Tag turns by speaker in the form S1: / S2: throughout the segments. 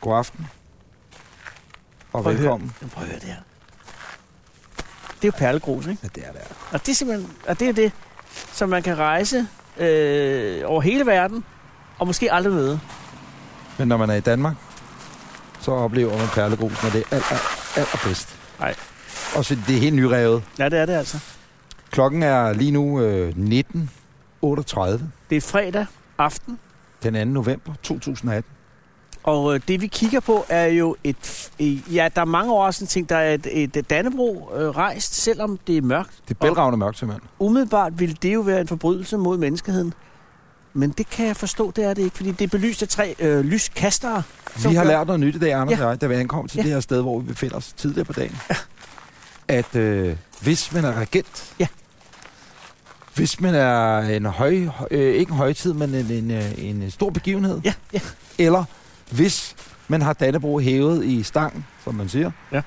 S1: God aften. Og
S2: Prøv at høre-
S1: velkommen.
S2: Prøv at høre det her. Det er jo perlegrus, ikke?
S1: Ja, det er det. altså.
S2: Og det er simpelthen, og det er det, som man kan rejse øh, over hele verden, og måske aldrig møde.
S1: Men når man er i Danmark, så oplever man perlegrus, når det er aller, allerbedst.
S2: Nej.
S1: Og så det er helt nyrevet.
S2: Ja, det er det altså.
S1: Klokken er lige nu øh, 19.38
S2: Det er fredag aften,
S1: den 2. november 2018.
S2: og øh, det vi kigger på er jo et... f- øh, Ja, der er mange år sådan ting, der er et, et Dannebro øh, rejst, selvom det er mørkt.
S1: Det er bælragende mørkt, simpelthen.
S2: Umiddelbart ville det jo være en forbrydelse mod menneskeheden. Men det kan jeg forstå, det er det ikke, fordi det er belyst af tre øh, lyskastere. som
S1: Vi har
S2: gør-
S1: lært noget nyt i dag, Anders
S2: Ja.
S1: ja. og jeg, da vi ankom til
S2: Ja.
S1: ja. det her sted, hvor vi befinder os tidligere på dagen. At øh, hvis man er regent,
S2: Ja.
S1: hvis man er en høj, øh, ikke en højtid, men en, en, øh, en øh, stor begivenhed,
S2: Ja, ja.
S1: eller hvis man har Dannebro hævet i stangen, som man siger,
S2: Ja.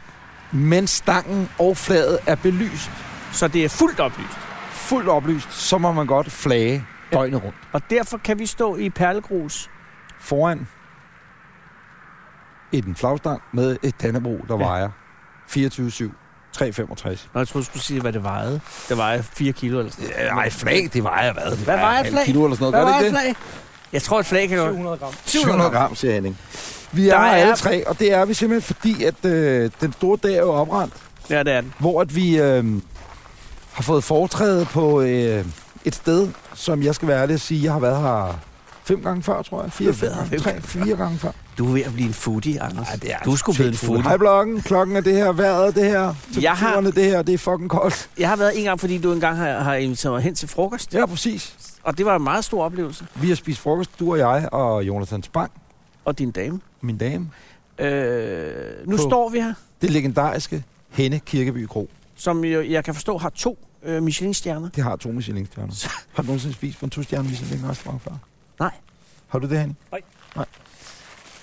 S1: men stangen og flaget er belyst,
S2: Så det er fuldt oplyst.
S1: fuldt oplyst, så må man godt flage
S2: Ja.
S1: døgnet rundt.
S2: Og derfor kan vi stå i perlegrus
S1: Foran et en flagstang med et Dannebro, der
S2: Ja.
S1: vejer 24-7, 365.
S2: Nå, jeg troede, du skulle sige, hvad det vejede. Det vejede 4 kilo eller sådan
S1: Ja, Nej, flag, det vejer hvad? Det
S2: Hvad vejer
S1: en halv
S2: flag?
S1: Kilo eller sådan noget. Gør det
S2: vejede
S1: ikke det?
S2: flag? Jeg tror, et flag kan godt...
S3: 700 gram.
S1: 700 gram, siger Henning. Vi er,
S2: Der
S1: er
S2: er-
S1: alle tre, og det er vi simpelthen fordi, at øh, den store dag er jo oprendt.
S2: Ja, det er den.
S1: hvor at vi øh, har fået foretræde på øh, et sted, som jeg skal være ærlig at sige, jeg har været her fem gange før, tror jeg. Fire,
S2: Du har
S1: fem
S2: været her
S1: gange,
S2: fem
S1: tre, fire gange før.
S2: Du er ved at blive en foodie, Anders.
S1: Ej, det er
S2: du er sgu blevet en
S1: Fuld.
S2: foodie.
S1: Hej blokken, klokken er det her, vejret er det her,
S2: Jeg har-
S1: temperaturen er det her, det er fucking koldt.
S2: Jeg har været en gang, fordi du engang har, har inviteret mig hen til frokost.
S1: Ja, præcis.
S2: Og det var en meget stor oplevelse.
S1: Vi har spist frokost, du og jeg og Jonathan Spang,
S2: Og din dame.
S1: min dame.
S2: Øh, nu
S1: På-
S2: står vi her,
S1: Det legendariske Henne Kirkeby Kro. som
S2: som jo, jeg kan forstå har to øh, Michelin-stjerner.
S1: Det har to Michelin-stjerner. Har du nogensinde spist på en to-stjerne Michelin-restaurant før?
S2: Nej.
S1: Har du det, Henning?
S3: Nej.
S1: Nej.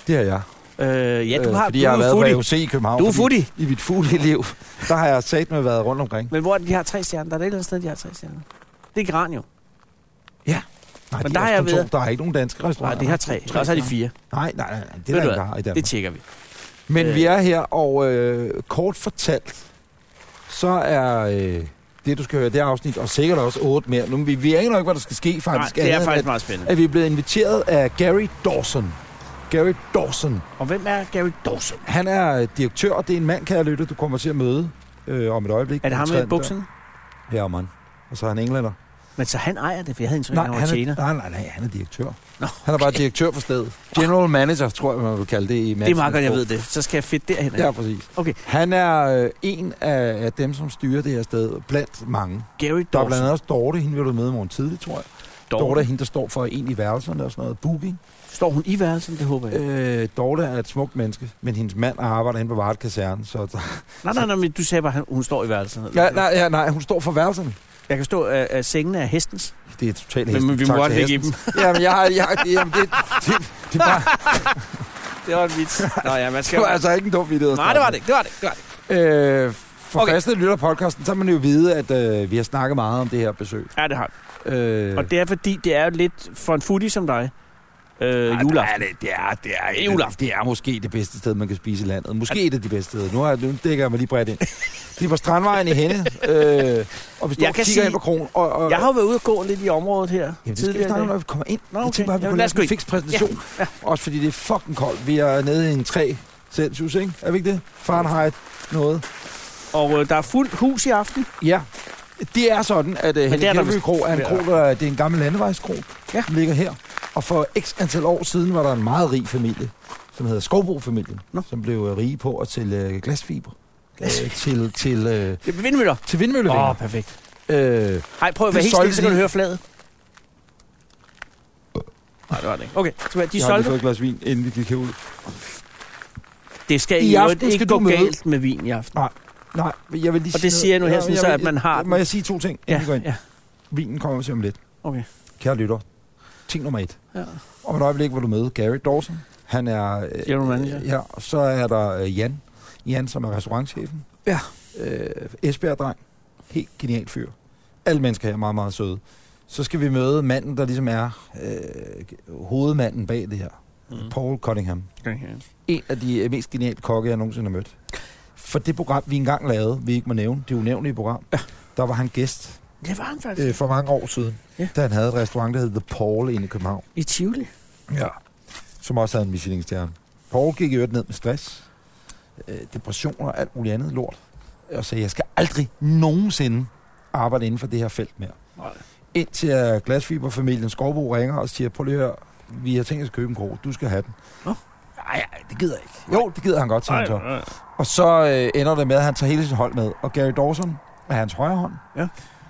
S1: Det har jeg.
S2: Øh, ja, du har...
S1: fordi
S2: du
S1: jeg
S2: er
S1: har
S2: en
S1: været
S2: foodie.
S1: på AOC i København.
S2: Du er
S1: fordi
S2: foodie.
S1: I mit foodie-liv, der har jeg sat med været rundt omkring.
S2: Men hvor er det, de har tre stjerner? Der er et eller andet sted, de har tre stjerner. Det er Gran jo.
S1: Nej,
S2: Men
S1: de
S2: der
S1: er
S2: har
S1: også
S2: jeg
S1: kun to.
S2: været-
S1: Der er ikke nogen danske
S2: Nej,
S1: restauranter.
S2: det har tre. Og så er de fire.
S1: Nej, nej, nej, nej. Det er
S2: Ved du
S1: der
S2: hvad?
S1: ikke, der har i
S2: Det
S1: Danmark.
S2: tjekker vi.
S1: Men
S2: øh.
S1: vi er her, og øh, kort fortalt, så er øh, det, du skal høre, det er afsnit, og sikkert også otte mere. Nu, vi, vi aner ikke, hvad der skal ske,
S2: Nej,
S1: faktisk.
S2: det
S1: andet
S2: er
S1: end
S2: faktisk
S1: at,
S2: meget spændende.
S1: at vi er blevet inviteret af Gary Dawson. Gary Dawson.
S2: Og hvem er Gary Dawson?
S1: Han er øh, direktør, og det er en mand, kære lytte, du kommer til at møde øh, om et øjeblik.
S2: Er det ham med bukserne?
S1: Ja, mand. Og så er han englænder.
S2: Men så han ejer det, for jeg havde indtryk af, at han var
S1: han
S2: tjener.
S1: er, nej, nej, nej, han er direktør.
S2: Nå,
S1: Han er bare direktør for stedet. General manager, tror jeg, man vil kalde det i
S2: Det er meget
S1: managementsprog.
S2: godt, jeg ved det. Så skal jeg fedt derhen.
S1: Ja,
S2: Ja.
S1: præcis.
S2: Okay.
S1: Han er øh, en af, af dem, som styrer det her sted, blandt mange.
S2: Gary
S1: Der er blandt
S2: Dawson.
S1: andet også Dorte, hende vil du møde i morgen tidligt, tror jeg. Dorte, Dorte er hende, der står for en i værelserne og sådan noget. Booking.
S2: Står hun i værelsen? Det håber jeg. Øh,
S1: Øh, Dorte er et smukt menneske, men hendes mand arbejder inde på Varte Kaserne. Så...
S2: nej, nej, nej, men du sagde bare, at hun står i værelsen.
S1: Ja, nej, ja, nej, hun står for værelserne.
S2: Jeg kan stå, at, at sengene er hestens.
S1: Det er totalt
S2: Men vi må godt ligge i dem.
S1: Ja, men jeg har... Jeg, har- jamen, det, det, det, var,
S2: Det var en vits. Nå ja, man skal
S1: det var altså ikke en dum video.
S2: Nej, det var det ikke. Det var det ikke. Det var det ikke.
S1: Øh, for
S2: Okay.
S1: okay. faste lytter af podcasten, så må man jo vide, at øh, vi har snakket meget om det her besøg.
S2: Ja, det har vi.
S1: Øh,
S2: Og det er fordi, det er jo lidt for en foodie som dig. Øh,
S1: Ej,
S2: juleaften.
S1: der er Det, det, er, det, er,
S2: Det er juleaften.
S1: det er måske det bedste sted, man kan spise i landet. Måske et af de bedste steder. Nu, har, jeg- nu dækker jeg mig lige bredt ind. Det er på Strandvejen i Henne. Øh, og vi står
S2: Jeg
S1: og
S2: kan
S1: kigger
S2: sige-
S1: ind på krogen. Og, og,
S2: Jeg har jo været ude og gå lidt i området her
S1: Jamen, det skal vi
S2: tidligere. i
S1: snakke om,
S2: dag.
S1: når vi kommer ind.
S2: Nå,
S1: Jeg
S2: okay.
S1: tænkte bare, at vi
S2: Jamen,
S1: kunne
S2: lad os
S1: lave
S2: gå
S1: en fix præsentation. Ja. Ja. Også fordi det er fucking koldt. Vi er nede i en 3 Celsius, ikke? Er vi ikke det? Fahrenheit noget.
S2: Og øh, der er fuldt hus i aften.
S1: Ja, det er sådan, at uh,
S2: det er
S1: Henrik
S2: der
S1: Kirkeby
S2: vist-
S1: Kro er en
S2: Ja.
S1: kro, der, det er en gammel landevejskro,
S2: Ja.
S1: ja. som ligger her. Og for x antal år siden var der en meget rig familie, som hedder Skovbo-familien,
S2: Nå.
S1: som blev uh, rige på at til uh, glasfiber. Øh, til, til, øh,
S2: Det er vindmøller.
S1: til
S2: Åh,
S1: vindmøllevinger.
S2: oh, perfekt.
S1: Oh. Øh,
S2: Ej, prøv at
S1: Det
S2: være helt stille,
S1: solgte
S2: så kan
S1: de-
S2: du høre fladet. Nej, det var det ikke. Okay, så de
S1: jeg har lige
S2: solgte
S1: fået et glas vin, inden vi gik herud.
S2: Det skal
S1: I
S2: i øvrigt
S1: aften
S2: ikke
S1: skal
S2: gå
S1: du møde-
S2: galt med vin i aften.
S1: Nej, men jeg vil lige
S2: Og det siger jeg nu her, sådan
S1: men
S2: så,
S1: vil-
S2: at man har
S1: Må
S2: den.
S1: jeg sige to ting, inden ja, vi går ind? Ja. Vinen kommer til om lidt.
S2: Okay.
S1: Kære lytter, ting nummer et.
S2: Ja.
S1: Om et øjeblik, hvor du møder Gary Dawson. Han er... Øh,
S2: General manager.
S1: Ja, og så er der øh, Jan. Jan, som er restaurantchefen.
S2: Ja.
S1: Øh, Esbjerg-dreng. Helt genial fyr. Alle mennesker her er meget, meget søde. Så skal vi møde manden, der ligesom er øh, hovedmanden bag det her.
S2: Mm.
S1: Paul Cunningham.
S2: Okay.
S1: En af de øh, mest geniale kokke, jeg nogensinde har mødt. For det program, vi engang lavede, vi ikke må nævne, det unævnlige program, ja. der var han gæst,
S2: Det var han faktisk.
S4: øh, for mange år siden,
S1: da han havde et restaurant, der hed The Paul inde i København.
S2: I Tivoli.
S1: Ja. Som også havde en Michelin-stjerne. Paul gik i øvrigt ned med stress, øh, depressioner og alt muligt andet lort. Og sagde, jeg skal aldrig nogensinde arbejde inden for det her felt mere.
S2: Nej.
S1: Indtil øh, glasfiberfamilien Skovbo ringer og siger, prøv lige at høre, vi har tænkt os at købe en krog, du skal have den.
S2: Nå.
S1: Nej, det gider jeg ikke. Jo, det gider han godt, siger han så.
S2: nej.
S1: Og så øh, ender det med, at han tager hele sit hold med. Og Gary Dawson er hans højre hånd.
S2: Ja,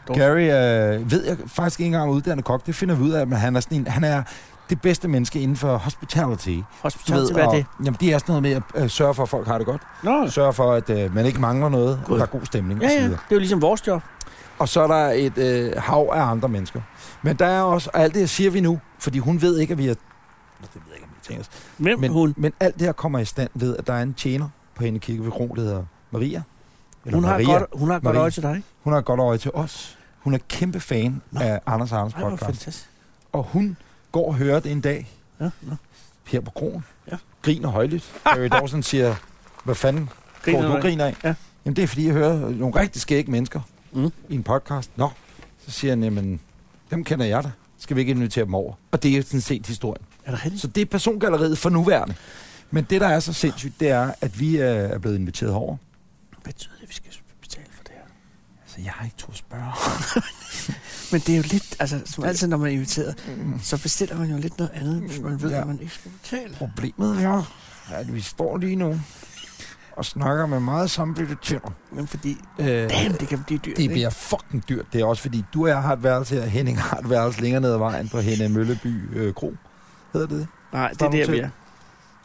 S2: Dawson.
S1: Gary øh, ved jeg faktisk ikke engang er uddannet kok. Det finder vi ud af, men han er, sådan en, han er det bedste menneske inden for hospitality.
S2: Hospitality, hvad er
S1: og-
S2: det?
S1: Jamen, det er sådan noget med at øh, sørge for, at folk har det godt.
S2: Nå,
S1: Sørge for, at øh, man ikke mangler noget.
S2: God.
S1: God. Der er god stemning
S2: ja,
S1: og så
S2: ja.
S1: videre.
S2: Det er jo ligesom vores job.
S1: Og så er der et øh, hav af andre mennesker. Men der er også, og alt det her siger vi nu, fordi hun ved ikke, at vi har... Nå, Det ved jeg ikke, om vi tænker os.
S2: Hvem
S1: Men,
S2: hun?
S1: men alt det her kommer i stand ved, at der er en tjener på hende kirke ved Kron, der hedder Maria. Eller
S2: Hun har,
S1: Maria.
S2: godt, hun har godt
S1: Maria.
S2: øje til dig. ikke?
S1: Hun har et godt øje til os. Hun er kæmpe fan
S2: Nå.
S1: af Anders og Anders
S2: Ej, hvor
S1: podcast.
S2: fantastisk.
S1: Og hun går og hører det en dag
S2: Ja, nå.
S1: her på krogen.
S2: Ja.
S1: Griner højlydt. Harry Dawson siger, hvad fanden griner går
S2: Griner
S1: du
S2: du?
S1: og griner af?
S2: Ja.
S1: Jamen det er fordi, jeg hører nogle rigtig skægge mennesker
S2: Mm.
S1: mm. i en podcast. Nå, så siger han, jamen dem kender jeg da. Skal vi ikke invitere dem over? Og det er sådan set historien.
S2: Er der heldig?
S1: Så det er persongalleriet for nuværende. Men det, der er så sindssygt, det er, at vi øh, er blevet inviteret over.
S2: Hvad betyder det, at vi skal betale for det her?
S1: Altså, jeg har ikke to spørger.
S2: Men det er jo lidt, altså som altid, når man er inviteret, så bestiller man jo lidt noget andet, hvis man ved,
S1: Ja.
S2: at man ikke skal betale.
S1: Problemet er, at vi står lige nu og snakker med meget sammenbytte tænder.
S2: Men fordi,
S1: Øh,
S2: damn, det kan blive dyrt,
S1: det
S2: ikke?
S1: bliver fucking dyrt. Det er også fordi, du og jeg har et værelse her, Henning har et værelse længere ned ad vejen på Henne Mølleby øh, Kro. Hedder det det?
S2: Nej, det er
S1: Står
S2: der,
S1: du
S2: vi
S1: til?
S2: er.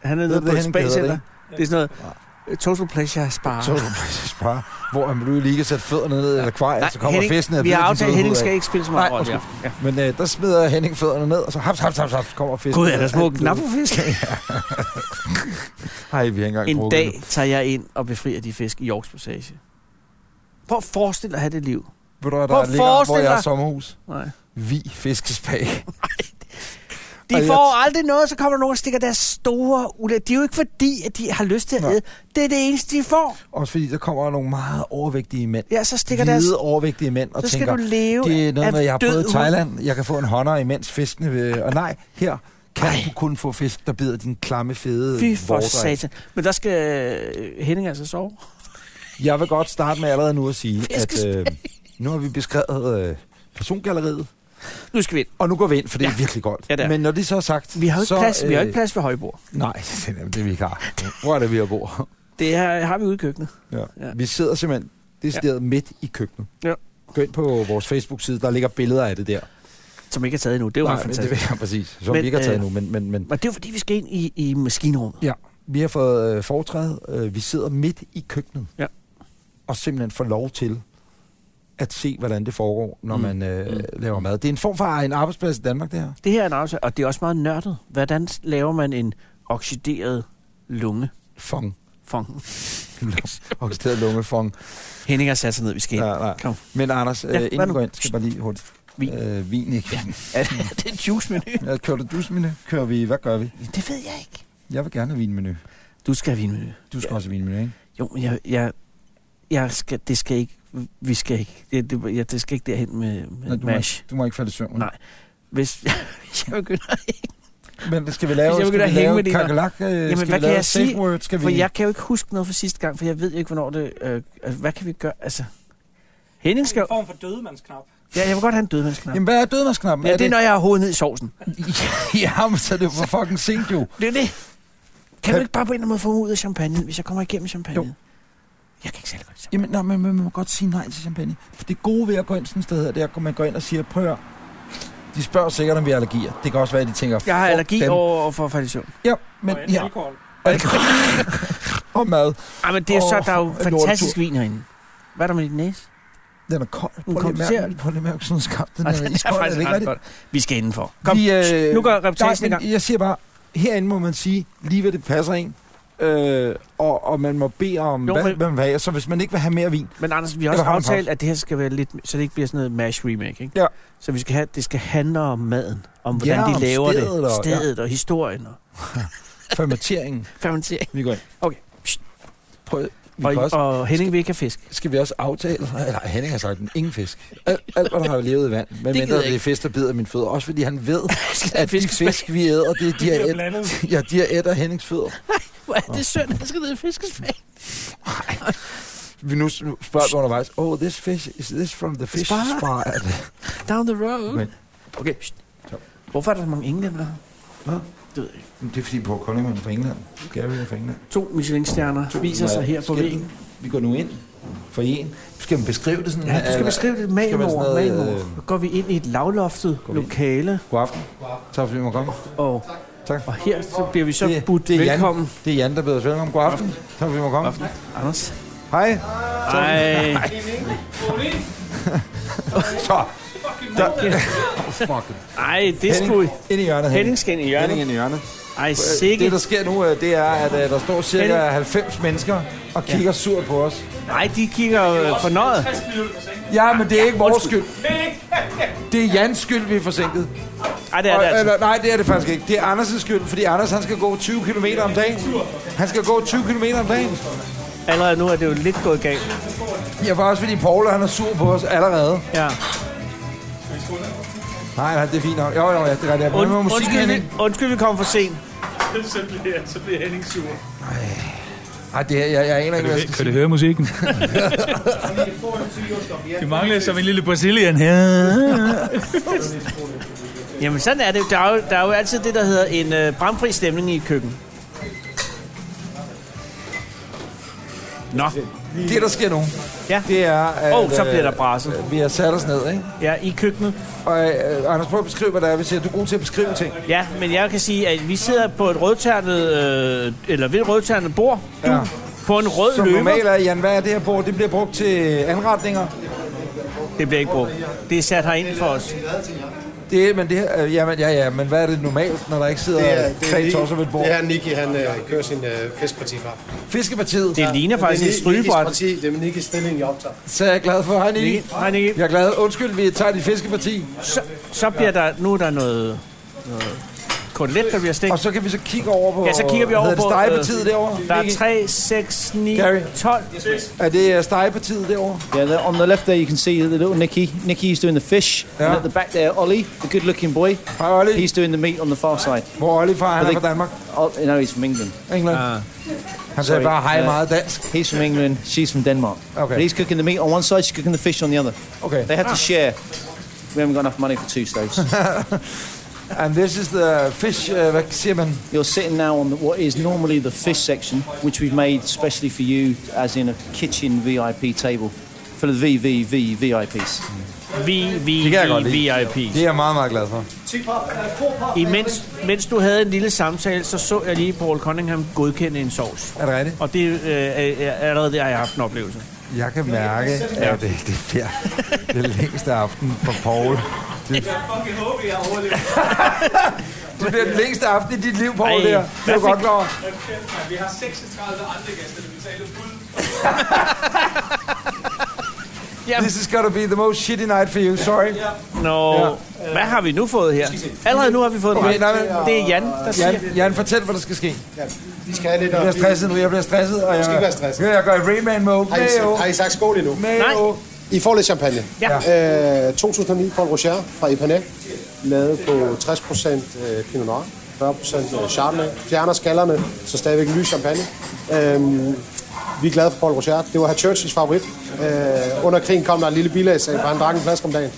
S2: Han er
S1: Hedder
S2: nede
S1: det
S2: på
S1: det, Henning? Det hedder
S2: et spacecenter.
S1: det
S2: Det er sådan noget øh, total pleasure spa.
S1: Så er du præcis bare, hvor man lige kan sætte fødderne ned i et akvarie,
S2: Nej,
S1: og så kommer
S2: Henning,
S1: fisken ned.
S2: Vi har aftalt, at Henning skal ikke spille så meget
S1: Nej,
S2: rolle.
S1: undskyld. Men øh, der smider Henning fødderne ned, og så haps, haps, haps, haps, kommer fisken.
S2: Gud, er der små knapper
S1: fisk? Hej, vi har ikke engang
S2: En
S1: drukket
S2: dag
S1: det.
S2: tager jeg ind og befrier de fisk i Yorks Passage. Prøv at forestille dig at have det liv.
S1: Ved du, hvad
S2: Prøv
S1: der
S2: at
S1: ligger, hvor
S2: forestille
S1: jeg er
S2: dig-
S1: sommerhus?
S2: Nej.
S1: Vi fiskespag.
S2: De
S1: Og jeg-
S2: får aldrig noget, så kommer der nogen og stikker deres store ulæ. Det er jo ikke fordi, at de har lyst til at
S1: Nej.
S2: æde. Det er det eneste, de får.
S1: Også fordi der kommer nogle meget overvægtige mænd.
S2: Ja, så stikker
S1: Hvide
S2: deres...
S1: overvægtige mænd og
S2: Så skal
S1: tænker,
S2: du leve
S1: det er
S2: af
S1: noget med, jeg har
S2: død
S1: prøvet i
S2: hud."
S1: Thailand. Jeg kan få en hånder imens fiskene vil... Og nej, her kan Ej. du kun få fisk, der bider din klamme, fede
S2: Fy for
S1: vorter af.
S2: satan. Men der skal øh, Henning altså sove.
S1: Jeg vil godt starte med allerede nu at sige, at
S2: Fiskespag.
S1: øh, nu har vi beskrevet øh, persongalleriet,
S2: Nu skal vi ind.
S1: og nu går vi ind, for det er
S2: Ja.
S1: virkelig godt.
S2: Ja, det er.
S1: Men når det så er sagt...
S2: Vi har jo ikke,
S1: så, øh,
S2: plads, vi har jo ikke plads ved højbord.
S1: Nej, det er det, vi ikke har. Hvor er det, vi har bord?
S2: Det her har vi ude i køkkenet.
S1: Ja.
S2: Ja.
S1: Ja. Vi sidder simpelthen decideret ja. midt i køkkenet.
S2: Ja.
S1: Gå ind på vores Facebook-side, der ligger billeder af det der.
S2: Som ikke er taget endnu. Det er jo ret
S1: men det
S2: fantastisk.
S1: ved jeg præcis, som
S2: Men,
S1: men, vi ikke har taget
S2: øh,
S1: øh, nu. Men, men, men
S2: Og det er jo fordi, vi skal ind i, i maskinrummet.
S1: vi har fået øh, foretræde. Øh, vi sidder midt i køkkenet.
S2: Ja.
S1: Og simpelthen får lov til at se, hvordan det foregår, når
S2: Mm.
S1: mm. man øh,
S2: Mm.
S1: mm. laver mad. Det er en form for en arbejdsplads i Danmark, det her.
S2: Det her er en aftale, og det er også meget nørdet. Hvordan laver man en oxideret lunge?
S1: Fong.
S2: Fong.
S1: Oxideret lungefong.
S2: Henning har sat sig ned, vi skal ind.
S1: Nej, nej.
S2: Kom.
S1: Men Anders,
S2: Ja,
S1: ja, øh,
S2: hvad
S1: inden
S2: nu?
S1: vi går ind, skal jeg bare lige hurtigt.
S2: Vin.
S1: Øh, vin, ikke?
S2: det er en juice-menu.
S1: Ja. Kører du dusmenu? Kører vi, hvad gør vi?
S2: Det ved jeg ikke.
S1: Jeg vil gerne have vinmenu.
S2: Du skal have vinmenu.
S1: Du skal ja. også have vinmenu, ikke?
S2: Jo, men jeg, jeg, jeg skal, det skal ikke, vi skal ikke, det, det, jeg, det skal ikke derhen med, med
S1: Nå,
S2: Nå,
S1: du
S2: mash.
S1: Du må ikke falde i søvn.
S2: Nej. Hvis, hvis jeg begynder,
S1: Men skal vi lave,
S2: Hvis jeg
S1: skal
S2: begynder
S1: vi
S2: at hænge
S1: lave
S2: med dine-
S1: kakelak? Øh, Jamen, skal
S2: hvad
S1: vi
S2: kan
S1: lave
S2: jeg
S1: safe
S2: sige?
S1: word? Skal
S2: for
S1: vi...
S2: jeg kan jo ikke huske noget fra sidste gang, for jeg ved jo ikke, hvornår det, øh, altså, hvad kan vi gøre, altså. Henning skal,
S5: En form for dødemandsknap.
S2: ja, jeg vil godt have en dødmandsknap.
S1: Jamen, hvad er dødmandsknappen?
S2: Ja, det er, når jeg har hovedet ned i sovsen.
S1: ja, men så er det jo for fucking sent jo.
S2: Det er det. Kan
S1: Kan-
S2: du ikke bare på en eller anden måde få mig ud af champagne, hvis jeg kommer igennem champagne?
S1: Jo.
S2: Jeg kan ikke særlig godt champagne.
S1: Jamen, nej, men man må godt sige nej til champagne. For det gode ved at gå ind sådan et sted her, det er, at man går ind og siger, prøv at høre. De spørger sikkert, om vi har allergier. Det kan også være, at de tænker,
S2: Jeg har
S1: "Fuck
S2: allergi
S1: dem."
S2: over for at falde i søvn.
S1: Ja,
S5: Men,
S1: men
S5: og ja.
S1: ja.
S5: alkohol.
S1: og mad.
S2: Ej, men det er oh, så,
S1: Åh,
S2: der er jo
S1: en
S2: fantastisk vin herinde. Hvad er der med dit næse?
S1: Den er kold.
S2: Den
S1: Prøv lige at
S2: komplicerer.
S1: mærke, prøv lige at mærke sådan en skam. Den er,
S2: Ej, den er
S1: iskold,
S2: faktisk
S1: det ikke
S2: ret
S1: rigtigt?
S2: godt. Vi skal indenfor. Kom,
S1: Vi, øh,
S2: nu går reportagen i
S1: men
S2: gang.
S1: Jeg siger bare, herinde må man sige lige, hvad det passer en. øh, og, og man må bede om,
S2: Jo,
S1: jo, hvad
S2: men-
S1: men... man vil have. Så hvis man ikke vil have mere vin,
S2: Men Anders, vi
S1: Jeg
S2: har også
S1: vil have en
S2: aftalt,
S1: pause.
S2: at det her skal være lidt, så det ikke bliver sådan noget mash remake, ikke?
S1: Ja.
S2: Så vi skal have, det skal handle om maden, om hvordan
S1: Ja,
S2: de
S1: om
S2: laver
S1: stedet
S2: det,
S1: og- ja.
S2: stedet og historien og
S1: fermenteringen,
S2: fermentering.
S1: vi går ind.
S2: Okay.
S1: Prøv, vi
S2: Og,
S1: kan også,
S2: og Henning vil ikke have fisk.
S1: skal vi også aftale, eller Henning har sagt, ingen fisk. Alt, alt hvad der har levet i vand, men
S6: gider
S1: mindre
S6: jeg
S1: det er
S6: ikke.
S1: fisk, der bider mine fødder. Også fordi han ved,
S6: skal
S1: at de fisk, vi æder, det er de her æd,
S2: blandet.
S1: ja, de her æder Hennings fødder.
S6: Hvor er det synd, at der skal ned i fiskespand.
S1: Vi nu spørger vi undervejs, oh, this fish, is this from the fish
S6: Spa?
S1: spa?
S6: Down the road.
S1: Men-
S2: Okay, Shh. Hvorfor er der så mange englænder?
S1: Hvad?
S2: Det ved jeg ikke.
S1: Det er fordi på Koldingman fra England. Gary er fra England.
S2: To Michelin-stjerner viser sig her på
S1: Skal-
S2: væggen.
S1: Vi går nu ind for en. Skal man beskrive det sådan?
S2: Ja, du skal
S1: øh,
S2: beskrive det
S1: skal være
S2: magenord.
S1: sådan noget, øh,
S2: magenord. Så går vi ind i et lavloftet
S1: vi ind?
S2: lokale,
S1: God aften. Tak fordi du måtte komme.
S2: og,
S1: Tak.
S2: og her så bliver vi så
S1: øh, Det-
S2: budt
S1: det er Jan.
S2: velkommen.
S1: Det er Jan, der beder os velkommen. God aften. Tak fordi du måtte komme.
S2: Anders.
S1: Hej.
S2: Ej.
S1: Så. Der. Oh, fuck.
S2: Ej, det er sgu...
S1: Henning, ind i hjørnet.
S2: Henning skal ind i hjørnet.
S1: Henning ind i hjørnet.
S2: Ej,
S1: Øh, Det,
S2: sikkert.
S1: der sker nu, øh, det er, at øh, der står cirka
S2: Henning.
S1: 90 mennesker og kigger surt på os.
S2: Nej, de kigger øh, fornøjet.
S1: Ja, men det er ikke vores skyld. Det er Jans skyld, vi er forsinket.
S2: Ej, det er
S1: Og,
S2: det altså.
S1: eller, nej, det er det faktisk ikke. Det er Anders' skyld, fordi Anders han skal gå 20 km om dagen. Han skal gå 20 km om dagen.
S2: Allerede nu er det jo lidt gået galt.
S1: Ja, for også fordi Paul han er sur på os allerede.
S2: Ja.
S1: Nej, nej, det er fint nok. Jo, jo, ja, det er rigtigt.
S2: Und,
S1: Men med musikken,
S2: undskyld, vi,
S1: Henning.
S2: undskyld, vi kom for sent.
S7: så, bliver, så bliver Henning sur.
S1: Nej, det er, jeg, jeg aner ikke, hvad jeg skal
S7: Kan du høre musikken? det mangler som en lille brasilian her.
S2: Jamen, sådan er det. jo. Der er jo, der er jo altid det, der hedder en øh, bramfri stemning i et køkken. Nå.
S1: sige. Det, der sker nu,
S2: Ja.
S1: det er... At,
S2: Åh, oh, så bliver der
S1: øh,
S2: brasset.
S1: Vi har sat os ned, ikke?
S2: Ja, i køkkenet.
S1: Og øh, Anders, prøv at beskrive, hvad der er. Vi siger, du er god til at beskrive ting.
S2: Ja, men jeg kan sige, at vi sidder på et rødtærnet, øh, eller ved et rødtærnet bord. Du,
S1: Ja.
S2: på en rød
S1: Som
S2: løber.
S1: normalt er, Jan, hvad er det her bord? Det bliver brugt til anretninger.
S2: Det bliver ikke brugt. Det er sat herind for os.
S1: Det, er- men det her, øh, jamen, ja, ja, men hvad er det normalt, når der ikke sidder det er, det tre tosser ved et bord?
S8: Det er Niki, han øh, kører sin øh, fiskparti fra. Det
S1: Fiskepartiet,
S2: Det ligner faktisk
S8: Ni-
S2: et strygebræt.
S8: Nikis parti, det er Nikis stilling, jeg optager.
S1: så er jeg glad for. Hej, Nicky.
S2: Nej, Nicky.
S1: Jeg er glad. Undskyld, vi tager dit fiskeparti.
S2: Så, så bliver der, nu er der noget, noget kotelet, der bliver
S1: Og
S2: stegt.
S1: så kan vi så kigge over på...
S2: Ja, så kigger vi over
S1: hedder
S2: på,
S1: det stegepartiet
S2: øh,
S1: derovre?
S2: Der er
S1: Nicky?
S2: 3, 6, 9,
S1: Gary.
S2: 12.
S1: Er det øh, stegepartiet derovre?
S9: Yeah, there, on the left there you can see the little Nicky. Nicky's doing the fish,
S1: Yeah.
S9: and at the back there, Ollie, the good-looking boy,
S1: Hej, Olli.
S9: he's doing the meat on the far side.
S1: Hvor er Olli fra? Han er
S9: det-
S1: fra Danmark.
S9: Oh, no, he's from England.
S1: England. Ah. Han sagde
S9: sorry.
S1: bare hej
S9: Ja.
S1: meget dansk.
S9: He's from England. She's from Denmark.
S1: Okay.
S9: But he's cooking the meat on one side. She's cooking the fish on the other.
S1: Okay. Ah.
S9: They had to share. We haven't got enough money for two stoves.
S1: And this is the fish, uh, hvad siger man?
S9: You're sitting now on the, what is normally the fish section, which we've made specially for you, as in a kitchen VIP table, full of VVV VIPs.
S2: Vi, vi,
S1: Det kan jeg godt
S2: vi, VIP.
S1: Det er jeg meget, meget glad for.
S8: øh,
S2: I, mens, mens du havde en lille samtale, så så jeg lige Paul Cunningham godkende en sovs.
S1: Er det rigtigt?
S2: Og det øh, er, er allerede der, har jeg haft en oplevelse.
S1: Jeg kan mærke, at det, det bliver det længste aften for Paul. Det,
S7: fucking håber, jeg overlever.
S1: det bliver den længste aften i dit liv, Paul,
S2: Ej,
S1: det her. Det er
S2: hvad
S1: du godt
S2: fik-
S1: klar over.
S7: Vi har 36 andre gæster, der betaler fuld.
S1: This is gonna be the most shitty night for you, sorry.
S2: Nå,
S1: Ja.
S2: hvad har vi nu fået her? Allerede nu har vi fået en
S1: Okay,
S2: okay,
S1: nej, men-
S2: Det er Jan, der siger.
S1: Jan, Jan, fortæl, hvad der skal ske.
S8: Ja, vi skal have lidt...
S1: Jeg bliver stresset nu, jeg bliver stresset. Og jeg,
S8: Du skal ikke være stresset.
S1: Ja, Jeg går i Rayman mode.
S8: Har I,
S1: Mayo,
S8: har I sagt skål endnu?
S1: mayo.
S8: I får lidt champagne.
S2: Ja.
S8: Øh, 2009 Paul Rocher fra Ipanel, lavet på 60% øh, Pinot Noir, 40% Chardonnay, fjerner skallerne, så stadigvæk lys champagne. Øhm, vi er glade for Paul Rocher. Det var her Churchills favorit. Øh, under krigen kom der en lille bilag, sagde, at han drak en flaske om dagen.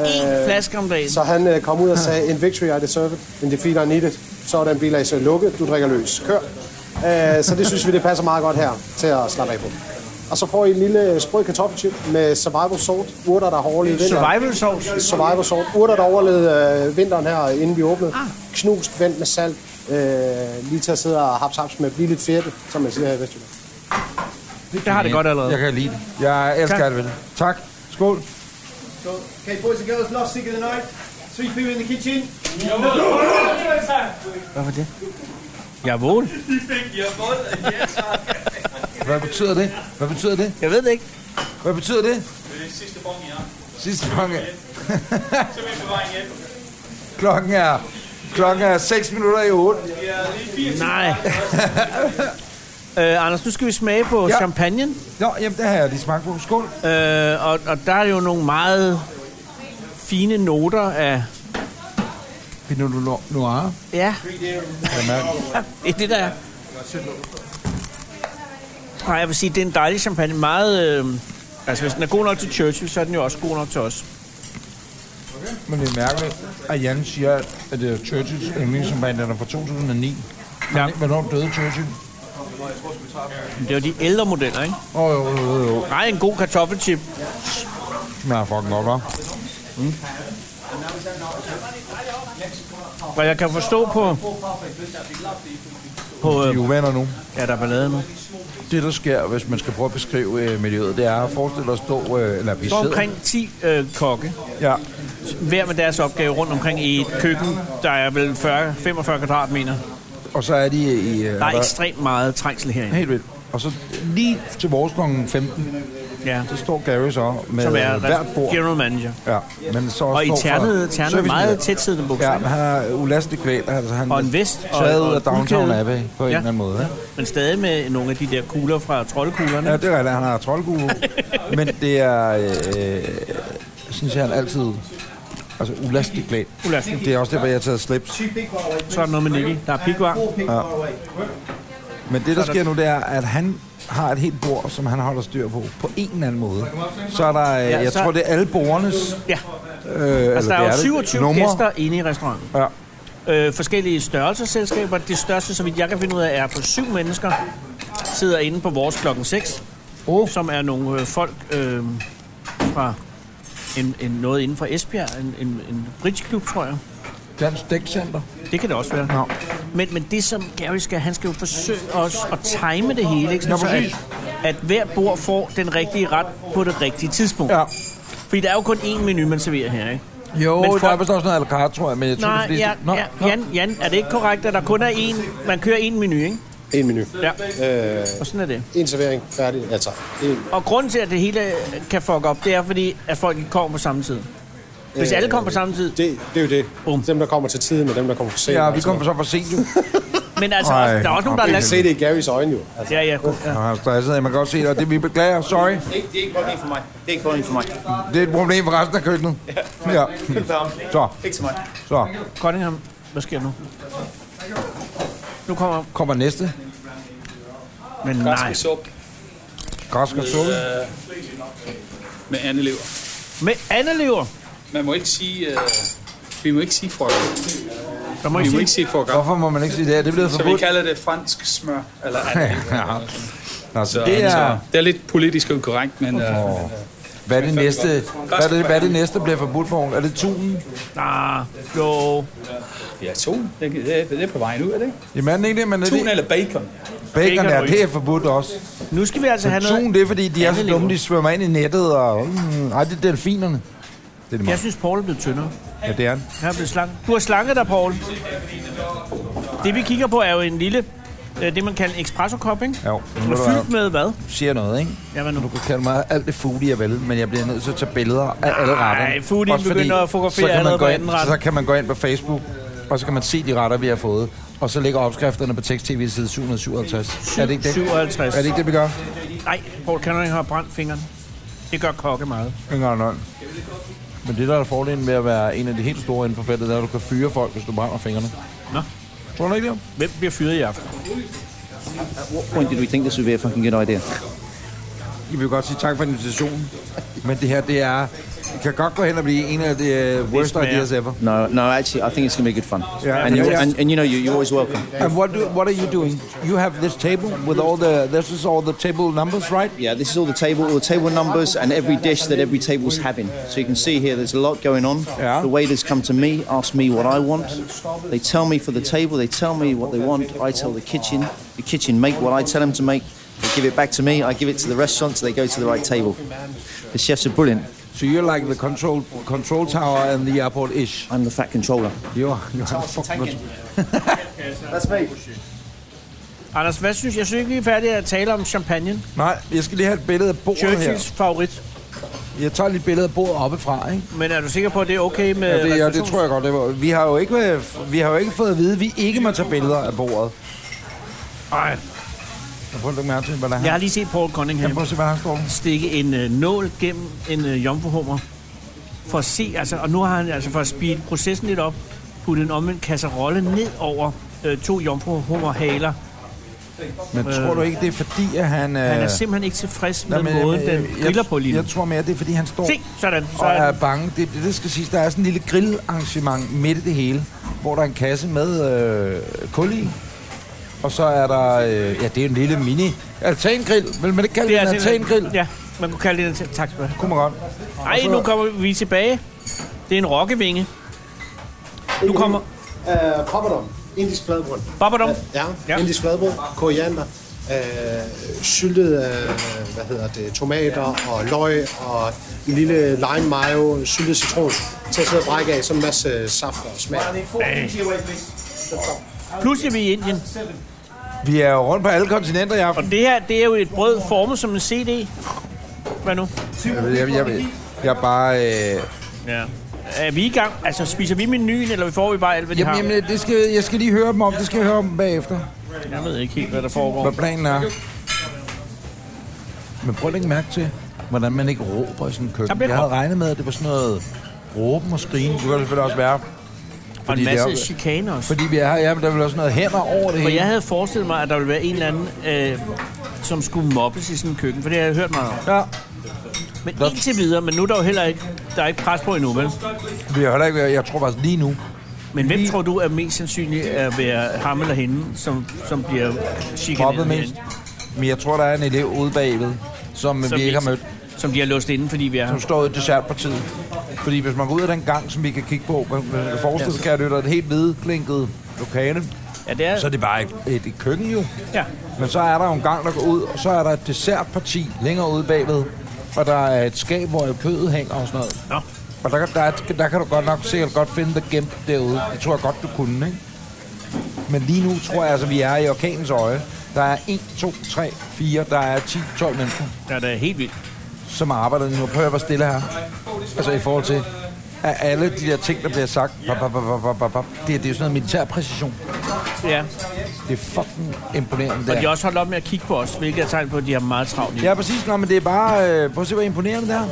S8: Øh,
S2: En flaske om dagen.
S8: Så han øh, kom ud og sagde, in victory I deserve it, in defeat I need it. Så er den bil altså lukket, du drikker løs, kør. Øh, så det synes vi, det passer meget godt her til at slappe af på. Og så får I en lille sprød kartoffelchip med survival salt, urter, der har overlevet vinteren.
S2: Survival sovs.
S8: Survival salt, urter, der overlevede øh, vinteren her, inden vi åbnede.
S2: Ah.
S8: Knust, vendt med salt, øh, lige til at sidde og haps, haps med, blive lidt fedtet, som man siger her i Vestjylland.
S2: Det har det godt allerede.
S1: Jeg kan lide det. Jeg elsker
S2: Tak.
S1: det vel. Tak. Skål.
S10: So, okay, boys and girls, last thing of the night. Three people in the kitchen.
S2: Hvad var det? Jawohl.
S10: I fik jer både af jer, tak.
S1: Hvad betyder det? Hvad betyder det?
S2: Jeg ved det ikke.
S1: Hvad betyder det?
S10: Det er sidste bong i aften.
S1: Sidste mange.
S10: Så er vi på vej hjem.
S1: Klokken er, klokken er 6 minutter i 8.
S10: Vi er lige fire timer.
S2: Nej. øh, Anders, nu skal vi smage på
S1: Ja.
S2: ja. champagne.
S1: Nå, jamen, det har jeg lige smagt på. Skål.
S2: Øh, og, og der er jo nogle meget fine noter af...
S1: Pinot Noir.
S2: Ja,
S1: Jeg mærker.
S2: det er det, der
S11: uh,
S2: er. Nej, jeg vil sige, det er en dejlig champagne. Meget, øh, altså, hvis den er god nok til Churchill, så er den jo også god nok til os.
S1: Men det er mærkeligt, at Jan siger, at det er Churchills yndlingschampagne, den er fra 2009. Ja.
S2: Ja.
S1: Hvornår døde Churchill?
S2: Det er jo de ældre modeller, ikke?
S1: Åh, oh, jo, jo, jo, jo.
S2: Nej, en god kartoffelchip. Mm.
S1: Smager fucking godt, hva'?
S2: Og jeg kan forstå på... på
S1: De er
S2: øh,
S1: uvenner nu.
S2: ja, der er ballade nu.
S1: Det, der sker, hvis man skal prøve at beskrive øh, miljøet, det er at forestille os stå... Øh, eller vi
S2: Der
S1: sidder-
S2: er omkring 10 øh, kokke,
S1: Ja,
S2: hver med deres opgave rundt omkring i et køkken, der er vel 40, 45 kvadratmeter.
S1: og så er de i... Øh,
S2: Der er ekstremt meget trængsel herinde.
S1: Helt vildt. Og så lige til vores kl. 15,
S2: Ja.
S1: så står Gary så med
S2: Som er
S1: øh, hvert bord.
S2: general manager.
S1: Ja, men så
S2: Og i
S1: står for
S2: ternet, ternet meget
S1: servicemiljø.
S2: tætsiddende bukser.
S1: Ja,
S2: Ja.
S1: men han har ulastelig kvæl. Altså, han
S2: Og en vest, og-
S1: taget
S2: og
S1: ud af
S2: et
S1: Downtown
S2: guldkæde.
S1: Abbey på en
S2: Ja.
S1: eller anden måde. ikke?
S2: Men stadig med nogle af de der kugler fra troldkuglerne.
S1: Ja,
S2: Ja.
S1: det er rigtigt, han har troldgule. men det er, øh, synes jeg, han altid altså ulastelig klædt.
S2: Ulastelig.
S1: Det er også det, hvor jeg har taget slips.
S12: Two pig far away.
S2: Så er der noget med Nicky. Der er pigvar.
S12: Four pig far away.
S1: Men det, der sker nu, det er, at han har et helt bord, som han holder styr på, på en eller anden måde. Så er der, øh, jeg
S2: så-
S1: tror, det er alle borgernes...
S2: Ja,
S1: Øh,
S2: altså der er jo 27
S1: nummer.
S2: gæster inde i restauranten.
S1: Ja.
S2: Øh, forskellige størrelsesselskaber. Det største, så vidt jeg kan finde ud af, er på syv mennesker. Sidder inde på vores klokken 6.
S1: Oh.
S2: Som er nogle øh, folk øh, fra en, en, noget inden for Esbjerg. En, en, en bridgeklub, tror jeg.
S1: Dansk Dækcenter.
S2: Det kan det også være.
S1: Nå.
S2: Men, men det som Gary skal, han skal jo forsøge også at time det hele, ikke? Sådan,
S1: Nå,
S2: at,
S1: præcis.
S2: at hver bord får den rigtige ret på det rigtige tidspunkt.
S1: Ja.
S2: Fordi der er jo kun én menu, man serverer her, ikke?
S1: Jo,
S2: Men
S1: men for...
S2: for-
S1: der er vist også noget à la carte, tror jeg, men jeg tror,
S2: Nej,
S1: det
S2: ja,
S1: Nå,
S2: ja,
S1: nå.
S2: Jan, Jan, er det ikke korrekt, at der kun er én, man kører én menu, ikke?
S8: En menu.
S2: Ja,
S8: Øh,
S2: og sådan er det.
S8: en servering, færdig. Ja, tak. En,
S2: Og grunden til, at det hele kan fuck op, det er fordi, at folk ikke kommer på samme tid. Hvis
S8: Øh.
S2: alle kommer på samme tid.
S8: det, det er jo det.
S2: Bum.
S8: Dem, der kommer til tiden, og dem, der kommer for sent.
S1: Ja, vi
S8: altså.
S1: kommer så for sent jo.
S2: Men altså,
S1: Ej,
S2: også, der er også nogen, der har
S8: Jeg kan
S2: lagt...
S8: se det i Garys øjne jo. Altså,
S2: Ja, ja, god, ja.
S1: Nå, han er stresset, man kan godt se det, og det vi beklager, sorry.
S9: Det er ikke et problem for mig. Det er ikke et problem for mig.
S1: Det er et problem for resten af køkkenet. Ja. Så,
S9: Ikke til mig.
S1: så
S2: Cunningham, hvad sker nu? Nu kommer...
S1: kommer næste.
S2: Men nej.
S7: sup
S1: Græsk og suppe.
S7: øh, med andelever.
S2: Med andelever.
S7: Man må ikke sige... Øh, vi må ikke sige frøken.
S2: Der må
S7: Vi
S2: I
S7: må
S2: sige.
S7: ikke sige frøken.
S1: Hvorfor må man ikke sige det her? Det er blevet
S7: Så vi
S1: forbudt.
S7: kalder det fransk smør. Eller andelever.
S1: Ja. Nå, så
S7: Så,
S1: det er...
S7: så, det er lidt politisk ukorrekt, men... Øh,
S1: Åh. Hvad er det næste, hvad er det, hvad er det næste der bliver forbudt på? Er det tunen?
S2: Ah, jo.
S7: ja, tun. Det, det, det er på vejen ud, er det ikke?
S1: Jamen er den ikke det, men er
S7: Tun
S1: det,
S7: eller bacon.
S1: bacon er, det er forbudt også.
S2: Nu skal vi altså have
S1: Tun,
S2: noget...
S1: det er fordi, de er så
S2: Andelever.
S1: dumme, de svømmer ind i nettet, og... Mm, ej, det er delfinerne. Det er det
S2: Jeg
S1: meget.
S2: synes, Paul er blevet tyndere.
S1: Ja, det er han.
S2: Han er blevet slank. Du har slanket dig, Paul. Det vi kigger på er jo en lille... øh, Det man kalder en espresso-kop, ikke?
S1: Jo,
S2: Den
S1: nu
S2: er
S1: er der
S2: fyldt med hvad?
S1: siger noget, ikke?
S2: Jamen nu.
S1: Du kan kalde mig alt det foodie, jeg vil, men jeg bliver nødt til at tage billeder af alle retterne.
S2: foodien
S1: Også fordi,
S2: begynder at fotografere
S1: så kan man
S2: allerede
S1: gå
S2: på
S1: ind-
S2: anden ret.
S1: Så kan man gå ind på Facebook, og så kan man se de retter, vi har fået. Og så ligger opskrifterne på tekst-tv side 757. Er det ikke det?
S2: 57.
S1: Er det ikke det, vi gør?
S2: Nej, Paul Cunningham har brændt fingeren. Det gør kokke meget.
S1: Ingen nej. Men det, der er fordelen ved at være en af de helt store inden for feltet, det er, at du kan fyre folk, hvis du brænder fingrene.
S2: Nå.
S1: Tror du ikke det?
S2: Hvem bliver fyret i aften?
S9: What point did we think this would be a fucking good idea?
S1: I vil godt sige tak for invitationen. Men det her, det er... Det kan godt gå hen og blive en af de øh, worst
S2: smager.
S1: ideas ever.
S9: No, no, actually, I think it's going to be good fun.
S1: Yeah,
S9: and, you,
S1: yeah.
S9: and, and you know, you, you're always welcome.
S1: And what do, what are you doing? You have this table with all the this is all the table numbers, right?
S9: Yeah, this is all the table, all the table numbers, and every dish that every table's having. So you can see here, there's a lot going on.
S1: Yeah.
S9: The waiters come to me, ask me what I want. They tell me for the table, they tell me what they want. I tell the kitchen, the kitchen make what I tell them to make. They give it back to me. I give it to the restaurant, so they go to the right table. The chefs are brilliant.
S1: So you're like the control control tower and the airport ish.
S9: I'm the fat controller.
S1: You are. You are fucking
S9: That's me.
S2: Anders, hvad synes, jeg synes ikke, vi er færdige at tale om champagne.
S1: Nej, jeg skal lige have et billede af bordet
S2: Churchills
S1: her.
S2: favorit.
S1: Jeg tager lige et billede af bordet oppefra, ikke?
S2: Men er du sikker på, at det er okay med
S1: Ja, det, ja, det
S2: reservations-
S1: tror jeg godt, det var. Vi har jo ikke, øh, vi har jo ikke fået at vide, at vi ikke må tage billeder af bordet.
S2: Ej.
S1: Jeg prøver at lægge mærke til, hvad der er
S2: Jeg
S1: her.
S2: har lige set Paul Cunningham
S1: Jeg prøver at se, hvad der står.
S2: stikke en øh, nål gennem en øh, jomfruhummer for at se, altså, og nu har han altså for at speede processen lidt op, puttet en omvendt kasserolle ned over øh, to jomfruhummerhaler.
S1: Men tror du ikke, det er fordi, at han... øh,
S2: Han er simpelthen ikke tilfreds med
S1: men, øh,
S2: måden, den
S1: jeg-
S2: griller på lige nu.
S1: Jeg tror mere, det er fordi, han står
S2: Se, sådan. Så
S1: og
S2: er
S1: er
S2: den.
S1: bange. Det, det, det skal siges, der er sådan en lille grillarrangement midt i det hele, hvor der er en kasse med øh, kul i. Og så er der... Øh, ja, det er en lille mini... Altangrill. Vil man ikke kalde det, det en
S2: altså en-
S1: altangrill? Ja.
S2: Ja, man kunne kalde det en ta- Tak skal du have.
S1: Kunne man godt.
S2: Ej, nu kommer vi tilbage. Det er en rokkevinge. Nu kommer
S8: Øh, papadom, indisk fladbrød. Øh,
S2: Bobadum.
S8: Ja,
S2: Ja.
S8: ja. indisk fladbrød, koriander, øh, syltet, øh, hvad hedder det, tomater og løg og en lille lime mayo, syltet citron til at sidde og brække af, sådan en masse øh, saft og smag.
S2: Pludselig er vi i Indien.
S1: Vi er jo rundt på alle kontinenter i
S2: Og
S1: aften.
S2: det her, det er jo et brød formet som en CD. Hvad nu?
S1: Jeg, jeg, jeg, jeg, jeg er bare... Øh,
S2: Ja. Er vi i gang? Altså, spiser vi menuen, eller får vi bare alt, hvad de
S1: jamen,
S2: har?
S1: jamen, det skal, jeg skal lige høre dem om. Det skal jeg høre om bagefter.
S2: Jeg ved ikke helt, hvad der foregår.
S1: Hvad planen er. Men prøv at lægge mærke til, hvordan man ikke råber i sådan en
S2: Der
S1: køkken.
S2: bliver
S1: Jeg havde regnet med, at det var sådan noget råben og skrigen. Det kunne det selvfølgelig også være.
S2: Og en
S1: det er
S2: masse
S1: jo-
S2: chikane også.
S1: Fordi vi er her, ja, men der ville også noget hænder over det
S2: For
S1: hele.
S2: jeg havde forestillet mig, at der ville være en eller anden, øh, som skulle mobbes i sådan en køkken, for det har jeg hørt meget om.
S1: Ja,
S2: Men indtil videre, men nu er der jo heller ikke, der er ikke pres på endnu, vel?
S1: vi har heller ikke været, jeg tror faktisk lige nu.
S2: Men hvem tror du er mest sandsynlig at være ham eller hende, som, som bliver chikaneret
S1: Mobbet
S2: herinde?
S1: mest. Men jeg tror, der er en elev ude bagved, som, som vi ikke har mødt.
S2: Som de har låst inden, fordi vi er her.
S1: som står i dessertpartiet. Fordi hvis man går ud af den gang, som vi kan kigge på, man, man kan forestille sig, at det er et helt hvidklinket lokale,
S2: Ja, det er...
S1: så er det bare et, et, et køkken jo.
S2: Ja.
S1: Men så er der jo en gang, der går ud, og så er der et dessertparti længere ude bagved, og der er et skab, hvor kødet hænger og sådan noget.
S2: Nå.
S1: Og der, kan- der, er- der kan du godt nok sikkert godt finde det gemt derude. Det tror jeg godt, du kunne, ikke? Men lige nu tror jeg, altså, vi er i orkanens øje. Der er 1, 2, 3, 4, der er 10, 12 mennesker
S2: Ja, det er helt vildt.
S1: som arbejder nu. Prøv at være stille her. Altså i forhold til, at alle de der ting, der bliver sagt, bap, bap, bap, bap, bap, bap, det, det er jo sådan noget militær præcision.
S2: Ja.
S1: Det er fucking imponerende,
S2: Og
S1: det
S2: de har
S1: her.
S2: også holdt op med at kigge på os, hvilket er tegn på, at de har meget travlt. Ja.
S1: Ja, præcis. Nå, men det er bare... Øh, prøv at se, hvor imponerende det er.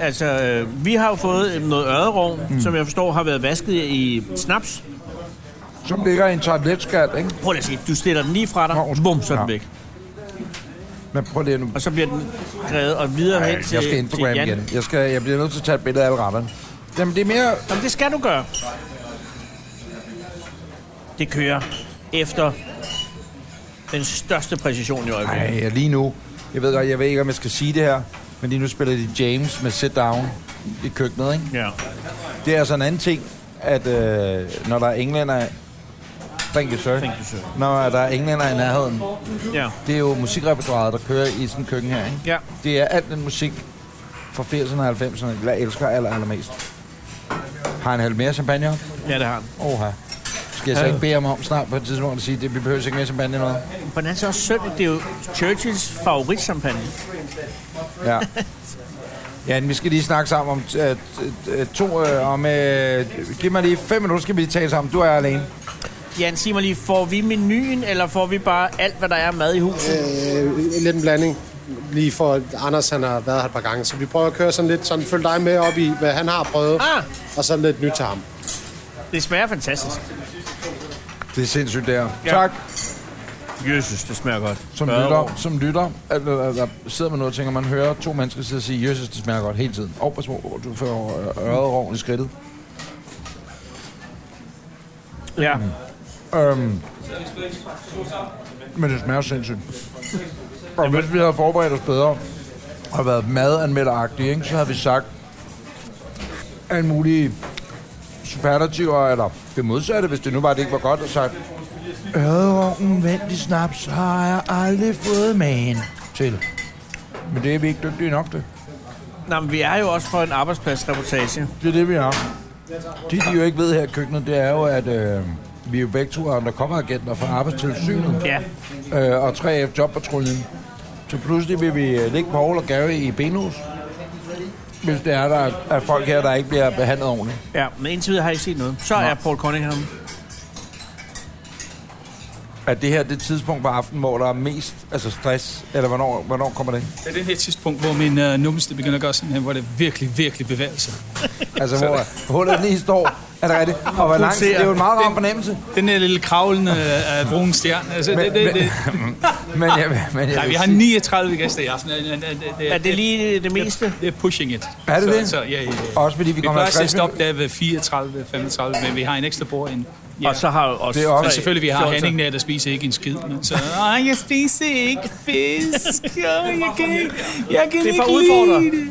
S2: Altså, øh, vi har jo fået øh, noget ørerum, mm. som jeg forstår har været vasket i snaps.
S1: Som ligger i en tabletskal, ikke?
S2: Prøv lige at se, du stiller den lige fra dig,
S1: Nå, undskyld.
S2: bum, så er den
S1: Ja.
S2: væk.
S1: Men prøv lige nu.
S2: Og så bliver den drevet og videre
S1: Ej,
S2: hen til,
S1: jeg skal
S2: til
S1: Instagram
S2: Jan.
S1: igen. Jeg, skal, jeg bliver nødt til at tage et billede af alle retterne. Jamen, det er mere...
S2: Jamen, det skal du gøre. Det kører efter den største præcision i øjeblikket.
S1: Ej, ja, lige nu. Jeg ved godt, jeg ved ikke, om jeg skal sige det her. Men lige nu spiller de James med Sit Down i køkkenet, ikke?
S2: Ja.
S1: Det er altså en anden ting, at øh, når der er englænder... Thank you, sir.
S2: Thank you, sir.
S1: Når der er englænder i nærheden,
S2: ja.
S1: det er jo musikrepertoireet, der kører i sådan en køkken her, ikke?
S2: Ja.
S1: Det er alt den musik fra 80'erne og 90'erne, jeg elsker aller, allermest. Har han hældt mere champagne op?
S2: Ja, det har den.
S1: Oha. Skal jeg så ikke bede ham om snart på et tidspunkt at sige, at vi behøver ikke mere champagne eller noget?
S2: På den anden side er også synd, at det er jo Churchills favoritchampagne.
S1: Ja. Ja, men vi skal lige snakke sammen om øh, t- øh, to, øh, om, øh, giv mig lige fem minutter, skal vi lige tale sammen. Du er alene.
S2: Jan, sig mig lige, får vi menuen, eller får vi bare alt, hvad der er af mad i huset?
S8: Øh, lidt en blanding lige for Anders, han har været her et par gange, så vi prøver at køre sådan lidt, sådan følg dig med op i, hvad han har prøvet,
S2: Ah,
S8: og så lidt nyt til ham.
S2: det smager fantastisk.
S1: Det er sindssygt, der.
S2: Ja.
S1: Ja. Tak.
S2: Jesus, det smager godt.
S1: Som lytter, som lytter altså, altså, sidder man noget og tænker, man hører to mennesker sidde og sige, Jesus, det smager godt hele tiden. Og pas på, du får øh, øret roven i skridtet.
S2: Ja.
S1: Øhm, men det smager sindssygt. Og hvis vi havde forberedt os bedre, og været madanmelderagtige, ikke, så havde vi sagt, alle mulige superlativer, eller det modsatte, hvis det nu var, det ikke var godt, og sagt, Øderokken vendt snaps har jeg aldrig fået magen til. Men det er vi ikke dygtige nok til.
S2: Nå, men vi er jo også for en arbejdspladsreportage.
S1: Det er det, vi har. Det, de jo ikke ved her i køkkenet, det er jo, at øh, vi er jo begge to undercoveragenter for Arbejdstilsynet
S2: Ja,
S1: øh, og 3F Jobpatruljen. Så pludselig vil vi øh, ligge på Aarhus og Gave i Benus, hvis det er, der er folk her, der ikke bliver behandlet ordentligt.
S2: ja, men indtil videre har jeg ikke set noget. Så er Paul Cunningham.
S1: Er det her det tidspunkt på aftenen, hvor der er mest altså stress? Eller hvornår, hvornår kommer det?
S7: Det er det her tidspunkt, hvor min øh, numste begynder at gøre sådan her, hvor det virkelig, virkelig bevæger sig.
S1: Altså, hvor hullet lige står. Er det rigtigt? Og hvor langt? Det er jo en meget rar fornemmelse.
S7: Den der lille kravlende øh, brune stjerne. Altså, det, det, det,
S1: Men jeg, men jeg
S7: nej, vi har 39 gæster i aften. Det, det,
S2: Er det lige det meste?
S7: Det er pushing it.
S1: Er det
S7: så,
S1: det?
S7: Så, ja, ja, ja.
S1: Også fordi vi
S7: Vi
S1: kommer
S7: plejer til at
S1: 50
S7: stoppe der ved 34, 35, men vi har en ekstra bord ind. Ja.
S2: Og så har også...
S1: Det er også-
S7: Men selvfølgelig, vi har Henning der, der spiser ikke en skid. Men så, Åh, jeg spiser ikke fisk. Åh, jeg kan ikke, jeg kan
S2: Det er for
S7: ikke
S2: udfordret.
S7: lide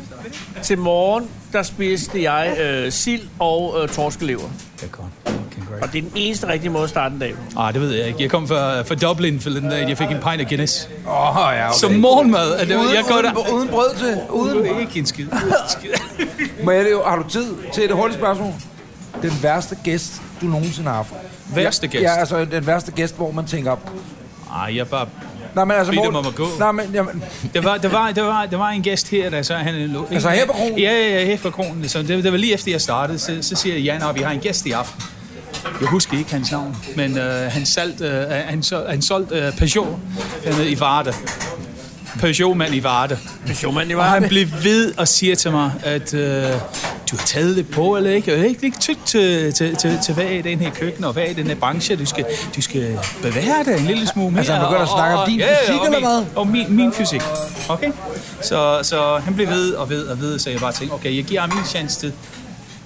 S2: Til morgen, der spiste jeg øh, sild og øh, torskelever.
S7: Det er godt.
S2: Og det er den eneste rigtige måde at starte en dag. på.
S7: Ah, det ved jeg ikke. Jeg kom fra, fra Dublin forleden dag. Jeg fik en pint af Guinness.
S1: Åh, oh, ja, okay.
S7: Som morgenmad. Altså,
S1: uden,
S7: jeg går der...
S1: uden, uden brød til? Uden,
S7: Ikke en skid. Ikke en skid.
S1: Må jeg, leve- har du tid til et hurtigt spørgsmål? Den værste gæst, du nogensinde har haft?
S7: Værste gæst?
S1: Ja, altså den værste gæst, hvor man tænker...
S7: Ah, jeg bare...
S1: Nej, men altså...
S7: Beder
S1: hvor-
S7: mig om at gå.
S1: Nej, men jamen,
S7: Der var, der, var, der, var, der var en gæst her, der så han... Lå,
S1: Altså her på kronen?
S7: Ja, ja, ja, her på kronen. Så det, det var lige efter, jeg startede. Så, så siger jeg, ja, nej, vi har en gæst i aften. Jeg husker ikke hans navn, men øh, han, salt, øh, han, sol, han solgte øh, Peugeot dernede i Varde. Peugeot-mand i Varde.
S2: Men Sjovmand, det
S7: Og
S2: var
S7: han blev ved og siger til mig, at øh, du har taget det på, eller ikke? Jeg er ikke, ikke tygt til, til, til, til hvad er den her køkken, og hvad er den her branche? Du skal, du skal bevæge dig en lille smule mere.
S1: Altså, han begynder at
S7: og-
S1: snakke om
S7: og-
S1: din
S7: ja, ja,
S1: fysik,
S7: og
S1: eller
S7: min-
S1: hvad?
S7: Og min, min fysik, okay? Så, så han blev ved og ved og ved, så jeg bare tænkte, okay, jeg giver ham en chance til.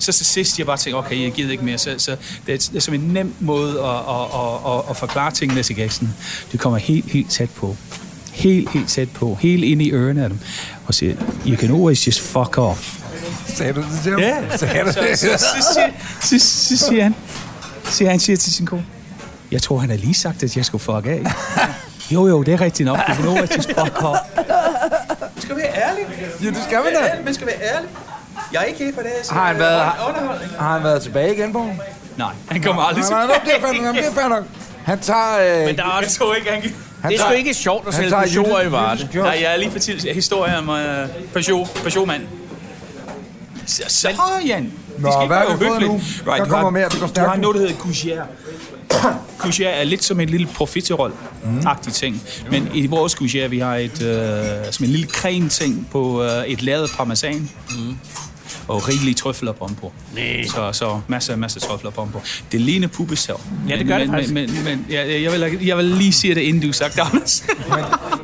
S7: Så til sidst, jeg bare tænkte, okay, jeg gider ikke mere. Så, så det, er, det er som en nem måde at, at, at, at, at forklare tingene til gæsten. Du kommer helt, helt tæt på. Helt, helt tæt på. Helt ind i ørerne af dem. Og siger, you can always just fuck off.
S1: sagde du det til ham?
S7: Ja.
S1: Sagde du
S7: Så, så, så,
S1: det?
S7: siger, så, så siger han, siger han siger til sin kone, jeg tror, han har lige sagt, at jeg skulle fuck af. Jo, jo, det er rigtigt nok. Du kan always just fuck off. Du skal være ærlig.
S1: Ja, det skal man da.
S7: man skal være ærlig. Jeg er ikke her for det.
S1: Har han været, har han været tilbage igen på? Nej,
S7: Nej, han kommer aldrig
S1: nej, nej, det er fair nok, jamen, det er fair nok. Han tager... Øh,
S2: Men der er
S7: Jeg
S2: også...
S7: tror ikke, han kan...
S1: han
S2: Det er sgu
S1: tager,
S2: ikke sjovt at
S1: han
S2: sælge
S1: tager
S2: Peugeot i
S1: Jytte-
S2: Varde.
S1: Jyttes kiosk.
S7: Nej, jeg er lige fortalt historie om uh, Peugeot, Peugeot-mand. Så, så Jan. Det
S1: Nå,
S7: skal ikke
S1: hvad har
S7: være
S1: vi fået
S7: uhyggeligt.
S1: nu? Der
S7: du
S1: kommer
S7: har-
S1: mere, det går
S7: Du har
S1: stærkt nu.
S7: noget, der hedder Cougère. Cougère er lidt som en lille profiterol-agtig ting. Men i vores Cougère, vi har et, øh, som en lille creme-ting på øh, et lavet parmesan. Og rigelige trøfler og på. Så, så masser og masser af trøfler og på. Det ligner pubeshav.
S2: Ja, det gør det
S7: men,
S2: faktisk.
S7: Men, men, men ja, jeg, vil, jeg vil lige sige det, inden du sagde det, Anders.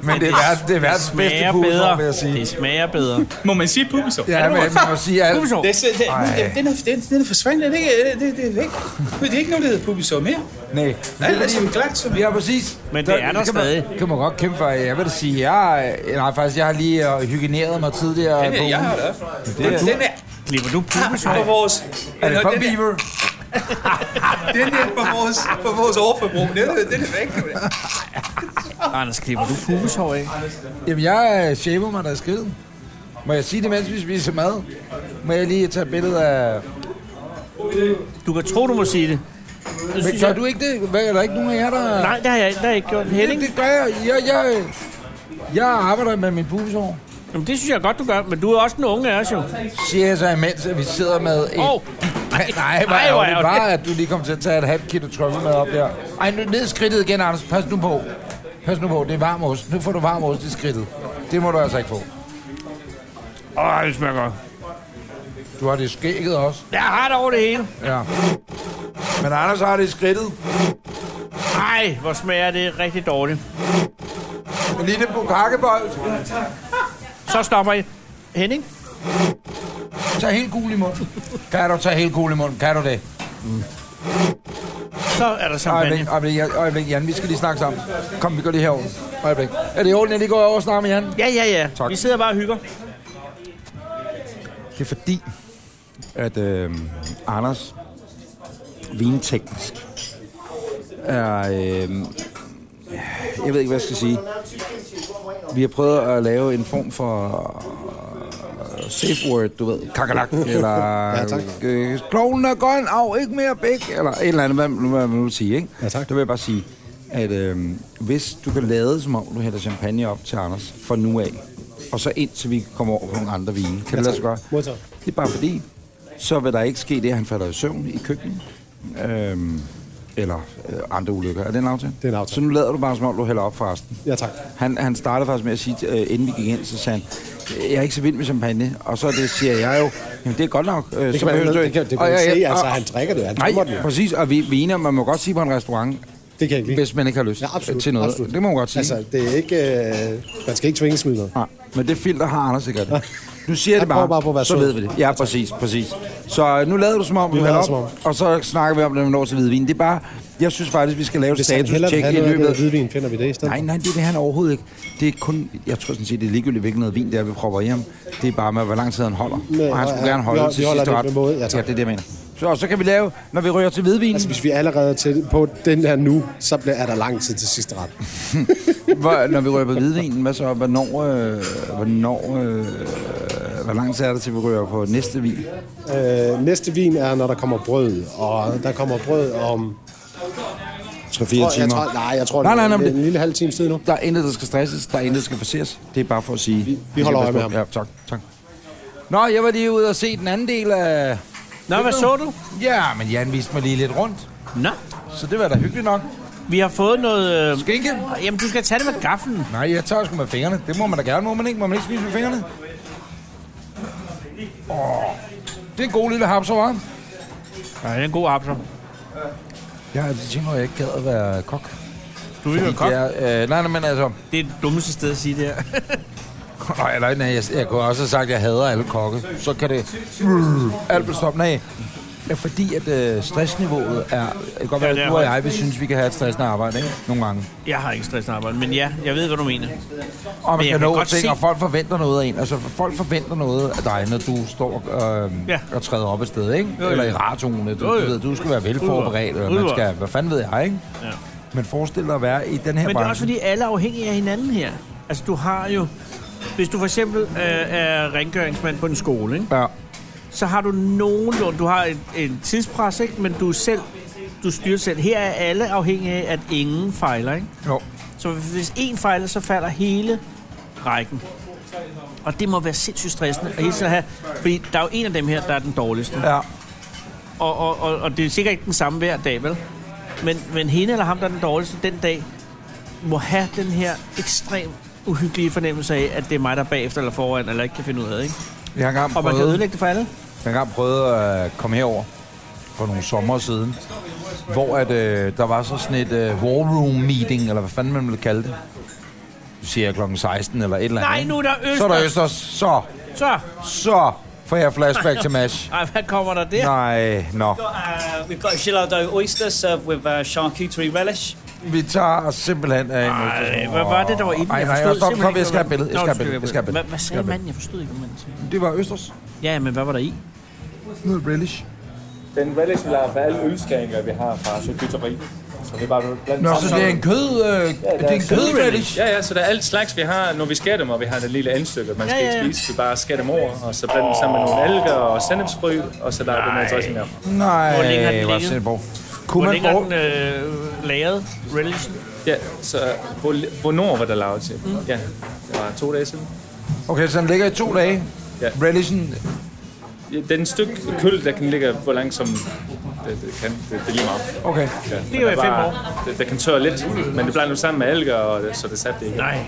S1: men det er verdens, det er verdens bedste
S2: Smager
S1: pulsår, vil
S2: bedre.
S1: jeg sige.
S2: Det smager bedre.
S7: Må man sige pubeshav?
S1: Ja, men man må sige, at...
S2: Pubesår.
S7: Det, det,
S1: Ej.
S7: den, er, den, den er forsvandet. Det, er- det, det er væk. Det er ikke noget, der hedder Pubisov mere.
S1: Nej,
S7: Alt er som glat, som
S1: Ja, præcis.
S2: Men det er der
S1: kan man,
S2: stadig.
S1: kan man godt kæmpe for. Jeg vil da sige, jeg, nej, faktisk, jeg har lige øh, hygieneret mig tidligere. på
S7: Ja, jeg
S1: ugen.
S7: har det også.
S1: Det er,
S7: Den er
S2: Klipper du pubesår?
S7: på vores...
S1: er det
S7: Nå,
S1: for
S7: den, er,
S1: Beaver?
S7: den er på vores, på vores overforbrug. Den er, den er væk. nu.
S2: Anders, klipper du pubesår af?
S1: Jamen, jeg øh, shaver mig, der er skridt. Må jeg sige det, mens vi spiser mad? Må jeg lige tage et billede af...
S2: Du kan tro, du må sige det. Det
S1: Men
S2: synes
S1: gør
S2: jeg-
S1: du ikke det? Hvad, er der ikke nogen af jer, der...
S2: Nej, det har jeg, det har jeg ikke gjort. Henning?
S1: det, det gør jeg. Jeg, jeg, jeg arbejder med min pubesår.
S2: Jamen, det synes jeg godt, du gør, men du er også den unge af os jo.
S1: Siger jeg så imens, at vi sidder med et...
S2: Åh!
S1: Nej, nej, hvor
S2: Ej, hvor
S1: ærgerligt.
S2: ærgerligt.
S1: Bare, at du lige kom til at tage et halvt kilo trøffel med op der. Ej, nu ned i skridtet igen, Anders. Pas nu på. Pas nu på, det er varm ost. Nu får du varm ost i skridtet. Det må du altså ikke få.
S2: Åh, det smager godt.
S1: Du har det i skægget også.
S2: Jeg har det over det hele.
S1: Ja. Men Anders har det i skridtet.
S2: Ej, hvor smager det rigtig dårligt.
S1: En lille bukakkebold.
S2: Så stopper I. Henning?
S1: Tag helt gul i munden. Kan du tage helt gul i munden? Kan du det?
S2: Mm. Så er der champagne.
S1: Øjeblik, øjeblik, Jan- øjeblik, Jan. Vi skal lige snakke sammen. Kom, vi går lige herover. Øjeblik. Er det i orden, at de går over og snakker med Jan?
S2: Ja, ja, ja.
S1: Tak.
S2: Vi sidder bare og hygger.
S13: Det er fordi, at øh, Anders vinteknisk er... Øh, jeg ved ikke, hvad jeg skal sige. Vi har prøvet at lave en form for
S1: øh, safe word, du ved, kakalak, eller
S8: Ja, tak.
S1: øh, klovnen er grøn, af ikke mere bæk, eller et eller andet, hvad, nu- hvad man nu vil sige, ikke?
S8: Ja, tak.
S1: Der vil jeg bare sige, at øh, hvis du kan lade, som om du hælder champagne op til Anders fra nu af, og så indtil vi kommer over på nogle andre vine, kan ja, det lade sig gøre?
S8: Modtaget.
S1: Det er bare fordi, så vil der ikke ske det, at han falder i søvn i køkkenet. Øhm, eller øh, andre ulykker. Er det en aftale?
S8: Det er en aftale.
S1: Så nu lader du bare, som om du hælder op for resten.
S8: Ja, tak.
S1: Han, han startede faktisk med at sige, øh, inden vi gik ind, så sagde han, "Øh, jeg er ikke så vild med champagne. Og så det siger jeg jo, jamen det er godt nok. Øh,
S8: Det kan man, jo- det kan, det kan man se, altså han drikker det, han
S1: Nej,
S8: drømmer det.
S1: præcis, og vi, vi er enige, om, man må godt sige på en restaurant,
S8: Det kan jeg ikke lide.
S1: hvis man ikke har lyst
S8: Ja, absolut.
S1: til noget.
S8: Absolut.
S1: Det må man godt sige.
S8: Altså, det er ikke, øh, man skal ikke tvinge smide noget.
S1: Nej, men det filter har Anders sikkert. Nu siger jeg
S8: Jeg
S1: det bare,
S8: prøver bare på at være
S1: så
S8: sød.
S1: ved vi det. Ja, præcis, præcis. Så øh, nu lader du som om, du
S8: lader
S1: hælder op,
S8: som om.
S1: og så snakker vi om, når vi når til hvidvin. Det er bare, jeg synes faktisk, vi skal lave et
S8: Hvis han
S1: status
S8: hellere vil
S1: tjek
S8: have
S1: i
S8: noget af
S1: løbet
S8: det
S1: af...
S8: hvidvin, finder vi det i stedet.
S1: Nej, nej, det vil han overhovedet ikke. Det er kun, jeg tror sådan set, det er ligegyldigt, hvilken noget vin det er, vi propper i ham. Det er bare med, hvor lang tid han holder.
S8: Nej,
S1: og han
S8: ja,
S1: skulle gerne holde
S8: vi-
S1: til
S8: vi holder
S1: sidste
S8: det
S1: ret.
S8: med måde. Ja,
S1: ja, det
S8: tak.
S1: er det, jeg mener. Så, og så kan vi lave, når vi rører til hvidvinen,
S8: Altså, hvis vi allerede er til, på den her nu, så bliver, er der lang tid til sidste ret.
S1: hvor, når vi rører på hvidvinen, hvad så, hvornår, øh, hvornår, øh, hvor lang tid er det til, vi rører på næste vin?
S8: Øh, næste vin er, når der kommer brød, og der kommer brød om...
S1: 3-4
S8: Jeg
S1: timer.
S8: tror, jeg tror, nej, jeg tror,
S1: Nej, nej, nej,
S8: det
S1: men
S8: er
S1: det-
S8: en lille halv time tid nu.
S1: Der er intet, der skal stresses. Der er intet, der skal forseres. Det er bare for at sige... Vi,
S8: holder øje med ham.
S1: Ja, tak, tak. Nå, jeg var lige ude og se den anden del af...
S2: Nå, hvad så du?
S1: Ja, men Jan viste mig lige lidt rundt.
S2: Nå,
S1: Så det var da hyggeligt nok.
S2: vi har fået noget... Øh...
S1: Skinke?
S2: Jamen, du skal tage det med gaffen.
S1: Nej, jeg tager sgu med fingrene. Det må man da gerne. Må man ikke? Må man ikke spise med fingrene? Åh, det er en god lille hamser, hva'?
S2: Ja, det er en god abser.
S1: Ja, altså, det tænker jeg ikke gad at være kok.
S2: Du er jo kok.
S1: Det er, øh, nej, nej, men altså...
S2: Det er det dummeste sted at sige det her.
S1: Nej, eller, nej, jeg, jeg kunne også have sagt, at jeg hader alle kokke. Så kan det... Alt bliver stoppet. Nej, Ja, fordi at øh, stressniveauet er... Det kan godt
S2: Ja,
S1: være,
S2: det er
S1: at du og
S2: højt.
S1: jeg, vi synes, vi kan have et stressende arbejde, ikke? Nogle gange.
S2: Jeg har ikke stressende arbejde, men ja, jeg ved, hvad du mener.
S1: Og man
S2: jeg
S1: skal
S2: kan
S1: nå
S2: godt
S1: ting,
S2: se-
S1: og folk forventer noget af en. Altså, folk forventer noget af dig, når du står øh, ja.
S2: Ja.
S1: og træder op et sted, ikke?
S2: jo.
S1: Eller i radioen. Du, du,
S2: Jo, jo.
S1: ved, du skal være velforberedt, eller man
S2: Udvar.
S1: skal... Hvad fanden ved jeg, ikke?
S2: Ja.
S1: Men forestil dig at være i den her
S2: Men det er også
S1: branche.
S2: fordi, alle er afhængige af hinanden her. Altså, du har jo... Hvis du for eksempel øh, er rengøringsmand på en skole, ikke?
S1: Ja.
S2: så har du nogenlunde... Du har et, en tidspres, ikke? men du er selv du styrer selv. Her er alle afhængige af, at ingen fejler. Ikke?
S1: Jo.
S2: Så hvis en fejler, så falder hele rækken. Og det må være sindssygt stressende. Og hele tiden at have, fordi der er jo en af dem her, der er den dårligste.
S1: Ja.
S2: Og, og, og, og det er sikkert ikke den samme hver dag, vel? Men, men hende eller ham, der er den dårligste den dag, må have den her ekstrem uhyggelige fornemmelse af, at det er mig, der er bagefter eller foran, eller ikke kan finde ud af, ikke?
S1: Jeg har engang
S2: Og man kan
S1: prøvet-
S2: ødelægge det for alle.
S1: Jeg har engang prøvet at øh, komme herover for nogle sommer siden, hvor at, øh, der var så sådan et øh, war room meeting, eller hvad fanden man ville kalde det. Du siger jeg klokken 16 eller et eller andet.
S2: Nej,
S1: ikke?
S2: nu er der Østers.
S1: Så er der Østers. Så,
S2: Så,
S1: så får jeg flashback til Mash.
S2: ej, hvad kommer der der?
S1: Nej, nå.
S10: Uh, we've got a Gillardo oyster served with uh, charcuterie relish.
S1: Vi tager simpelthen af en
S2: Ej, hvad var det, der var i den?
S1: Nej, nej,
S2: forstod
S1: stop, stop,
S2: simpelthen
S1: jeg skal have
S2: ikke,
S1: billede, jeg skal have
S2: Nå,
S1: billede, jeg skal have billede.
S2: Hvad, hvad sagde manden? Jeg forstod ikke, hvad manden sagde.
S1: Det var Østers.
S2: Ja, men hvad var der i?
S1: Noget relish.
S10: Den relish lader for alle ølskæringer, vi har fra charcuterie. Så det er bare blandt
S1: Nå, så det er en kød, øh, det er en kød relish.
S7: Ja, ja, så der er alt slags, vi har, når vi skærer dem, og vi har det lille anstykke, man skal
S2: Ja, ja, ja.
S7: ikke spise. Vi bare skærer dem over, og så blander dem sammen med nogle alger og sennepsfrø, og så laver vi noget dressing op.
S1: Nej,
S2: Hvor længe har den
S1: hvor
S2: ligget?
S1: sindssygt.
S2: Hvor
S1: Kunne man
S2: længe er
S1: få...
S2: den øh, lagret? Relish?
S7: Ja, så hvor, hvornår var der lavet til?
S2: Mm.
S7: Ja, det var to dage siden.
S1: Okay, så den ligger i to dage.
S7: Ja.
S1: Relishen
S7: Ja, Den stykke køl, der kan ligge, hvor langt som det, det kan, det, det er lige meget.
S1: Okay.
S7: Ja, men
S2: er jo
S7: der
S2: i fem
S7: bare-
S2: år.
S7: Det, det, kan tørre lidt, men det blander du sammen med alger, og det, så det satte det ikke.
S2: Nej.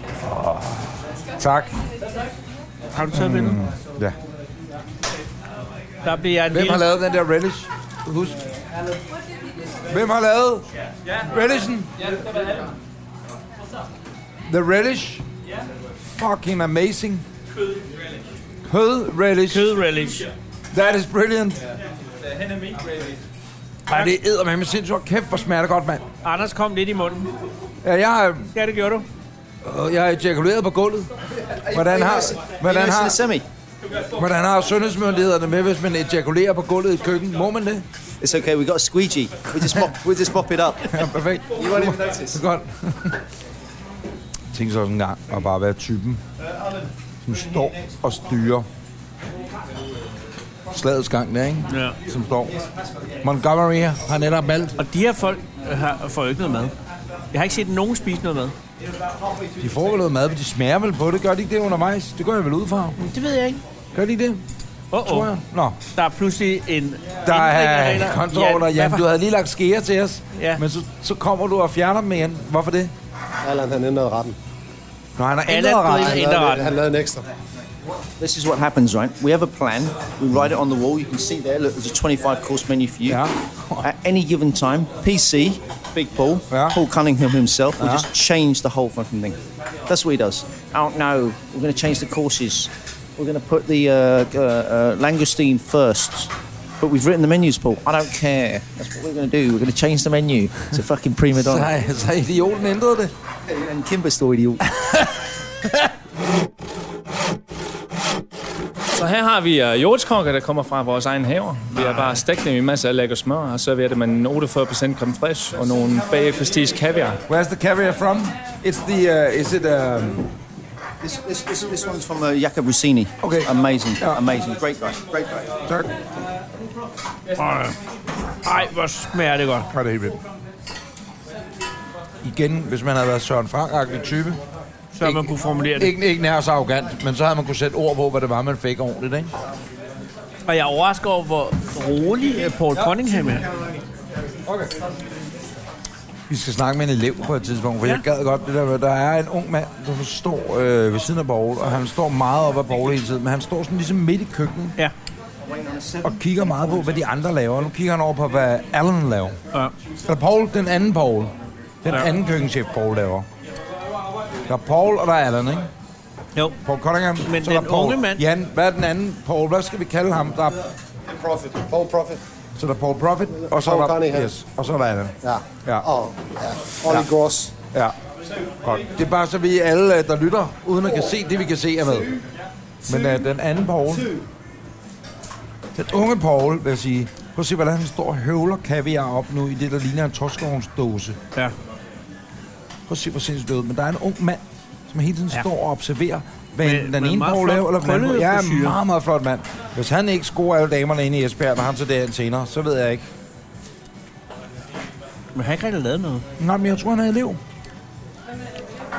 S1: Tak. Mm,
S2: Har du taget billedet?
S1: Ja.
S2: Der bliver jeg en
S1: Hvem har
S2: lille...
S1: lavet den der relish? Husk. Hvem har lavet relishen? The relish? Fucking amazing. Kød relish.
S2: Kød relish.
S1: That is brilliant. Ej, det æder med mig sindssygt. Kæft, hvor smager det godt, mand.
S2: Anders kom lidt i munden.
S1: Ja, jeg, har-
S2: Ja, det gjorde du.
S1: øh, jeg er ejakuleret på gulvet. Hvordan har, hvordan har,
S9: semi?
S1: hvordan har sundhedsmyndighederne med, hvis man ejakulerer på gulvet i et køkken? Må man det?
S9: It's okay. We got a squeegee. We just mop. we just mop it up.
S1: Ja, perfekt.
S9: You won't even notice.
S1: Det er godt. Tænk så også en gang at bare være typen, som står og styrer slagets gang der, ikke?
S2: Ja.
S1: Som står. Montgomery har netop valgt.
S2: Og de her folk har, får jo ikke noget mad. Jeg har ikke set nogen spise noget mad.
S1: De får vel noget mad, men de smager vel på det. Gør de ikke det undervejs? Det går jeg vel ud fra.
S2: Det ved jeg ikke.
S1: Gør de ikke det?
S2: Oh,
S1: Tror
S2: oh.
S1: jeg. Nå.
S2: Der er pludselig en...
S1: Der
S2: ændring af
S1: er
S2: regler.
S1: kontroller.
S2: hvad
S1: Jan,
S2: for-
S1: du havde lige lagt skære til os.
S2: Ja.
S1: Men så, så kommer du og fjerner dem igen. Hvorfor det?
S8: Allan, han ændrede retten.
S1: Nå, han har
S2: Allan
S1: ændret
S2: blev
S1: ret.
S2: en-
S8: Han lavede-
S2: retten.
S8: Han lavede en ekstra.
S9: This is what happens, right? We have a plan. We write it on the wall. You can see there. Look, there's a 25 course menu for you. At any given time, PC, Big Paul,
S1: Yeah.
S9: Paul Cunningham himself will
S1: Yeah.
S9: just change the whole fucking thing. That's what he does. Oh no, we're going to change the courses. We're going to put the uh, uh, uh, langoustine first. But we've written the menus, Paul. I don't care. That's what we're going to do. We're going to change the menu. It's a fucking prima donna.
S1: Så, så idioten ændrede det.
S9: En kæmpe stor idiot.
S7: Så her har vi uh, jordskokker, der kommer fra vores egen haver. Vi har bare stegt dem i masser af lækker smør, og så er det med en 48% creme fraiche og nogle bagerprestige kaviar.
S1: Where's the caviar from? It's the, uh, is it, um,
S9: This, this, this, this one's from uh, Jacob Rossini.
S1: Okay.
S9: Amazing,
S1: Yeah.
S9: amazing. Great guy, great guy.
S1: tak.
S2: Ej, hvor smager det godt.
S1: Var det helt vildt. Igen, hvis man havde været Søren frank type.
S2: Så har man kunne formulere det.
S1: Ikke, ikke nær så arrogant, men så havde man kunne sætte ord på, hvad det var, man fik ordentligt, ikke?
S2: Og jeg er overrasket over, hvor rolig øh, Paul Cunningham er.
S1: Okay. Vi skal snakke med en elev på et tidspunkt, for ja. jeg gad godt det der med, der er en ung mand, der står øh, ved siden af Borg, og han står meget op ad Borg hele tiden, men han står sådan ligesom midt i køkkenet
S2: Ja.
S1: og kigger meget på, hvad de andre laver. Nu kigger han over på, hvad Allen laver.
S2: ja.
S1: Der er Paul, den anden Paul. Den
S2: Ja.
S1: anden køkkenchef, Paul laver. Der er Paul, og der er Allen, ikke?
S2: Jo.
S1: Paul Cunningham.
S2: Men
S1: så er der
S2: den
S1: Paul.
S2: unge mand-
S1: Jan, hvad er den anden? Paul, hvad skal vi kalde ham? Der er,
S8: Profit. Paul Profit.
S1: så der er Paul Profit, og så
S8: Paul
S1: er der...
S8: Cunningham.
S1: Yes, og så er der Allen.
S8: Ja.
S1: Ja.
S8: Og ja. Olli ja. Gross.
S1: Ja. Godt. Det er bare så vi alle, øh, der lytter, uden at kan se det, vi kan se, er med. Men uh, den anden Paul, den unge Paul, vil jeg sige, prøv at se, hvordan han står og høvler kaviar op nu i det, der ligner en torskovnsdåse.
S2: Ja.
S1: Prøv at se, hvor sindssygt det er ud. Men der er en ung mand, som hele tiden
S2: Ja.
S1: ja. står og observerer, hvad
S2: Med-
S1: med, den
S2: med
S1: ene
S2: meget
S1: Paul
S2: flot
S1: laver, eller hvad den anden-
S2: krøllet
S1: Ja, en
S2: frisure.
S1: meget, meget flot mand. Hvis han ikke scorer alle damerne inde i Esbjerg, når han tager derind senere, så ved jeg ikke.
S2: Men han har ikke rigtig lavet noget.
S1: Nej, men jeg tror, han er elev.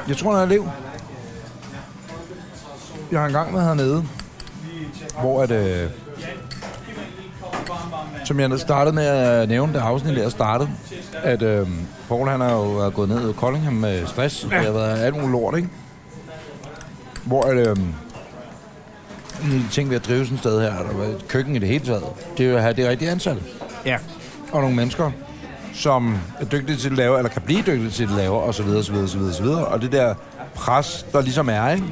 S1: Jeg tror, han er elev. Jeg har engang været hernede, hvor at... Øh, som jeg startede med at nævne, da afsnittet er startet, at øh, Paul han er jo er gået ned i Koldingham med stress, og det har været alt muligt lort, ikke? Hvor at, øh, en af de ting ved at drive sådan et sted her, der var et køkken i det hele taget, det er jo at have det rigtige ansatte
S2: Ja.
S1: og nogle mennesker, som er dygtige til at lave, eller kan blive dygtige til at lave, og så videre, så videre, så videre, så videre. Og det der pres, der ligesom er, ikke?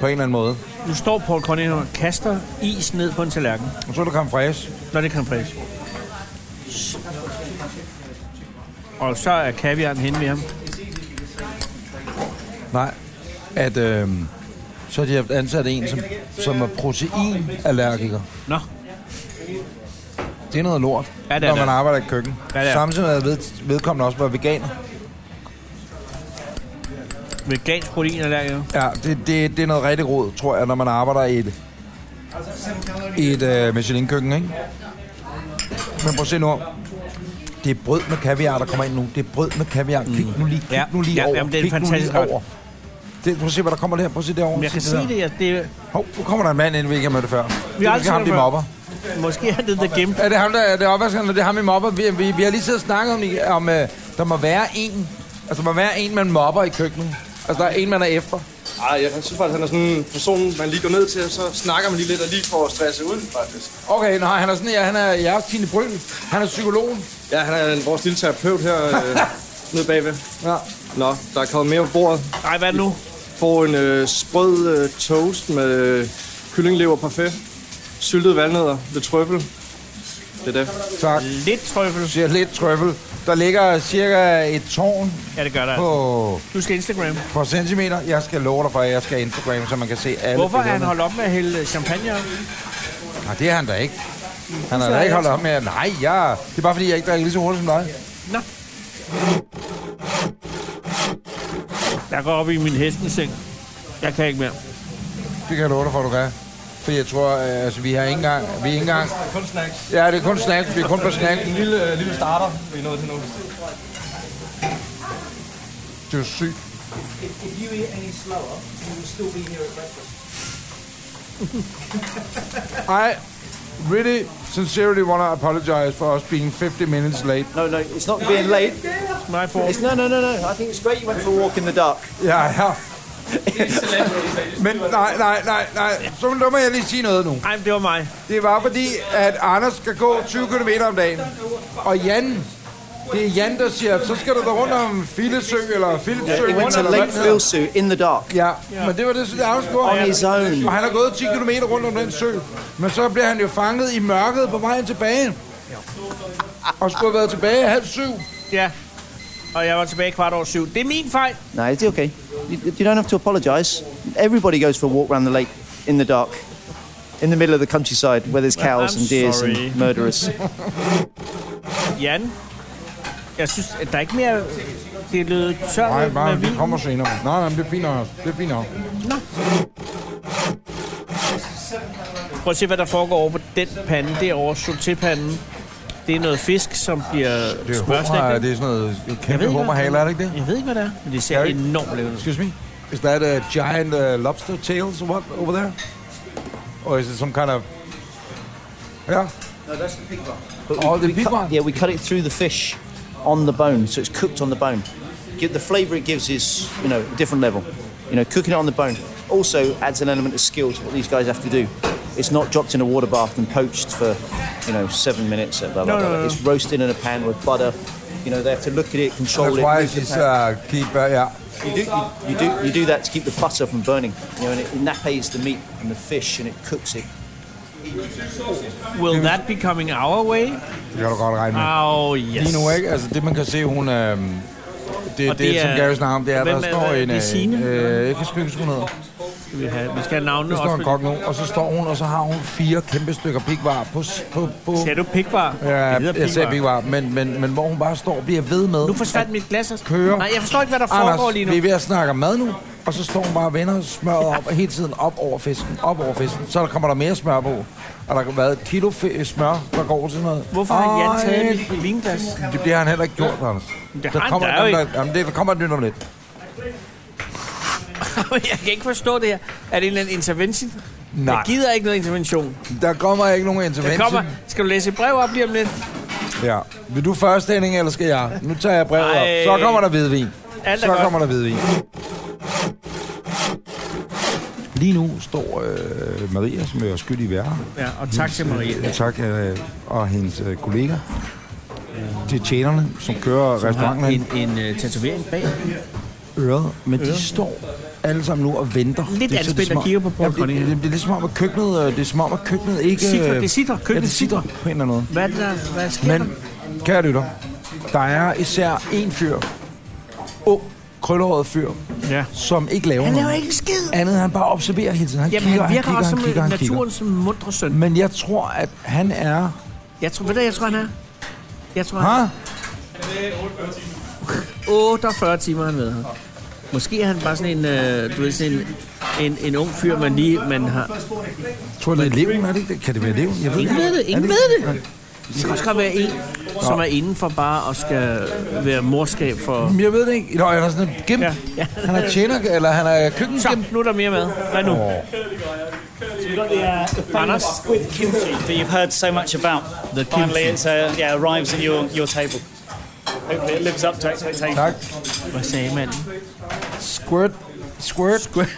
S1: På en eller anden måde.
S2: Nu står Paul Cunningham og kaster is ned på en tallerken.
S1: Og så er der creme fraise.
S2: Når det kan præs. Og så er kaviaren henne ved ham.
S1: Nej. At, øh, så har de haft ansat en, som, som er proteinallergiker.
S2: Nå,
S1: Det er noget lort,
S2: Ja, det er
S1: når man
S2: det.
S1: arbejder i et køkken.
S2: Ja, det er.
S1: Samtidig med at ved, vedkommende også var veganer.
S2: vegansk protein er der jo.
S1: Ja, det, det, det er noget rigtig råd, tror jeg, når man arbejder i et, i et øh, Michelin-køkken, ikke? Men prøv at se nu. Det er brød med kaviar, der kommer ind nu. Det er brød med kaviar. Kig nu lige, kig
S2: Mm. Ja,
S1: nu lige
S2: ja,
S1: over.
S2: jamen, det er en
S1: kig nu lige
S2: fantastisk ret.
S1: over. Det, prøv at se, hvad der kommer der. Prøv at se derovre.
S2: Men jeg kan
S1: der.
S2: se det, ja. det er,
S1: Hov, nu kommer der en mand ind, vi ikke har mødt det før. Vi det er
S2: aldrig
S1: måske
S2: set
S1: ham,
S2: ham
S1: de
S2: før.
S1: mobber.
S2: måske er det der gem.
S1: Er det ham, der er det opvaskeren, eller det er ham, vi mobber? Vi, vi, vi har lige siddet og snakket om, i- om øh, der må være en. Altså, der må være en, man mobber i køkkenet. Altså, der er en, man er efter.
S14: Ej, jeg synes faktisk, han er sådan en person, man lige går ned til, og så snakker man lige lidt, og lige får stresset ud, faktisk.
S1: Okay, nej, han er sådan, ja, han er jeres Tine Bryl. Han er psykologen.
S14: Ja, han er en- vores lille terapeut her øh, nede bagved.
S1: Ja.
S14: Nå, der er kommet mere på bordet.
S2: Nej, hvad nu?
S14: Får en øh, sprød øh, toast med øh, kyllinglever parfait, syltede valnødder, lidt trøffel. Det er det.
S1: Tak.
S2: Lidt trøffel.
S1: Du siger lidt trøffel. Der ligger cirka et tårn
S2: Ja, det gør der.
S1: på,
S2: altså. Du skal Instagram.
S1: på centimeter. Jeg skal love dig for, at jeg skal Instagram, så man kan se alle
S2: Hvorfor er han
S1: billederne.
S2: holdt op med at hælde øh, champagne op?
S1: Nej, det er han da ikke. Han har da ikke holdt op med, at- nej, jeg... Det er bare, fordi jeg ikke drikker lige så hurtigt som dig.
S2: Nå. Jeg går op i min hestenseng. Jeg kan ikke mere.
S1: Det kan jeg love dig for, du kan. for jeg tror, øh, altså, vi har ikke engang... Vi er ikke engang
S14: Kun snacks.
S1: ja, det er kun snacks. Vi er kun på snacks.
S14: En lille, øh, lille starter, vi er nået til nu.
S1: Det er jo sygt.
S15: If, if you eat any slower, you will still be here at breakfast.
S1: I really sincerely want to apologize for us being 50 minutes late.
S9: No, no, it's not being late.
S2: My fault.
S9: It's, no, no, no, no. I think it's great you went for a walk in the dark.
S1: Ja, ja. Men nej, nej, nej, nej. Så nu må jeg lige sige noget nu.
S2: Nej, det var mig.
S1: Det var fordi, at Anders skal gå 20 km om dagen. Og Jan, det er Jan, der siger, så skal du da rundt om Filesø eller Filesø.
S9: He went to Lake Filsu in the dark.
S1: Ja, men det var det, jeg afspurgte.
S9: On his own.
S1: Og han har gået 10 km rundt om den sø. Men så bliver han jo fanget i mørket på vejen tilbage. Og skulle have været tilbage halv syv.
S2: Ja. Og jeg var tilbage kvart over syv. Det er min fejl.
S9: No, it's okay. You, you don't have to apologise. Everybody goes for a walk around the lake in the dark, in the middle of the countryside where there's cows
S2: I'm
S9: and deers
S2: sorry.
S9: and murderers.
S2: Jan, jeg synes, at der er ikke mere... Det lød tørt
S1: Nej,
S2: med,
S1: bare,
S2: med
S1: det
S2: vin.
S1: kommer senere. Nej, nej, men det er fint nok. Det er fint nok.
S2: Prøv at se, hvad der foregår over på den pande derovre, sautépanden. Det er noget fisk, som bliver
S1: Det er, hummer,
S2: spørgstegt.
S1: det er sådan noget
S2: Jeg ved
S1: kæmpe
S2: ikke,
S1: hummerhaler, er det ikke det?
S2: Jeg ved ikke, hvad det er, men det ser
S1: Er det-
S2: enormt levende ud.
S1: Excuse me? Is that a giant uh, lobster tails or what over there? Or is it some kind of...
S2: Oh,
S1: Yeah.
S9: No, that's the big one.
S1: Oh, the big
S9: cut,
S1: one.
S9: Yeah, we cut it through the fish on the bone, so it's cooked on the bone. Get the flavour it gives is, you know, a different level. You know, cooking it on the bone also adds an element of skill to what these guys have to do. It's not dropped in a water bath and poached for, you know, seven minutes. Blah, blah, blah, blah. It's roasted in a pan with butter. You know, they have to look at it, control
S1: That's
S9: it.
S1: why
S9: move the
S1: she's
S9: pan.
S1: uh, keep... Uh, yeah.
S9: You do, you, you do you do that to keep the butter from burning, you know, and it nappes the meat and the fish and it cooks it.
S2: Will that be coming our way?
S1: Det kan du godt regne med.
S2: Oh, yes.
S1: Lige nu, ikke? Altså, det man kan se, hun... Øh, det, det, det,
S2: Og det
S1: som
S2: er-
S1: Gary snakker om, det er, at
S2: Hvem
S1: der
S2: er-
S1: står
S2: hvad er
S1: en...
S2: det, Signe?
S1: Øh, jeg kan sgu ikke sgu ned.
S2: Skal vi, have, vi skal have navnene
S1: Det står
S2: også.
S1: han godt nu. Og så står hun, og så har hun fire kæmpe stykker pikvar på... s- på, på
S2: Ser du pikvar? Det hedder
S1: ja, jeg sagde
S2: pikvar.
S1: pikvar, men, men, men hvor hun bare står og bliver ved med...
S2: Nu forsvandt mit glas. også.
S1: kører.
S2: Nej, jeg forstår ikke, hvad der foregår
S1: Anders,
S2: lige nu.
S1: vi er ved at snakke om mad nu, og så står hun bare og vender smøret op, og hele tiden op over fisken, op over fisken. Så der kommer der mere smør på, og der har været et kilo fe- smør, der går til noget.
S2: Hvorfor har Jan
S1: Ej,
S2: taget mit vinglas?
S1: Det bliver han heller ikke gjort, Anders.
S2: Det har han da jo
S1: der,
S2: ikke.
S1: der, jamen, det, der kommer et nyt om lidt.
S2: jeg kan ikke forstå det her. Er det en eller anden intervention?
S1: Nej,
S2: Jeg gider ikke noget intervention.
S1: der kommer ikke nogen
S2: Der
S1: intervention.
S2: kommer... Skal du læse et brev op lige om lidt?
S1: Ja. Vil du først, Henning, eller skal jeg? Nu tager jeg brevet op.
S2: Ej.
S1: Så kommer der hvidvin.
S2: Alt er
S1: Så
S2: godt.
S1: kommer der hvidvin. Lige nu står øh, Maria, som jo er skyld i værre,
S2: Ja, og tak til Marie.
S1: Ja, tak. Øh, og hendes øh, kollega. Det er tjenerne, som kører som
S2: Har
S1: restauranten
S2: en,
S1: hen
S2: en uh, tatovering bag.
S1: øret, men de står alle sammen nu og venter.
S2: Lidt
S1: så-
S2: anspændt
S1: som om-
S2: at kigge på Paul
S1: Jamen,
S2: Conny.
S1: det, det, det, er lidt som om, at køkkenet, øh, det er som om, at køkkenet ikke... øh,
S2: Sidder, det sidder.
S1: Ja,
S2: Køkkenet
S1: det sidder
S2: sidder.
S1: på en eller anden måde.
S2: Hvad, er der, hvad sker der?
S1: Men, kære lytter, der er især en fyr, ung, krøllehåret fyr,
S2: Ja.
S1: som ikke laver
S2: Han
S1: noget.
S2: laver ikke en skid.
S1: Andet, han bare observerer hele tiden. Han
S2: Jamen,
S1: kigger,
S2: han virker
S1: han
S2: også
S1: kigger,
S2: som
S1: han kigger, han kigger.
S2: naturens mundre søn.
S1: Men jeg tror, at han er...
S2: Jeg tror, ved du, hvad jeg tror, han er? Jeg tror,
S1: Ha?
S2: han 48 timer, han ved her. Måske er han bare sådan en, øh, du ved, sådan en, en, en ung fyr, man lige, man har...
S1: Tror du, det er eleven, er det ikke det? Kan det være eleven? Jeg ved
S2: Ingen
S1: ikke.
S2: ved det, ingen
S1: Er
S2: ved det. Det kan også godt være en, som er inden for bare og skal være morskab for...
S1: Jamen, Jeg ved det ikke. Nå, han er sådan en gimp.
S2: Ja, ja.
S1: Han er tjener, eller han er køkkengimp.
S2: Så, nu er der mere med. Hvad nu? Anders?
S11: uh, with kimchi that you've heard so much about.
S2: The
S11: Finally,
S2: kimchi.
S11: it's uh, yeah arrives at your your table. Hopefully, it lives up to expectations.
S1: Tak.
S2: Hvad sagde manden?
S1: Squirt. Squirt. Squirt.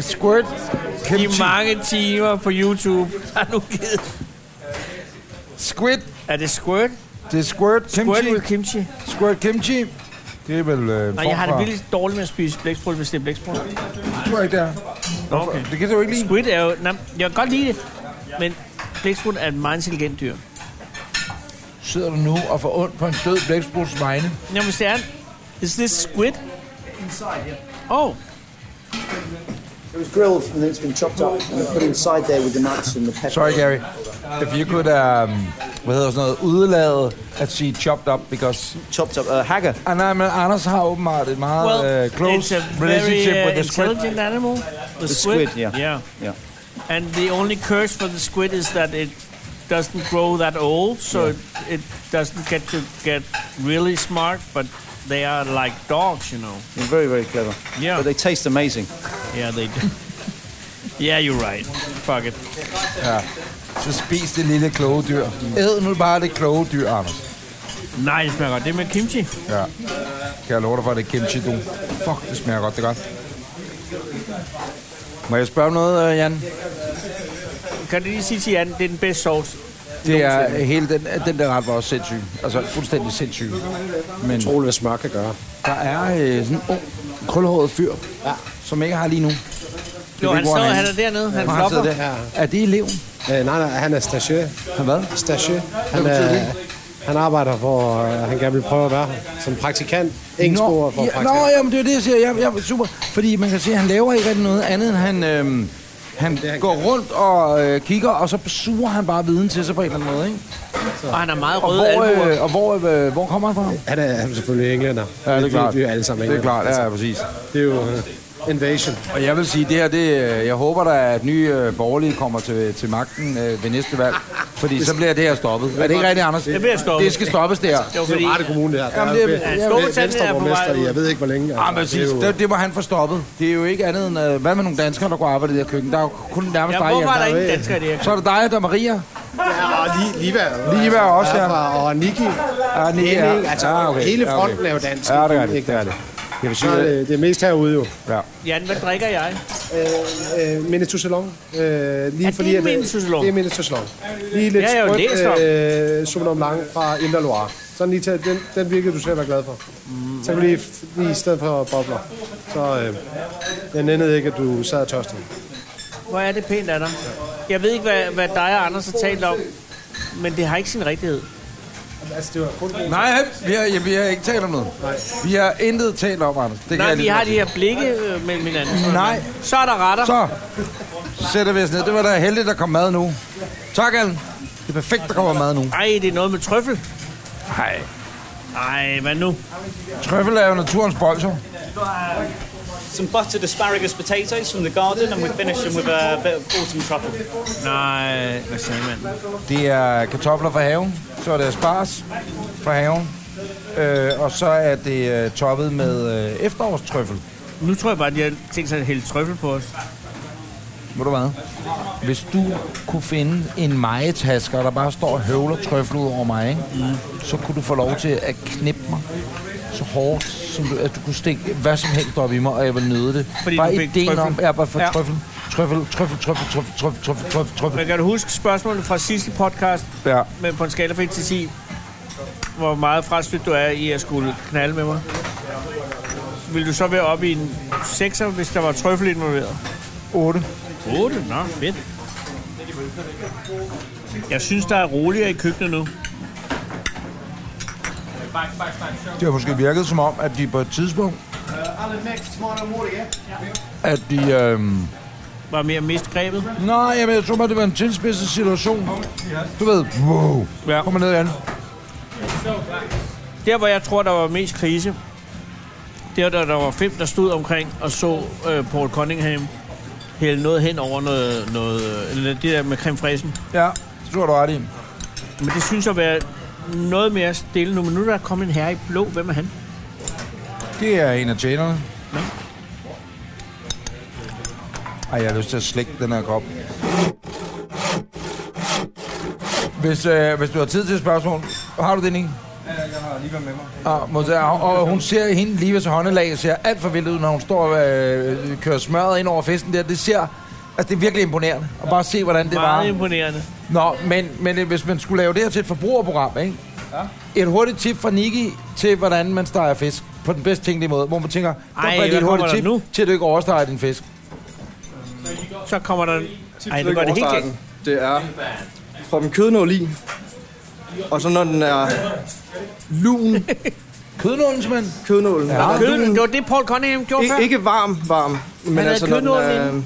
S1: Squirt.
S2: De
S1: Kimchi.
S2: mange timer på YouTube har nu givet...
S1: Squid.
S2: Er det squirt?
S1: Det er squirt.
S2: Squirt
S1: Kimchi.
S2: with kimchi?
S1: Squirt kimchi. Det er vel øh,
S2: Nej, jeg har det virkelig dårligt med at spise blæksprutte, hvis det er blæksprutte.
S1: tror ikke, det er.
S2: Nå, okay.
S1: Det kan du jo ikke lide.
S2: Squid er jo... Nej, jeg kan godt lide det, men blæksprut er et meget intelligent dyr.
S1: Sidder du nu og får ondt på en død blækspruts vegne?
S2: Nå, hvis det er... Is this squid? Oh,
S9: It was grilled and then it's been chopped up and put inside there with the nuts and the pepper.
S1: Sorry, Gary. If you could, um, hvad hedder sådan noget, udelade at sige chopped up, because
S9: Chopped up uh, haggard.
S1: Ah, nej, men Anders har åbenbart et meget
S2: well,
S1: øh, close
S2: it's a very
S1: relationship with
S2: uh,
S1: the squid.
S2: intelligent animal. The,
S9: squid, yeah.
S2: Yeah.
S9: Yeah.
S2: And the only curse for the squid is that it doesn't grow that old, so it, it doesn't get to get really smart, but they are like dogs, you know.
S9: They're very, very clever.
S2: Yeah.
S9: But they taste amazing.
S2: Yeah, they do. yeah, you're right. Fuck it.
S1: Ja. Så spis det lille kloge dyr. Æd nu bare det kloge dyr, Anders.
S2: Nej, det smager godt. Det er med kimchi.
S1: Ja. Kan jeg love dig for, at det er kimchi, du? Fuck, det smager godt, det er godt. Må jeg spørge om noget, øh, Jan?
S2: Kan du lige sige til Jan, det er den bedste sauce?
S1: Det er
S2: nogensinde?
S1: hele den, den der ret var også sindssyg. Altså fuldstændig sindssyg. Men
S8: Utroligt, hvad smør kan gøre.
S1: der er øh, sådan en ung, krøllhåret fyr, ja. som jeg ikke har lige nu.
S2: Jo, han står, han er dernede. Han flopper.
S1: der. Er det eleven?
S8: Øh, nej, nej, han er stagiaire.
S1: Han hvad?
S8: Stagiaire. Han,
S1: betyder
S8: er,
S1: det?
S8: han arbejder for, øh, han gerne vil prøve at være her. som praktikant. Engelsk ord for
S1: Ja,
S8: praktikant.
S1: nå, jamen, det er det, jeg siger. Jamen, jamen, super. Fordi man kan se, at han laver ikke rigtig noget andet, end han, øhm, han, han går rundt og øh, kigger, og så suger han bare viden til sig på en eller anden måde, ikke?
S2: Og han har meget
S1: Og
S2: røde
S1: hvor,
S2: albuer.
S1: øh, og hvor, øh, hvor kommer han fra?
S8: Han er, han er selvfølgelig englænder.
S1: Ja, det er
S8: Vi-
S1: klart.
S8: Vi er jo alle sammen
S1: Det er
S8: englænder.
S1: klart, ja, præcis.
S8: Det er jo øh, invasion.
S1: Og jeg vil sige, det her, det, øh, jeg håber da, at nye øh, borgerlige kommer til, til magten øh, ved næste valg. Fordi så bliver det her stoppet. Er det ikke rigtigt, Anders?
S2: Det bliver stoppet.
S1: Det skal stoppes, det her.
S8: Det er jo rette kommune, det her.
S1: Jamen, det er-
S8: ja,
S2: Storbritannien er på vej
S8: Venstreborgmester,
S2: ud.
S8: i, jeg ved ikke, hvor længe. Altså,
S1: Ja, Ah, præcis.
S8: det er jo-
S1: Det, det må han få stoppet. Det er jo ikke andet end... Øh, hvad med nogle danskere, der går og arbejder i det her køkken? Der er jo kun nærmest
S2: Ja,
S1: dig,
S2: hvorfor er
S1: Jan.
S2: der ingen danskere i det her
S1: Så er det dig, der er Maria.
S8: Ja, og Ah, Li- Liva.
S1: Liva er også, ja.
S8: ja. Og Niki.
S1: Ja, Nicky, ja.
S8: Henning, altså,
S1: Ja, okay.
S8: hele
S1: Ja, okay.
S8: fronten er jo dansk.
S1: Ja, det er det. Det er det. Jeg vil
S8: Så er
S1: sige,
S8: det, det er mest herude jo.
S1: ja.
S2: Jan, hvad drikker jeg?
S8: Øh, Minutu Salon. Øh, lige
S2: Er
S8: fordi,
S2: det
S8: at, øh,
S2: Minutu Salon?
S8: Det er Minutu Salon. Lige lidt
S2: Det har jeg jo
S8: sprødt,
S2: læst om.
S8: øh, Sauvignon Blanc fra Indre Loire. Sådan lige til, den, den virkede du til at være glad for. Så kan du lige, f- lige i stedet for bobler. Så øh, jeg nændede ikke, at du sad og tørstede.
S2: Hvor er det pænt af dig. Jeg ved ikke, hvad, hvad dig og Anders har talt om, men det har ikke sin rigtighed.
S8: Altså, det var kun...
S1: Nej, vi har, ja, vi har ikke talt om noget. Vi har intet talt om, Anders. Det kan
S2: Nej,
S1: jeg
S2: vi
S1: lige
S2: har
S1: godt
S2: de
S1: sige.
S2: her blikke øh, mellem hinanden.
S1: Nej.
S2: Så er der retter.
S1: Så sætter vi os ned. Det var da heldigt, der kom mad nu. Tak, Allen. Det er perfekt, der kommer mad nu.
S2: Ej, det er noget med trøffel.
S1: Nej.
S2: Ej, hvad nu?
S1: Trøffel er jo naturens bolser.
S11: Some buttered asparagus potatoes from the garden, and we finish them with a bit of autumn truffle.
S2: Nej, hvad sagde man?
S1: Det er kartofler fra haven, så er det spars fra haven, øh, og så er det øh, toppet med øh, efterårstrøffel.
S2: Nu tror jeg bare, at de har tænkt sig at hælde trøffel på os.
S1: Må du hvad? Hvis du kunne finde en majetasker, der bare står og høvler trøffel ud over mig, ikke? Mm. så kunne du få lov til at knippe mig så hårdt, som du, at du kunne stikke hvad som helst op i mig, og jeg ville nyde det.
S2: Fordi
S1: bare
S2: du fik
S1: ideen om,
S2: trøffel?
S1: ja, bare for
S2: Ja.
S1: ja. trøffel. Trøffel, trøffel, trøffel, trøffel, trøffel, trøffel, trøffel, trøffel.
S2: Men kan du huske spørgsmålet fra sidste podcast?
S1: Ja.
S2: Men på en skala fra 1 til 10, hvor meget fraslyt du er i at skulle knalde med mig? Vil du så være oppe i en 6'er, hvis der var trøffel involveret?
S1: 8.
S2: 8? Nå, fedt. Jeg synes, der er roligere i køkkenet nu.
S1: Det har måske virket som om, at de på et tidspunkt, at de... Øh,
S2: Var mere mist grebet.
S1: Nej, jamen, jeg tror bare, det var en tilspidset situation. Du ved, wow,
S2: Ja.
S1: kommer ned igen.
S2: Der, hvor jeg tror, der var mest krise, der, der, der var fem, der stod omkring og så øh, Paul Cunningham hælde noget hen over noget, noget eller det der med creme fraisen.
S1: Ja, det tror du ret i.
S2: Men det synes at være noget mere stille nu, men nu er der kommet en herre i blå. Hvem er han?
S1: Det er en af tjenerne. Ej, jeg har lyst til at slække den her krop. Hvis, øh, hvis du har tid til et spørgsmål, har du det, Nick?
S10: Jeg har lige været med mig.
S1: Ah, modtager. og, og hun ser hende lige ved sin håndelag, ser alt for vildt ud, når hun står og øh, kører smørret ind over festen der. Det ser, altså det er virkelig imponerende. Og bare se, hvordan det var.
S2: Meget imponerende.
S1: Nå, men, men øh, hvis man skulle lave det her til et forbrugerprogram, ikke? Ja. Et hurtigt tip fra Niki til, hvordan man steger fisk på den bedst tænkelige måde, hvor man tænker,
S2: Ej,
S1: der er
S2: hvad
S1: et
S2: kommer
S1: hurtigt
S2: der
S1: tip
S2: nu?
S1: til, at du ikke oversteger din fisk.
S2: Så kommer der... Ej,
S14: Ej,
S2: det går det helt galt.
S14: galt. Det er, prop en kødnål i, og så når den er lun,
S1: Kødnålen, simpelthen.
S14: kødnålen, ja. er
S2: Køden,
S14: lun,
S2: det var det, Paul Cunningham gjorde før.
S14: I, ikke varm, varm, men
S2: havde
S14: altså når den
S2: kødnålen
S14: er,
S2: inde.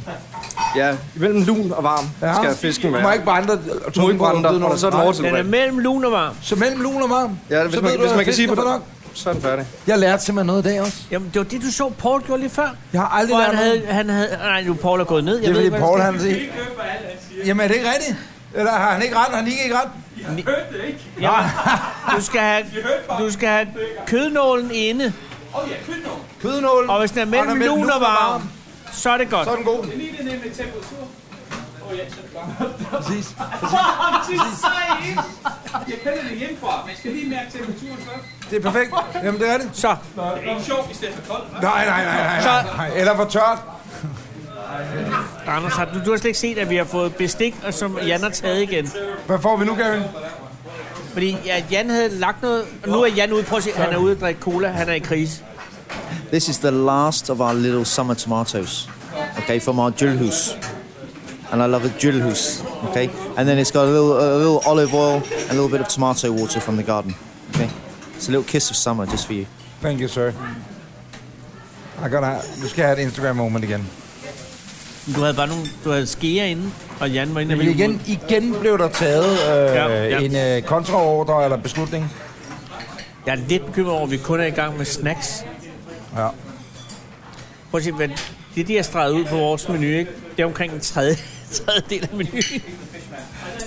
S14: ja,
S1: øh,
S14: imellem lun og varm,
S1: Ja.
S14: ja. skal fisken
S1: Du
S14: være.
S1: må ikke brænde dig.
S14: Du må ikke brænde dig, og så er den
S1: Nej.
S14: overtilbredt.
S2: Den er mellem lun og varm.
S1: Så mellem lun og varm,
S14: Ja, hvis
S1: så
S14: man-
S1: ved du,
S14: hvis
S1: at
S14: man kan
S1: fisken
S14: sige
S1: er
S14: på
S1: for
S14: den-
S1: nok.
S14: så er den færdig.
S1: Jeg lærte simpelthen noget i dag også.
S2: Jamen, det var det, du så Paul gjorde lige før.
S1: Jeg har aldrig
S2: Hvor
S1: lært
S2: han havde,
S1: noget.
S2: han havde, nej, nu er Paul er gået ned. Jeg
S1: Det er
S2: ved
S1: fordi
S2: ikke,
S1: Paul,
S2: hvad der
S1: han
S2: sker.
S1: siger... Jamen, er det ikke rigtigt? Eller har han ikke ret? Har han ikke ret?
S2: Jeg hørte det ikke. Ja, du skal have, du skal have kødnålen inde.
S16: Åh ja, kødnål.
S1: Kødnålen.
S2: Og hvis den er
S16: Og
S2: mellem
S16: den er mellem
S2: lun og
S16: lun og
S2: varm, så er det godt.
S16: Så er den god. Det er lige det nemme temperatur. Åh ja, så er det godt.
S1: Præcis.
S16: Det er sej, ikke? Jeg kender det hjemmefra, men jeg skal lige mærke temperaturen først.
S1: Det er perfekt. Jamen, det er det.
S2: Så.
S16: Nå, det er ikke sjovt, i stedet for koldt. hva'?
S1: Nej, nej, nej, nej, nej. nej. Eller for tørt.
S2: Anders, har du, du har slet ikke set, at vi har fået bestik, og som Jan har taget igen.
S1: Hvad får vi nu, Gavin?
S2: Fordi ja, Jan havde lagt noget, og nu er Jan ude, prøv at se, han er ude at drikke cola, han er i krise.
S9: This is the last of our little summer tomatoes, okay, from our julhus. And I love a julhus, okay? And then it's got a little, a little olive oil and a little bit of tomato water from the garden, okay? It's a little kiss of summer just for you.
S1: Thank you, sir. I gotta, nu skal jeg have et Instagram-moment igen.
S2: Du havde bare nogle, du havde skeer inde, og Jan var inde
S1: Jamen
S2: og hive
S1: igen,
S2: ud.
S1: igen blev der taget øh,
S2: Ja,
S1: ja,
S2: ja.
S1: ja. en øh, kontraordre eller beslutning.
S2: Jeg er lidt bekymret over, at vi kun er i gang med snacks.
S1: Ja.
S2: Prøv at se, hvad det de har streget ud på vores menu, ikke? Det er omkring en tredje, tredje del af menuen.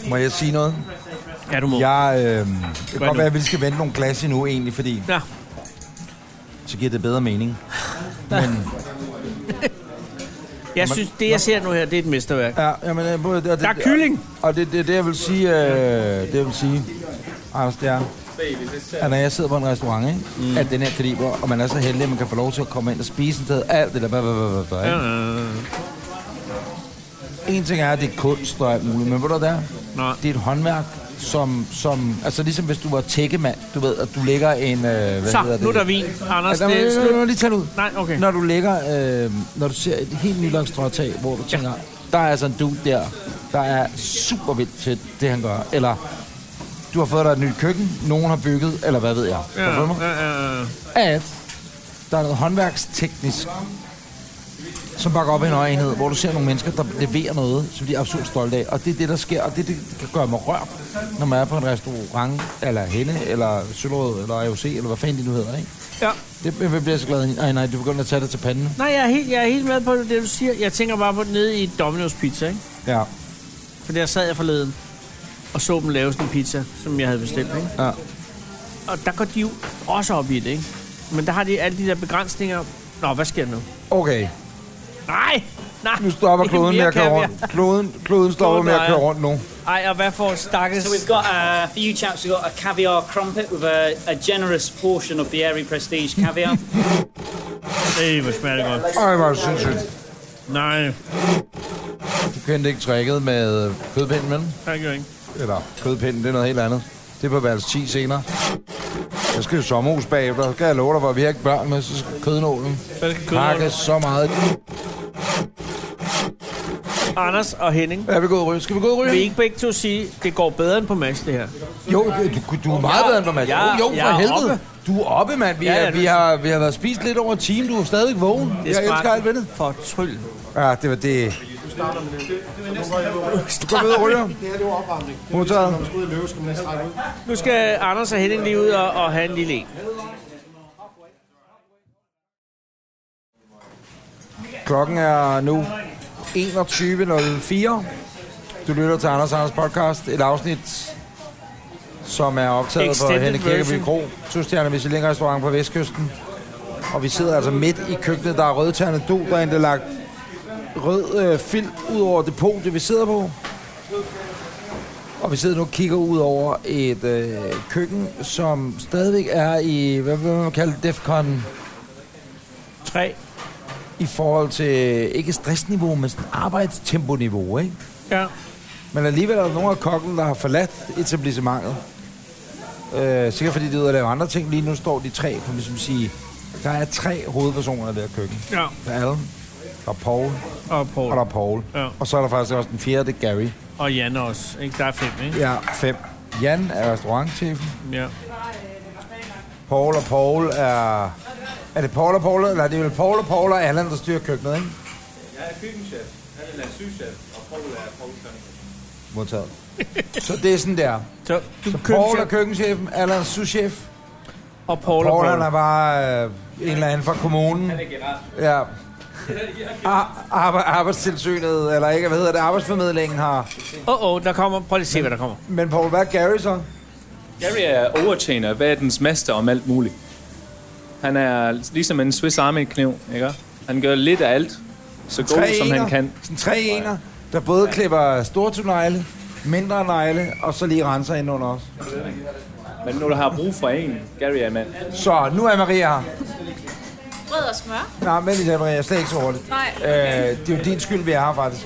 S1: Må jeg sige noget?
S2: Ja, du må.
S1: Jeg, øh, det kan
S2: nu?
S1: godt være, at vi skal vente nogle glas endnu egentlig, fordi
S2: ja.
S1: så giver det bedre mening.
S2: Jeg synes, det jeg ser nu her, det er et mesterværk.
S1: Ja, jamen, øh, både, og det,
S2: Der er kylling!
S1: Og det er det, det, jeg vil sige, øh, det jeg vil sige, Anders, det er, at når jeg sidder på en restaurant, ikke, mm. at den her kaliber, og man er så heldig, at man kan få lov til at komme ind og spise en sted, alt det der, bla, bla, bla, bla, bla, ikke? En ting er, at det er kunst og alt muligt, men ved du, hvad det er?
S2: Nej.
S1: Det er et håndværk, som, som, altså ligesom hvis du var tækkemand, du ved, at du lægger en, øh, hvad
S2: Så,
S1: hedder det?
S2: nu er der vin. Anders,
S1: Altså,
S2: det er
S1: nu, nu, nu,
S2: slut.
S1: lige tage ud.
S2: Nej, okay.
S1: Når du ligger, øh, når du ser et helt nylagt stråtag, hvor du tænker, der er altså en dude der, der er super vildt til det, han gør. Eller du har fået dig et nyt køkken, nogen har bygget, eller hvad ved jeg.
S2: Ja,
S1: Kan du følge mig?
S2: ja, ja.
S1: At der er noget håndværksteknisk, som bakker op i en øjenhed, hvor du ser nogle mennesker, der leverer noget, som de er absurd stolte af. Og det er det, der sker, og det, er det der kan gøre mig rørt, når man er på en restaurant, eller henne, eller Søllerød, eller AOC, eller hvad fanden de nu hedder, ikke?
S2: Ja.
S1: Det jeg bliver jeg så glad i. Nej, nej, du begynder at tage dig til panden.
S2: Nej, jeg er, helt, jeg er helt med på det, du siger. Jeg tænker bare på nede i Domino's Pizza, ikke?
S1: Ja.
S2: For der sad jeg forleden og så dem lave sådan en pizza, som jeg havde bestilt, ikke?
S1: Ja.
S2: Og der går de jo også op i det, ikke? Men der har de alle de der begrænsninger. Nå, hvad sker der nu?
S1: Okay.
S2: Nej! Nej!
S1: Nu stopper
S2: Ikke
S1: kloden med
S2: mere
S1: at køre
S2: kan vi.
S1: rundt. Kloden, kloden stopper
S2: Kloden
S1: med at køre
S2: drejer.
S1: rundt nu.
S2: Ej, og hvad for stakkels...
S11: So we've got, uh, for you chaps, we've got a caviar crumpet with a, a generous portion of the Airy Prestige caviar.
S2: Ej, hvor smager det godt.
S1: Ej, hvor er det sindssygt.
S2: Nej,
S1: Du kendte ikke tricket med øh, kødpinden mellem?
S2: det gør jeg ikke.
S1: Eller kødpinden, det er noget helt andet. Det er på værelse 10 senere. Jeg skal i sommerhus bagefter. Så Kan jeg love dig, hvor vi har ikke børn med, så skal kødnålen
S2: Hvad skal kødnålen?
S1: pakke så meget.
S2: Anders og Henning.
S1: Er vi gået og ryge? Skal vi gå og ryge?
S2: Vil I ikke begge to sige, det går bedre end på Mads, det her?
S1: Jo, du, du er meget bedre end på Mads. Jo,
S2: Jeg-
S1: jo,
S2: jeg
S1: for
S2: er
S1: helvede.
S2: oppe.
S1: Du er oppe, mand. Vi,
S2: Ja, ja,
S1: er,
S2: det
S1: vi,
S2: er
S1: har, vi har været spist lidt over en time. Du er stadig vågen. Jeg elsker alt ved det.
S2: For tryl.
S1: Ja, det var det.
S2: Du
S1: går ved og ryger.
S8: Det her, det var opvarmning.
S1: Modtaget.
S8: Når man skal ud og løbe, skal man næsten række ud.
S2: Nu skal Anders og Henning lige ud og, og have en lille en.
S1: Klokken er nu 21.04. Du lytter til Anders og Anders podcast, et afsnit, som er optaget
S2: Extended
S1: på Henne Kirkeby
S2: version.
S1: Kro, Søstjerne Michelin Restaurant på Vestkysten. Og vi sidder altså midt i køkkenet, der er rødtærende du, der er endda lagt rød øh, film ud over det punkt, vi sidder på. Og vi sidder nu og kigger ud over et øh, køkken, som stadigvæk er i, hvad vil man kalde det, Defcon
S2: 3.
S1: i forhold til, ikke stressniveau, men sådan arbejdstemponiveau, ikke?
S2: Ja.
S1: Men alligevel er der nogle af kokken, der har forladt etablissementet. Øh, sikkert fordi de er ude at lave andre ting. Lige nu står de tre, kan man ligesom sige, der er tre hovedpersoner i det her køkken.
S2: Ja.
S1: Der er Allen, der er Paul,
S2: Og
S1: og der
S2: Paul.
S1: er Paul.
S2: Ja.
S1: Og så er der faktisk også den fjerde, det er Gary.
S2: Og Jan også. Ikke? Der er fem, ikke?
S1: Ja, fem. Jan er restaurantchefen.
S2: Ja.
S1: Paul og Paul er... Er det Paul og Paul? Eller er det vel Paul og Paul og Allen, der styrer køkkenet, ikke?
S16: Jeg er køkkenchef, han er sygechef, og Paul er provkøkken.
S1: Modtaget. så det er sådan der.
S2: Så, du
S1: så
S2: køkkenchef.
S1: Paul er køkkenchefen, Allan er souschef,
S2: Og Paul,
S1: Paul han
S2: Paul.
S1: er bare øh, en eller anden fra kommunen. Ja. Ar- Ar- arbejdstilsynet, eller ikke, hvad hedder det, arbejdsformidlingen har...
S2: Åh, oh, oh, der kommer... Prøv lige at se, hvad der kommer.
S1: Men Paul, hvad er Gary så?
S10: Gary er overtjener, verdens mester om alt muligt. Han er ligesom en Swiss Army-kniv, ikke? Han gør lidt af alt, så
S1: Tre
S10: god som
S1: ener.
S10: han kan.
S1: Sådan tre ener, der både klipper stortunegle, mindre negle, og så lige renser ind under os.
S10: Men når du har brug for en, Gary er mand.
S1: Så nu er Maria her.
S17: Brød og smør?
S1: Nej, men lige der, Maria, jeg er slet ikke så hurtigt.
S17: Nej.
S1: Øh, det er jo din skyld, vi er her faktisk.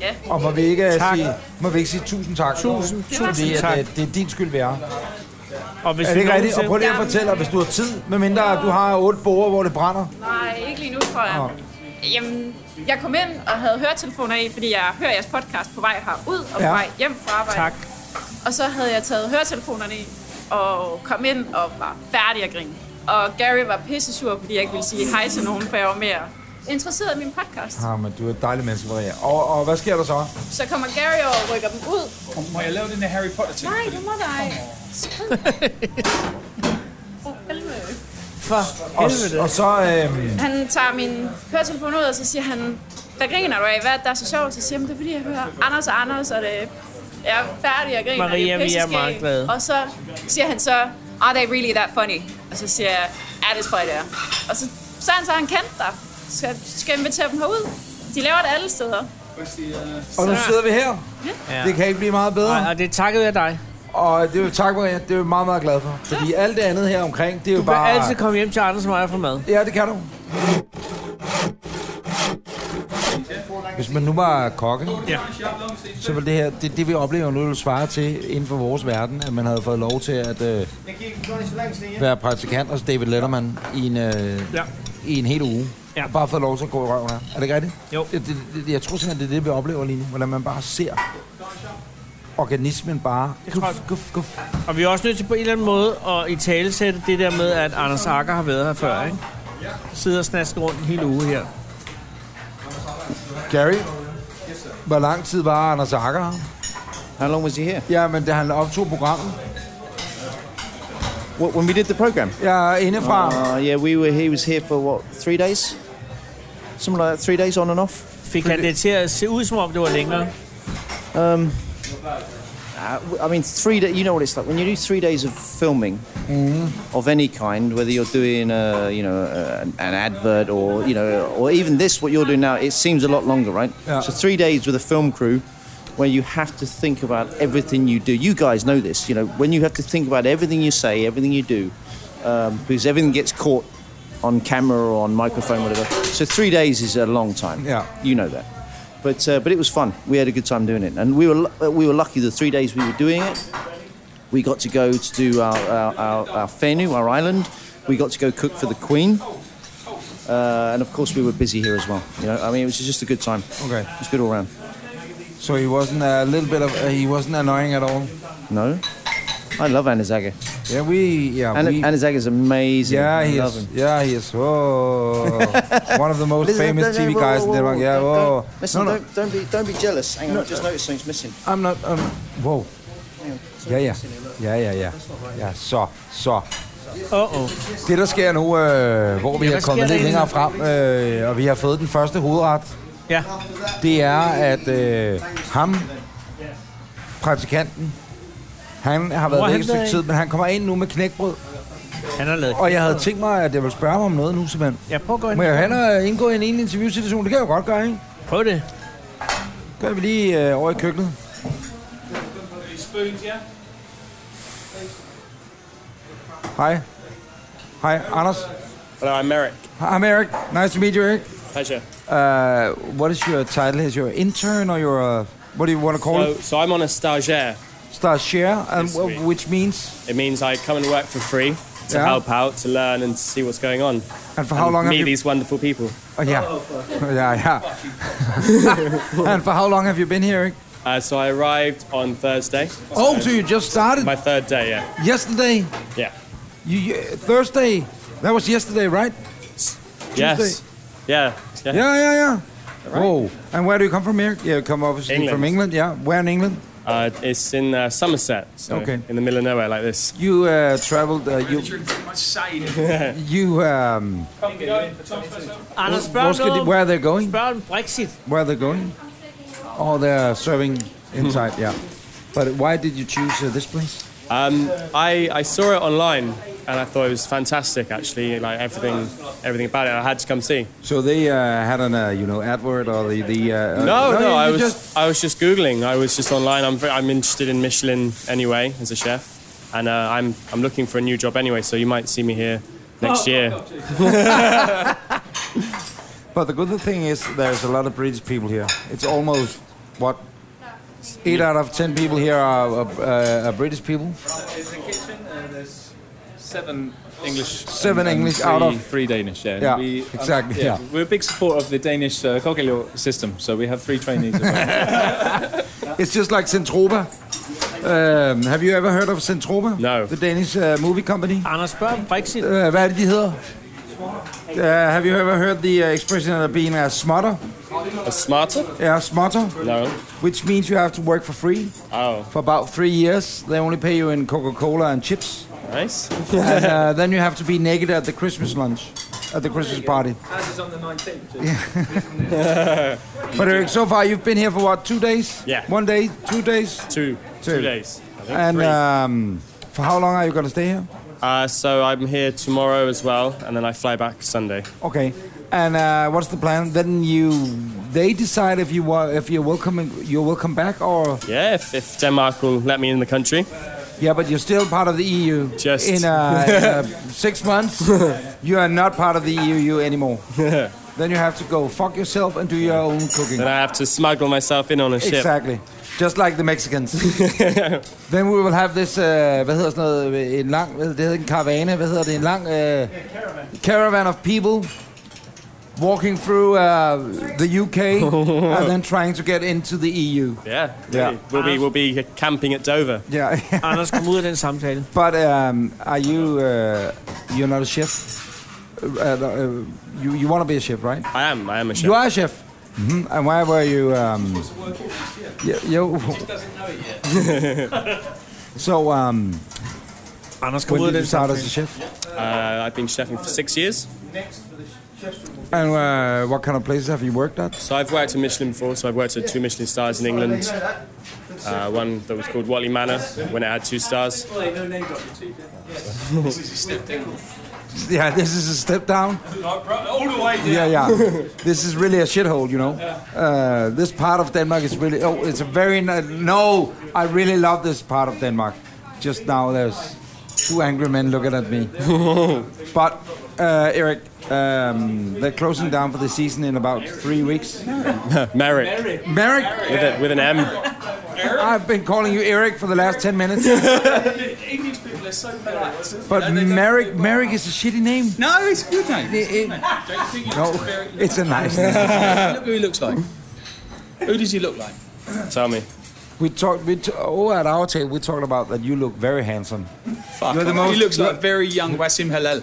S17: Ja.
S1: Og må vi ikke, øh,
S17: Tak.
S1: sige, må vi ikke sige tusind tak?
S17: Tusind, Det var tusind
S1: Fordi, at,
S17: tak.
S1: øh, Det er din skyld, vi er her.
S2: Og
S1: er det ikke rigtigt? Og prøv lige at fortælle, hvis du har tid, medmindre at du har otte borer, hvor det brænder.
S17: Nej, ikke lige nu, tror jeg. Jamen, jeg kom ind og havde høretelefoner i, fordi jeg hører jeres podcast på vej herud og på
S1: Ja.
S17: vej hjem fra arbejde.
S2: Tak.
S17: Og så havde jeg taget høretelefonerne i og kom ind og var færdig at grine. Og Gary var pissesur, fordi jeg ikke ville sige hej til nogen, for jeg var mere interesseret i min podcast.
S1: Ah, men du er et dejligt menneske, Maria. Og, og hvad sker der så?
S17: Så kommer Gary og rykker dem ud.
S7: Må jeg lave den der Harry Potter ting?
S17: Nej, du må da ikke. Skrid. For helvede.
S1: For og, og så... Øh,
S17: Han tager min høretelefon ud, og så siger han, hvad griner du af? Hvad er det, der er så sjovt? Så siger han, det er fordi, jeg hører Anders og Anders, og det jeg er færdig og griner. og det
S2: Maria, vi er
S17: pisseskægt."
S2: meget glade.
S17: Og så siger han så, are they really that funny? Og så siger jeg, ja, det tror jeg, det er. Og så, så er han så, han kendt dig. Så skal jeg invitere dem herud. De laver det alle steder.
S1: og nu sidder vi her.
S2: Ja.
S1: Det kan ikke blive meget bedre.
S2: Nej, og det er takket af dig.
S1: Og det er jo tak, Maria. Det er jeg meget, meget glad for. Fordi alt det andet her omkring, det er
S2: Du
S1: jo
S2: kan
S1: bare...
S2: altid komme hjem til Anders og mig og få mad.
S1: Ja, det kan du. Hvis man nu var kokke,
S2: Ja.
S1: så ville det her, det, det vi oplever nu, ville svare til inden for vores verden, at man havde fået lov til at øh, være praktikant hos David Letterman i en, øh,
S2: Ja.
S1: i en hel uge.
S2: Ja.
S1: Og bare fået lov til at gå i røven her. Er det ikke rigtigt?
S2: Jo.
S1: Det, det, det, jeg tror simpelthen, det er det, vi oplever lige nu. Hvordan man bare ser organismen bare... Guf, guf, guf.
S2: Og vi er også nødt til på en eller anden måde at i tale sætte det der med, at Anders Akker har været her før, ikke? Sidder og snasker rundt en hel uge her.
S1: Gary, hvor lang tid var Anders Akker her?
S9: How long was he here?
S1: Ja, men da han optog programmet.
S9: What, when we did the program?
S1: Ja, indefra.
S9: Uh, yeah, we were. He was here for what? Three days? Something like that. Three days on and off.
S2: Fik han det til at se ud, som om det var længere?
S9: Um, uh, w- I mean, three. Da- you know what it's like when you do three days of filming of any kind, whether you're doing, uh, you know, uh, an, an advert or you know, or even this what you're doing now. It seems a lot longer, right?
S1: Yeah.
S9: So three days with a film crew. Where you have to think about everything you do. You guys know this, you know, when you have to think about everything you say, everything you do, um, because everything gets caught on camera or on microphone, whatever. So three days is a long time.
S1: Yeah.
S9: you know that. But uh, but it was fun. We had a good time doing it, and we were lu- uh, we were lucky. The three days we were doing it, we got to go to do our our, our, our fenu, our island. We got to go cook for the Queen, uh, and of course we were busy here as well. You know, I mean, it was just a good time.
S1: Okay.
S9: it was good all round.
S1: So he wasn't a little bit of uh, he wasn't annoying at all.
S9: No, I love Anizaga.
S1: Yeah, we yeah
S9: Ana,
S1: we,
S9: Anizaga's amazing.
S1: yeah
S9: I
S1: he
S9: love
S1: is
S9: him.
S1: yeah he is whoa one of the most
S9: Listen,
S1: famous
S9: don't- don't-
S1: TV
S9: whoa,
S1: guys
S9: whoa,
S1: in Denmark.
S9: whoa,
S1: Yeah,
S9: don't-
S1: whoa.
S9: don't- Listen,
S1: no, no,
S9: don't don't be don't be jealous. Hang on, I just noticed something's missing.
S1: I'm not. Um, whoa. Ja, ja. Ja, ja, ja. Ja, så, så.
S2: Åh, oh,
S1: Det, der sker nu, øh, hvor vi ja,
S2: Ja,
S1: er
S2: hvad sker
S1: kommet
S2: der
S1: lidt
S2: egentlig?
S1: længere frem, øh, og vi har fået den første hovedret,
S2: Ja.
S1: det er, at øh, ham, praktikanten, han har
S2: Hvor er
S1: været væk
S2: han
S1: et stykke
S2: blevet
S1: tid,
S2: af?
S1: men han kommer ind nu med knækbrød.
S2: Han har lavet
S1: Og jeg havde tænkt mig, at jeg ville spørge ham om noget nu, simpelthen.
S2: Ja, prøv at gå ind.
S1: Må jeg han har indgået i en egentlig interviewsituation? Det kan jeg jo godt gøre, ikke?
S2: Prøv det.
S1: Gør vi lige øh, over i køkkenet.
S16: Spoons, ja?
S1: Hej. Hej, Anders.
S18: Hello, I'm Merrick.
S1: Hi, I'm Eric. Nice to meet you, Eric.
S18: Pleasure.
S1: Uh, what is your title? Is your intern or your uh, what do you want to call
S18: So,
S1: it? Um,
S18: so I'm on a stagiaire.
S1: Stagiaire, and
S18: This
S1: wh-
S18: week.
S1: which means
S18: It means I come and work for free to
S1: Yeah.
S18: help out, to learn, and to see what's going on.
S1: And for how long have
S18: Meet
S1: you-
S18: these wonderful people.
S1: oh yeah, yeah, yeah. and for how long have you been here? Eric?
S18: Uh, so I arrived on Thursday.
S1: Oh, so you just started
S18: My third day, yeah.
S1: yesterday?
S18: Yeah.
S1: You, you Thursday? That was yesterday, right?
S18: Yes. Yeah.
S1: Yeah, yeah, yeah. Whoa! And where do you come from, Eric? Yeah, you come obviously
S18: England.
S1: from England. Yeah, where in England?
S18: Uh, it's in uh, Somerset, so
S1: Okay.
S18: in the middle of nowhere, like this.
S1: You uh, traveled. Uh, you you um,
S2: Anders,
S1: Hvor- hvor
S2: spørg
S1: skal
S2: om
S1: de- where are they going?
S2: Spørg om Brexit.
S1: where they're going? Oh, they're serving inside. yeah, but why did you choose uh, this place?
S18: Um, I, I saw it online and I thought it was fantastic. Actually, like everything, everything about it, I had to come see.
S1: So they uh, had an uh, you know advert or the the. Uh,
S18: No, no,
S1: you-
S18: I
S1: you
S18: was
S1: just-
S18: I was just googling. I was just online. I'm very, I'm interested in Michelin anyway as a chef, and uh, I'm I'm looking for a new job anyway. So you might see me here next
S11: Oh.
S18: year.
S1: But the good thing is there's a lot of British people here. It's almost what eight out of ten people here are, uh, uh, are British people.
S10: There's a kitchen and there's seven English.
S1: Seven
S10: and- and
S1: English
S10: three,
S1: out of-
S10: three Danish. Yeah, And
S1: Yeah,
S10: we, um,
S1: exactly, yeah.
S10: we're a big supporter of the Danish uh, cocktail system, so we have three trainees. at the moment.
S1: It's just like Centroba. Um, have you ever heard of Centroba? No. The Danish uh, movie company.
S2: Anders spørg om Brexit.
S1: Uh, hvad er det, de hedder? Uh, have you ever heard the uh, expression of being a smutter?
S18: A smarter?
S1: Yeah, smutter.
S18: No.
S1: Which means you have to work for free.
S18: Oh.
S1: For about three years, they only pay you in Coca-Cola and chips.
S18: Nice.
S1: and uh, then you have to be naked at the Christmas lunch, at the Christmas party.
S16: Ours is on the 19th. too.
S1: But uh, Eric, so far you've been here for what? Two days?
S18: Yeah.
S1: One day? Two days?
S18: Two. Two days. I think
S1: And
S18: three.
S1: um, for how long are you gonna stay here?
S18: Uh, so I'm here tomorrow as well, and then I fly back Sunday.
S1: Okay. And uh, what's the plan? Then you, they decide if you wa- if you're welcome you're welcome back or
S18: Yeah, if, if Denmark will let me in the country.
S1: yeah, but you're still part of the EU.
S18: Just-
S1: in, uh, in uh, six months, you are not part of the EU anymore. then you have to go fuck yourself and do your own cooking.
S18: Then I have to smuggle myself in on a ship.
S1: Exactly. Just like the Mexicans. Then we will have this, uh, hvad hedder sådan noget, øh, en lang, hvad hedder det hedder en karavane, hvad hedder det, en lang... Uh, caravan. of people walking through uh, the UK and then trying to get into the E EU.
S18: Yeah.
S1: Yeah.
S18: We'll be we'll be camping at Dover.
S1: Yeah.
S2: Anders, kom ud af den samtale.
S1: But um, are you, uh, you're not a chef? Uh, uh, you you want to be a chef, right?
S18: I am. I am a chef.
S1: You are a chef. hmm And why were you... Um, yeah, you, so, um,
S2: Anders,
S1: when did you start as a chef?
S18: Uh, I've been chefing for six years.
S1: And uh, what kind of places have you worked at?
S18: So I've worked at Michelin before. So I've worked at two Michelin stars in England. Uh, one that was called Wally Manor when it had two stars.
S16: Well, no name got the This is a step down.
S1: Yeah, this is a step down.
S16: All the way down.
S1: Yeah, yeah. this is really a shithole, you know. Uh, this part of Denmark is really. Oh, it's a very. ni- No, I really love this part of Denmark. Just now, there's two angry men looking at me. but uh, Eric, um, they're closing down for the season in about three weeks.
S18: Merrick.
S1: Merrick.
S18: With, a, with an M.
S1: I've been calling you Eric for the last ten minutes.
S16: English people are so polite.
S1: But Merrick, Merrick is a shitty name.
S7: No, it's a good name.
S1: It's a good name.
S16: Don't think
S1: No, it's a nice name.
S7: Look who he looks like. Who does he look like?
S18: Tell me.
S1: We talked. We t- oh, at our table, we talked about that. You look very handsome.
S7: Fuck.
S1: You're the most-
S7: he looks like a very young Wasim Halal.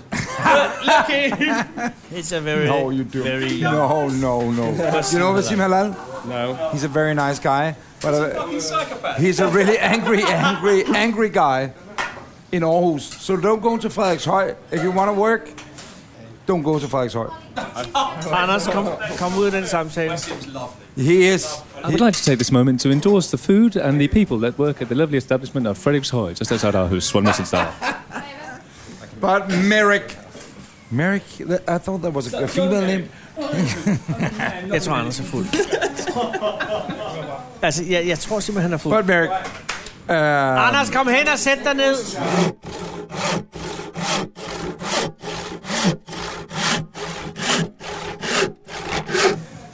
S2: It's a very...
S1: no, you do.
S2: very-
S1: no, no, no. you know Vasim Halal?
S18: No.
S1: He's a very nice guy, but uh,
S16: Fucking psychopath.
S1: he's a really angry, angry, angry guy in Aarhus. So don't go to Frederikshøj if you want to work. Don't go to Frederikshøj.
S2: Anders, kom, kom ud af den samtale.
S1: He is.
S10: I would like to take this moment to endorse the food and the people that work at the lovely establishment of Frederikshoy, just outside our house, one missing star.
S1: But Merrick. Merrick, Th- I thought that was a, a female name.
S2: Jeg tror, Anders er fuld. Altså, jeg, jeg tror simpelthen, han er fuld.
S1: But Merrick. Uh,
S2: Anders, kom hen og sæt dig ned.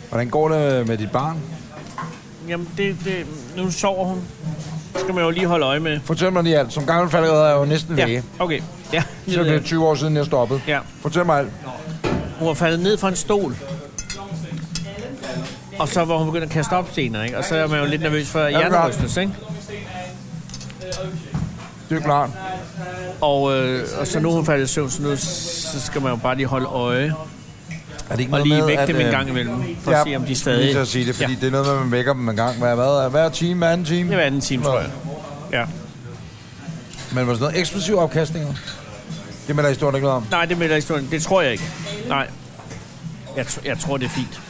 S1: hvordan går det med dit barn?
S2: Jamen, det, det, nu sover hun. Det skal man jo lige holde øje med.
S1: Fortæl mig lige alt. Som gammel falder er jeg jo næsten læge.
S2: Ja, okay. Ja, det
S1: Så
S2: ved
S1: det er
S2: jeg.
S1: 20 år siden, jeg stoppede.
S2: Ja.
S1: Fortæl mig alt.
S2: Hun var faldet ned fra en stol. Og så var hun begyndt at kaste op senere, ikke? Og så er man jo lidt nervøs for
S1: det er klart.
S2: hjernerystelse, ikke?
S1: Det er klart.
S2: Og, øh, og så nu er hun faldet i søvn, så nu så skal man jo bare lige holde øje.
S1: Er det ikke
S2: Og
S1: noget
S2: lige
S1: med,
S2: vække
S1: at,
S2: dem en
S1: øh,
S2: gang imellem, for at se, om de stadig-
S1: Lige til at sige det, fordi ja. det er noget med, at man vækker dem en gang. Hver, hvad, hver time, hver anden time?
S2: Hver anden time, tror jeg. Ja.
S1: Men var det sådan noget eksplosiv afkastninger? Det melder historien ikke noget om.
S2: Nej, det melder historien. Det tror jeg ikke. Nej. Jeg, tr- jeg tror, det er fint.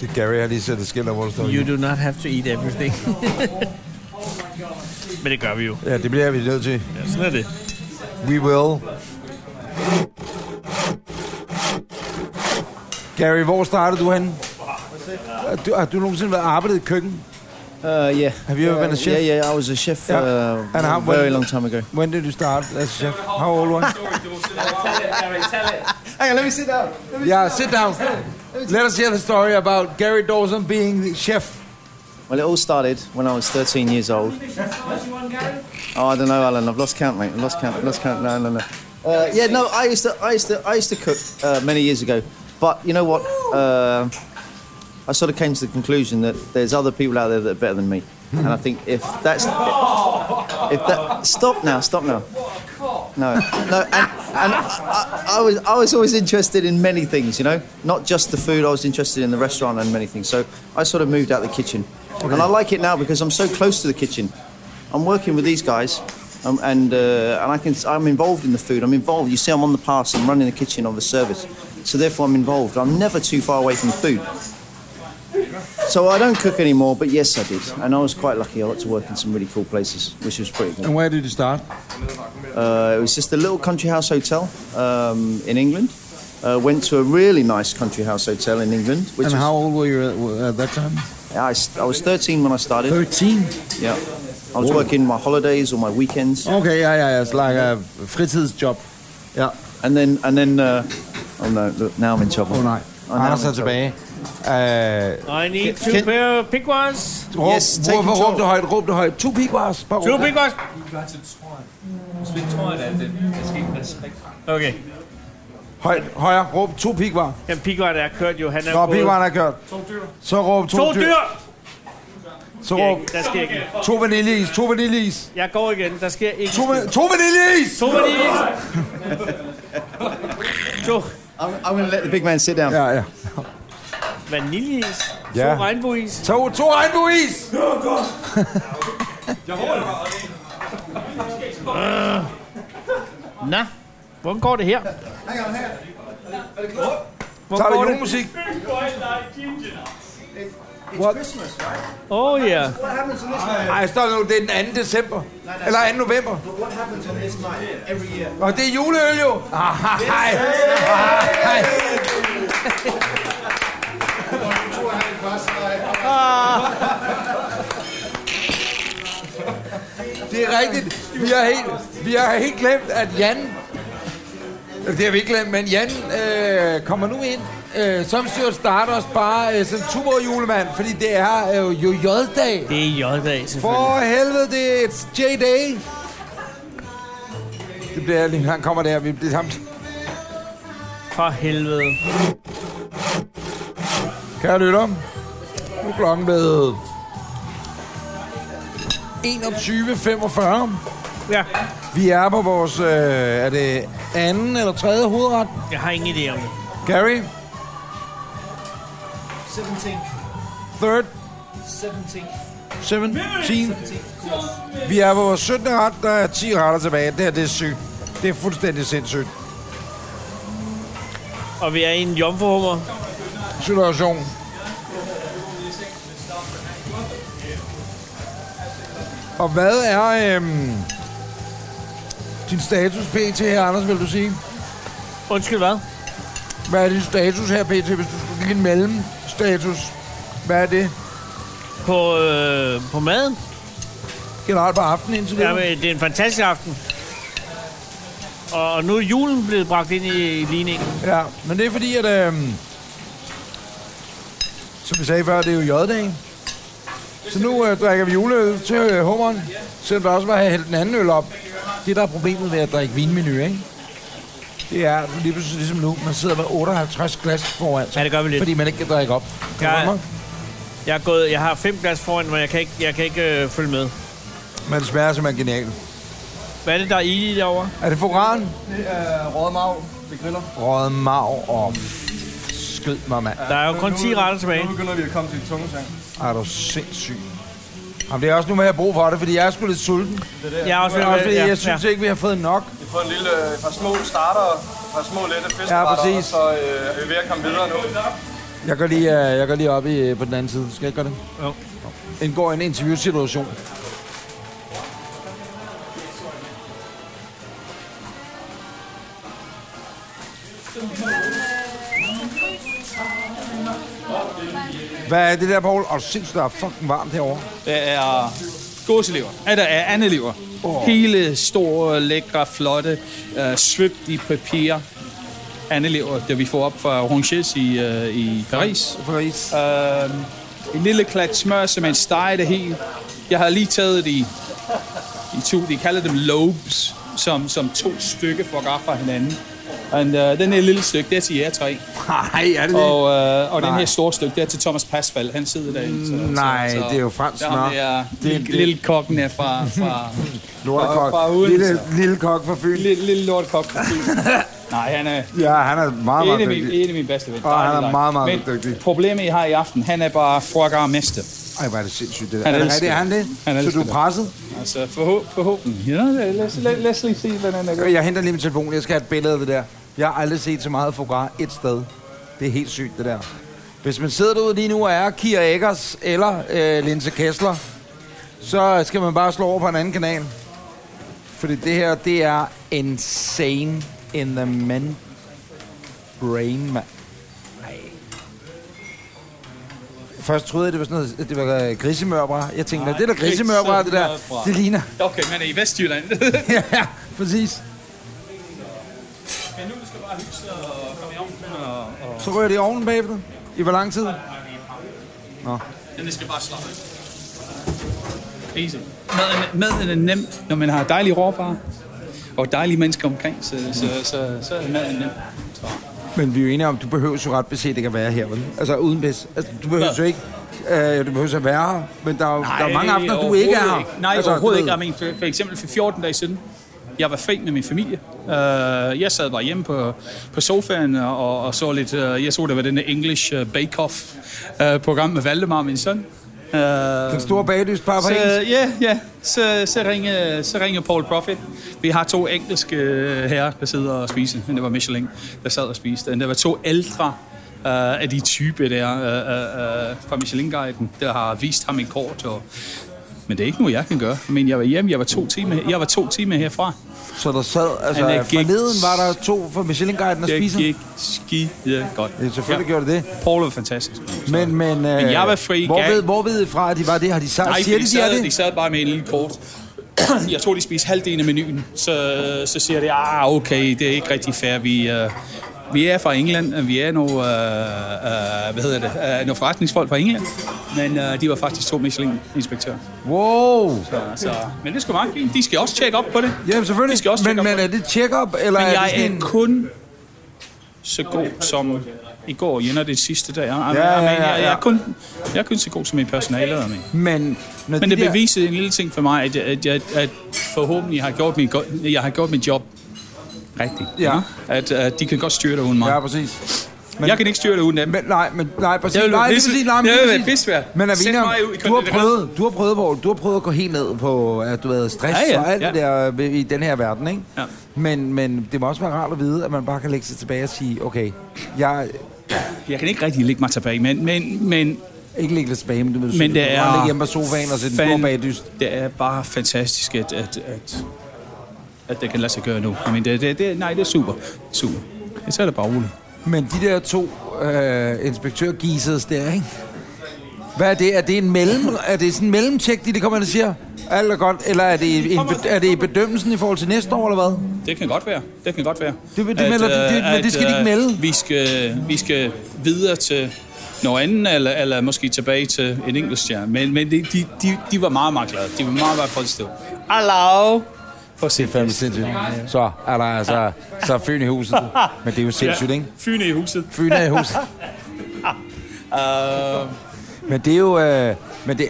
S1: Det er Gary har lige sættet skiller, hvor der står...
S2: You do not have to eat everything. Men det gør vi jo.
S1: Ja, det bliver vi nødt til.
S2: Ja, sådan er det.
S1: We will. Gary, hvor startede du henne? Har du, har du nogensinde været arbejdet i køkken?
S9: Uh, yeah. Uh,
S1: Have you ever been a chef?
S9: Yeah, yeah, I was a chef
S1: Yeah.
S9: uh,
S1: And how-
S9: a very
S1: when-
S9: long time ago.
S1: When did you start as a chef? How old were you?
S9: Hang on, let me sit down. Let me
S1: Yeah, sit down. Let us hear the story about Gary Dawson being the chef.
S9: Well, it all started when I was 13 years old. Oh, I don't know, Alan. I've lost count, mate. I've lost count. I've lost count. No, no, no. Uh, yeah, no. I used to, I used to, I used to cook uh, many years ago. But you know what? Uh, I sort of came to the conclusion that there's other people out there that are better than me, and I think if that's if that stop now, stop now. No, no, and, and I, I, I was I was always interested in many things, you know, not just the food. I was interested in the restaurant and many things. So I sort of moved out the kitchen, and I like it now because I'm so close to the kitchen. I'm working with these guys, um, and uh, and I can I'm involved in the food. I'm involved. You see, I'm on the pass. I'm running the kitchen on the service, so therefore I'm involved. I'm never too far away from the food. So I don't cook anymore, but yes, I did, and I was quite lucky. I got to work in some really cool places, which was pretty cool.
S1: And where did you start?
S9: Uh, it was just a little country house hotel um, in England. Uh, went to a really nice country house hotel in England. Which was,
S1: And how old were you at, at that time?
S9: I, s- I was 13 when I started.
S1: 13?
S9: Yeah. I was
S1: Whoa. Oh.
S9: working my holidays or my weekends.
S1: Okay, yeah, yeah, yeah. It's like a fritidsjob.
S9: Yeah. And then, and then, uh, oh no, look, now I'm in trouble.
S1: Oh, nej.
S9: Oh, now
S1: Anders
S9: I'm
S1: er
S9: in trouble.
S1: tilbage. Uh,
S2: I need two pair pick ones.
S1: Råb, yes, råb, råb, råb det højt, råb det højt. To pigwars. Bare
S2: Two
S1: råb det.
S2: pick ones. Okay.
S1: Højt, højere. Råb to pigvar.
S2: Jamen, Pigvart er kørt jo. Han er
S1: Nå,
S2: gået-
S1: pigvaren er kørt. Så råb to,
S2: To dyr!
S1: Så
S2: Ja,
S1: råb
S2: Der sker ikke. noget.
S1: to vaniljeis, to vaniljeis.
S2: Jeg går igen. Der sker ikke.
S1: To, va- to vaniljeis!
S2: To vaniljeis! To
S9: I'm, I'm going to let the big man sit down.
S1: Ja, ja.
S2: vaniljeis.
S1: Ja.
S2: To regnbueis.
S1: To, to regnbueis!
S2: Øh. Nå, hvordan går det her? Hvor
S1: Så er der
S2: går det?
S1: julemusik.
S9: It's Christmas, right?
S2: Oh yeah.
S9: What happens on this
S1: Ej, står der nu, det er den 2. december. Eller 2. november.
S9: But what happens on this night every year?
S1: Og det er juleøl jo. Ah, hej. Ah, Hej. Det er rigtigt. Vi har helt, vi har helt glemt, at Jan... Det har vi ikke glemt, men Jan øh, kommer nu ind øh, som Stuart Stardust bare øh, som tuborjulemand, fordi det er øh, jo J-dag.
S2: Det er J-dag, selvfølgelig.
S1: For helvede, det er J-day. Det bliver lige, han kommer der. Vi bliver ham.
S2: For helvede.
S1: Kære lytter, nu er klokken blevet 21.45.
S2: Ja.
S1: Vi er på vores, øh, er det anden eller tredje hovedret?
S2: Jeg har ingen idé om det.
S1: Gary,
S15: 17.
S1: third,
S15: 17.
S1: 17. Vi er på vores 17. ret, der er 10 retter tilbage. Det her, det er sygt. Det er fuldstændig sindssygt.
S2: Og vi er i en jomfruhummer.
S1: Situation. Og hvad er øhm, din status pt her, Anders, vil du sige?
S2: Undskyld, hvad?
S1: Hvad er din status her pt, hvis du skulle give en mellemstatus? Hvad er det?
S2: På, øh, på maden.
S1: Generelt på aftenen indtil videre?
S2: Jamen, det er en fantastisk aften. Og nu er julen blevet bragt ind i ligningen.
S1: Ja, men det er fordi, at... Øhm, som vi sagde før, det er jo J-dagen. Så nu øh, drikker vi juleøl til øh, hummeren, selvom der også var hældt den anden øl op. Det, der er problemet ved at drikke vinmenu, ikke? Det er lige pludselig ligesom nu, man sidder med 58 glas foran sig,
S2: Ja, det gør vi lidt.
S1: fordi man ikke kan drikke op. Kan du
S2: Jeg,
S1: følge
S2: jeg, er gået, jeg har fem glas foran, men jeg kan ikke, jeg kan ikke øh, følge med.
S1: mig? Men det smager simpelthen genialt.
S2: Hvad er det, der er i derovre?
S1: Er det foran?
S14: Det
S7: Uh,
S14: er røget marv. Det griller.
S1: Røget marv og skød mig, mand.
S2: Der er jo kun 10 retter tilbage.
S14: Nu begynder vi at komme til de tunge ting.
S1: Er du sindssyg? Jamen, det er også nu, man har brug for det, fordi jeg er sgu lidt sulten.
S14: Det er det.
S1: Jeg er også,
S14: Nu er
S1: også
S14: det-
S1: fordi
S14: ja,
S1: jeg synes
S14: ja.
S1: ikke, vi har fået nok.
S14: Vi får en lille, øh, et par små starter, et par små lette fiskeretter,
S1: præcis.
S14: og så øh, er vi ved at komme videre nu.
S1: Jeg går lige, øh, jeg går lige op i, øh, på den anden side. Skal jeg ikke gøre det?
S2: Jo.
S1: Indgår i en interviewsituation. Hvad er det der, Poul? Og sindssygt, der er fucking varmt herovre.
S7: Der er gåselever. Ja, der er andelever. Oh. Hele store, lækre, flotte, uh, svøbt i papir andelever, der vi får op fra Ronges i, uh, i Paris.
S1: Paris.
S7: Uh, en lille klat smør, som man steger det helt. Jeg har lige taget det i, i to, de kalder dem lobes, som, som to stykker for at gøre fra hinanden. Og uh, den her lille stykke, det er til jer tre.
S1: Nej, er det det?
S7: Og, uh, og den
S1: Nej.
S7: her store stykke, det er til Thomas Pasfald. Han sidder derinde. Så,
S1: Nej, det er jo fransk
S7: der er ham
S1: snak.
S7: der
S1: Det er-
S7: lille,
S1: det-
S7: lille kokken er fra, fra, fra,
S1: Lortekok.
S7: fra Odense.
S1: Lille, lille kok fra Fyn.
S7: Lille, lille lortekok fra Fyn. Nej, han er
S1: Ja, han er meget,
S7: en, af
S1: meget
S7: min,
S1: dygtig.
S7: en af mine bedste venner.
S1: Og han er
S7: Dejlig,
S1: meget, meget
S7: dejlig. Men problemet, I har i aften, han er bare frugger mester.
S1: Ej, hvor er det sindssygt, det der. Er det rigtigt, er han det?
S7: Han
S1: Så
S7: elsker
S1: du er presset?
S7: Altså, forhå- forhåbentlig. Ja, lad os, lad, lad os lige se, hvordan det går.
S1: Jeg henter lige min telefon, jeg skal have et billede af det der. Jeg har aldrig set så meget foie et sted. Det er helt sygt, det der. Hvis man sidder derude lige nu og er Kira Eggers eller øh, Linse Kessler, så skal man bare slå over på en anden kanal. Fordi det her, det er insane in the men brain, man. Først troede jeg, det var sådan noget, det var øh, grisemørbra. Jeg tænkte,
S7: Nej,
S1: Nej, det er da grisemørbra, det der.
S7: grisemørbra.
S1: Det ligner.
S7: Okay, man er i Vestjylland.
S1: ja, præcis.
S7: Men nu skal bare hygge sig og komme i ovnen og... og...
S1: Så rører det i ovnen bagefter. I hvor lang tid? Nå.
S7: Den skal bare slappe Easy. Maden, maden er nem, når man har dejlige råvarer og dejlige mennesker omkring, så, så, så, så er maden nem. Så.
S1: Men vi er jo enige om, du behøver jo ret beset ikke at være her, vel? Altså uden pis. Altså, du behøver jo ikke... Øh, du behøver at være her, men der er, jo- der er mange aftener, du ikke er her.
S7: overhovedet ikke. Nej,
S1: altså,
S7: altså,
S1: du
S7: overhovedet
S1: ved.
S7: ikke. Jeg mener, for, for eksempel for 14 dage siden, jeg var fri med min familie. Uh, jeg sad bare hjemme på, på sofaen og- og, og så lidt... Uh, jeg så, der var den der English uh, Bake Off-program med Valdemar, min søn. Uh,
S1: Den store baglyspar på
S7: så,
S1: engelsk.
S7: Ja, ja. Så, så, ringer, så ringer Paul Profit. Vi har to engelske øh, herrer, der sidder og spiser. Men Det var Michelin, der sad og spiste. Men Der var to ældre øh, af de type der øh, øh, øh, fra Michelin-guiden, der har vist ham en kort. Og, men det er ikke noget, jeg kan gøre. Men jeg var hjemme, jeg var to timer, jeg var to timer herfra.
S1: Så der sad, Altså, forleden var der to fra Michelin-guiden og
S7: Det
S1: spiser.
S7: gik skide godt.
S1: Ja, selvfølgelig gjorde det det.
S7: Paul var fantastisk.
S1: Men, men, øh,
S7: Men jeg var fri.
S1: hvor,
S7: Gav-
S1: ved, hvor ved I fra, at de var det? Har de sagt?
S7: Nej,
S1: siger
S7: for
S1: de,
S7: de,
S1: de er
S7: sad,
S1: det?
S7: de sad bare med en lille kort. jeg tror, de spiste halvdelen af menuen. Så, så siger de, ah, okay, det er ikke rigtig fair. Vi, øh, vi er fra England, og vi er nogle, øh, øh, hvad hedder det, øh, nogle forretningsfolk fra England. Men øh, de var faktisk to Michelin-inspektører.
S1: Wow!
S7: Så, så, men det er sgu meget fint. De skal også tjekke op på det.
S1: Ja, selvfølgelig.
S7: De skal også
S1: Men, men er det check-up, eller
S7: men
S1: er
S7: jeg
S1: det sådan
S7: er
S1: en-
S7: kun så god som i går, Jen, og det sidste dag. Jeg, jeg,
S1: Ja, ja,
S7: jeg,
S1: ja,
S7: jeg, jeg,
S1: ja.
S7: er kun, jeg er kun så god som i personalet. og min.
S1: Men, når
S7: Men
S1: de
S7: det
S1: der-
S7: beviser en lille ting for mig, at, jeg- at, jeg, at forhåbentlig har jeg gjort min, go- jeg har gjort min job rigtigt.
S1: Ja.
S7: At, at de kan godt styre det uden mig. Ja,
S1: præcis.
S7: Men, jeg kan ikke styre det uden dem.
S1: Men, nej, men, nej, præcis.
S7: Det vil
S1: nej,
S7: være
S1: lige
S7: pisse-
S1: præcis, nej, men
S7: det
S1: lige
S7: vil være
S1: præcis.
S7: pissvært.
S1: Men
S7: Sæt
S1: Avina,
S7: mig ud i
S1: du har
S7: kontinentet.
S1: prøvet, du har prøvet, hvor, du har prøvet at gå helt ned på, at du havde stress ja,
S7: Ja, ja,
S1: ja, og alt
S7: ja.
S1: ja. det der ved- i den her verden, ikke?
S7: Ja.
S1: Men, men det må også være rart at vide, at man bare kan lægge sig tilbage og sige, okay, jeg...
S7: Jeg kan ikke rigtig lægge mig tilbage, men... men, men
S1: ikke lægge dig tilbage, men du vil
S7: men
S1: du
S7: det
S1: kan
S7: er...
S1: bare ligge hjemme på sofaen og sætte en stor bagdyst.
S7: Det er bare fantastisk, at, at, at, at det kan lade sig gøre nu. I mean, det, det, det, nej, det er super. Super. Jeg tager det bare roligt.
S1: Men de der to øh, inspektørgisers der, ikke? Hvad er det? Er det en mellem, er det sådan en mellemtjek, de der kommer ind og siger, alt er godt, eller er det, en, er det i bedømmelsen i forhold til næste år, eller hvad?
S7: Det kan godt være. Det kan godt være.
S1: Det- det melder de- det- men det skal de ikke
S7: øh,
S1: melde.
S7: Vi skal, vi skal videre til noget andet, eller, eller måske tilbage til en enkeltstjerne. Men, men de, de, de, de var meget, meget glade. De var meget, meget positive. Hello! For at se
S1: fandme sindssygt. Så er der altså så er Fyn i huset. Men det er jo sindssygt, ikke?
S7: Fyn i huset.
S1: Fyn er i huset. Øhm,
S7: uh,
S1: Men det er jo... Øh, men det,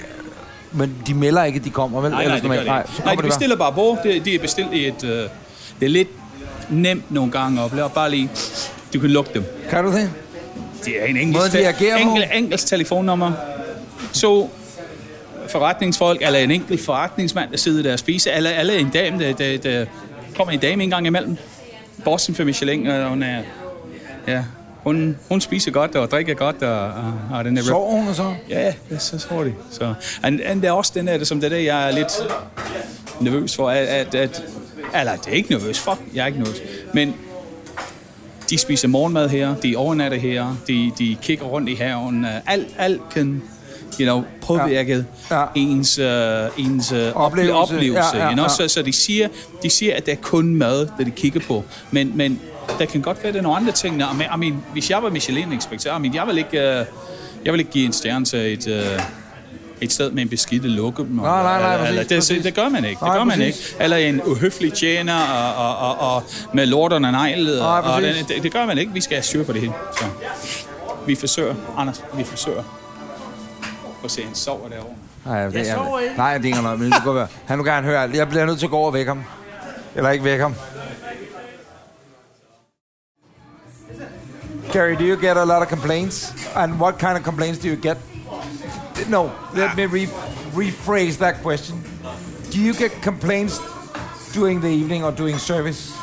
S1: Men de melder ikke, at de kommer, vel?
S7: Nej, nej, det gør det
S1: Nej,
S7: ikke. Nej, de
S1: det
S7: bestiller bare bord. Det, de er bestilt i et... Øh, det er lidt nemt nogle gange at opleve. Bare lige... Du kan lukke dem.
S1: Kan du det?
S7: Det er en
S1: Måde,
S7: engelsk,
S1: de agerer på?
S7: enkel, engelsk telefonnummer. To forretningsfolk, eller en enkelt forretningsmand, der sidder der og spiser, eller, eller en dame, der, der, der kommer en dame en gang imellem. Bortsen fra Michelin, og hun er... Ja, hun, hun spiser godt og drikker godt, og, og, og den er...
S1: Sover hun og så?
S7: Ja, ja, så sover de. Så, and, and der er også den der, som det der, jeg er lidt nervøs for, at, at, at eller det er ikke nervøs, fuck, jeg er ikke nervøs, men de spiser morgenmad her, de overnatter her, de, de kigger rundt i haven, øh, alt, alt kan, you know, påvirket ja. Ja. ens, øh, ens øh,
S1: Oplevelse.
S7: oplevelse, oplevelse
S1: Ja, ja,
S7: you know?
S1: ja.
S7: så, så de siger, de siger, at det er kun mad, der de kigger på, men, men der kan godt være, der er nogle andre ting, Nå, men, I mean, hvis jeg var Michelin-inspektør, I mean, jeg vil ikke, øh, jeg vil ikke give en stjerne til et, øh, et sted med en beskidte lukke. Nej,
S1: nej, nej, præcis,
S7: eller, det, det, det gør man ikke. Det
S1: Nej,
S7: gør man ikke.
S1: præcis.
S7: Eller en uhøflig tjener og, og, og, og med lorterne nejlet.
S1: Nej,
S7: og
S1: præcis.
S7: den- det, det gør man ikke. Vi skal have styr på det hele. Så. Vi forsøger. Anders, vi forsøger. Prøv at se, han sover derovre.
S1: Nej, det
S7: Jeg
S1: er,
S7: sover ikke.
S1: nej, det er ikke noget, men det kan godt være. Han vil gerne høre alt. Jeg bliver nødt til at gå over og vække ham. Eller ikke vække ham. Gary, do you get a lot of complaints? And what kind of complaints do you get? No, let me re rephrase that question. Do you get complaints during the evening or during service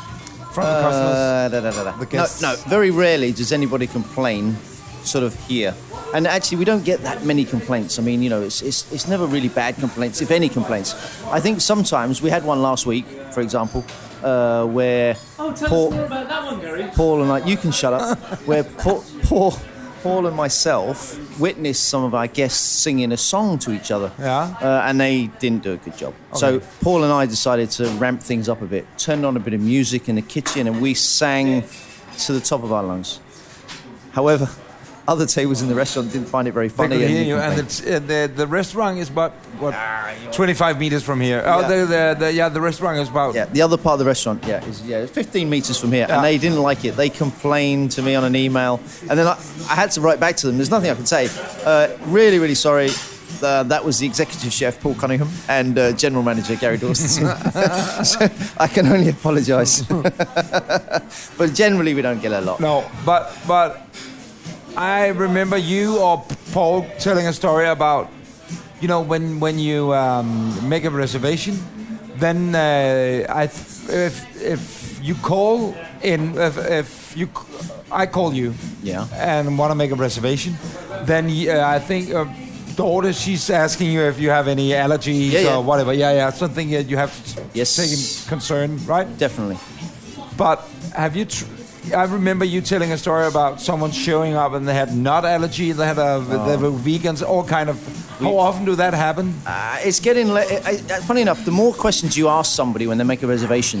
S1: from the customers?
S9: Uh, da, da, da, da.
S1: guests.
S9: No, no, very rarely does anybody complain sort of here. And actually, we don't get that many complaints. I mean, you know, it's, it's, it's never really bad complaints, if any complaints. I think sometimes, we had one last week, for example, uh, where
S15: Oh, tell
S9: Paul,
S15: us more about that one, Gary.
S9: Paul and I, you can shut up, where Paul, Paul, Paul and myself witnessed some of our guests singing a song to each other.
S1: Yeah.
S9: Uh, and they didn't do a good job. So Paul and I decided to ramp things up a bit, turned on a bit of music in the kitchen, and we sang to the top of our lungs. However, other tables in the restaurant didn't find it very
S1: They
S9: funny.
S1: could
S9: and
S1: hear
S9: they
S1: you, and
S9: complained.
S1: the, and the, the restaurant is about what, 25 meters from here. Oh,
S9: Yeah.
S1: the, the, the, yeah, the restaurant is about
S9: Yeah, the other part of the restaurant, yeah, is yeah, 15 meters from here, and they didn't like it. They complained to me on an email, and then I, I had to write back to them. There's nothing I can say. Uh, really, really sorry. Uh, that was the executive chef Paul Cunningham and uh, general manager Gary Dawson. so I can only apologise. but generally, we don't get a lot.
S1: No, but but I remember you or Paul telling a story about you know when when you um, make a reservation, then uh, I th- if if you call in if, if you c- I call you
S9: Yeah.
S1: and want to make a reservation, then uh, I think. Uh, Daughter, she's asking you if you have any allergies
S9: Yeah, yeah.
S1: or whatever. Yeah, yeah, something that you have to
S9: Yes.
S1: take in concern, right?
S9: Definitely.
S1: But have you? Tr- I remember you telling a story about someone showing up and they had nut allergy. They had a,
S9: Oh.
S1: they were vegans. All kind of. How often do that happen?
S9: Uh, it's getting. Le- I, I, funny enough, the more questions you ask somebody when they make a reservation,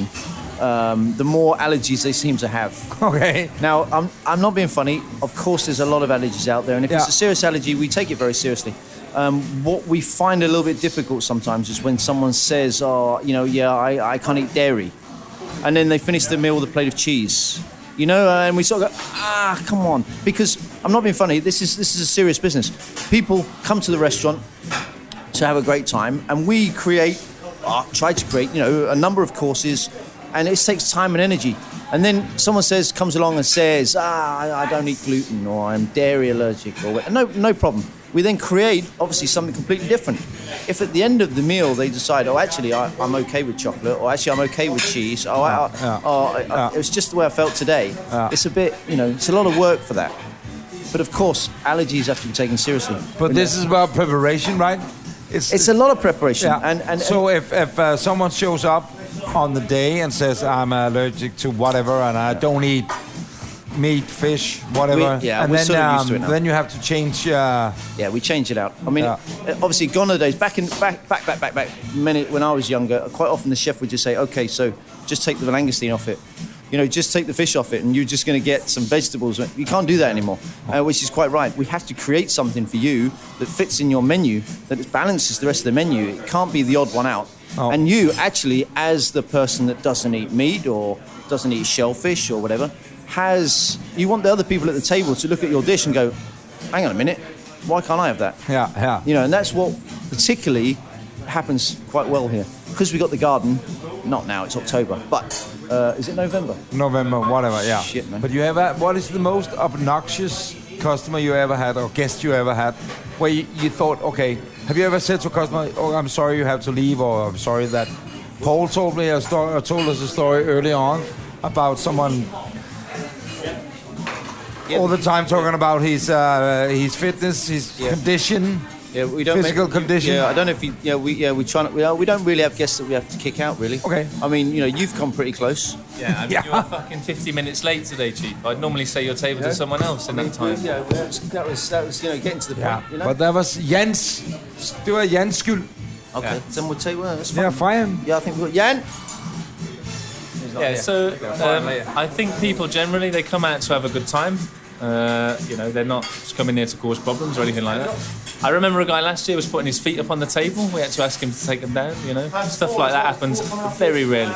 S9: um, the more allergies they seem to have.
S1: Okay.
S9: Now, I'm, I'm not being funny. Of course, there's a lot of allergies out there, and if
S1: Yeah.
S9: it's a serious allergy, we take it very seriously. Um, what we find a little bit difficult sometimes is when someone says, "Oh, you know, yeah, I, I can't eat dairy," and then they finish their meal with a plate of cheese. You know, uh, and we sort of go, "Ah, come on," because I'm not being funny. This is this is a serious business. People come to the restaurant to have a great time, and we create, uh, try to create, you know, a number of courses, and it takes time and energy. And then someone says, comes along and says, ah, I- I don't eat gluten, or I'm dairy allergic, or wha- no, no problem. We then create obviously something completely different. If at the end of the meal they decide, oh, actually I, I'm okay with chocolate, or actually I'm okay with cheese, oh, I, I, oh I, I, it was just the way I felt today. It's a bit, you know, it's a lot of work for that. But of course, allergies have to be taken seriously.
S1: But this is about preparation, right? It's
S9: it's a lot of preparation.
S1: Yeah.
S9: And, and
S1: so if if uh, someone shows up on the day and says I'm allergic to whatever and I don't eat meat, fish, whatever,
S9: We- yeah,
S1: and
S9: we're
S1: then um,
S9: sort of used to it now.
S1: then you have to change. Uh,
S9: yeah, we change it out. I mean,
S1: Yeah.
S9: uh, obviously, gone are the days back in back back back back back. Many when I was younger, quite often the chef would just say, "Okay, so just take the langoustine off it." You know, just take the fish off it, and you're just going to get some vegetables. You can't do that anymore, uh, which is quite right. We have to create something for you that fits in your menu, that balances the rest of the menu. It can't be the odd one out. And you, actually, as the person that doesn't eat meat or doesn't eat shellfish or whatever, has you want the other people at the table to look at your dish and go, "Hang on a minute, why can't I have that?"
S1: yeah, yeah.
S9: You know, and that's what particularly happens quite well here because we got the garden. Not now; it's October, but uh, is it November?
S1: November, whatever, yeah.
S9: Shit, man.
S1: But you ever, what is the most obnoxious customer you ever had or guest you ever had where you, you thought, okay, have you ever said to a customer, oh, I'm sorry you have to leave or I'm sorry that Paul told me a story, or told us a story early on about someone all the time talking about his, uh, his fitness, his condition.
S9: Yeah, we don't
S1: Physical
S9: make,
S1: condition.
S9: Yeah, I don't know if you. Yeah, we yeah we try not. We, are- we don't really have guests that we have to kick out really. Okay. I mean, you know, you've come pretty close.
S10: Yeah, I mean, you were fucking 50 minutes late today, Chief. I'd normally say your table to someone else in that time.
S9: Yeah, that was, that was, that was you know, getting to the
S1: Ja,
S9: point, you know?
S1: but that was Jens. Det var Jens skyld.
S9: Okay, yeah. then we'll take well, that's fine.
S1: Yeah, fra ham.
S9: Yeah, I think we've got Jan.
S10: Yeah, so um, I think people generally they come out to have a good time. Uh, you know, they're not just coming here to cause problems or anything like that. I remember a guy last year was putting his feet up on the table. We had to ask him to take them down. You know, stuff like that happens very rarely.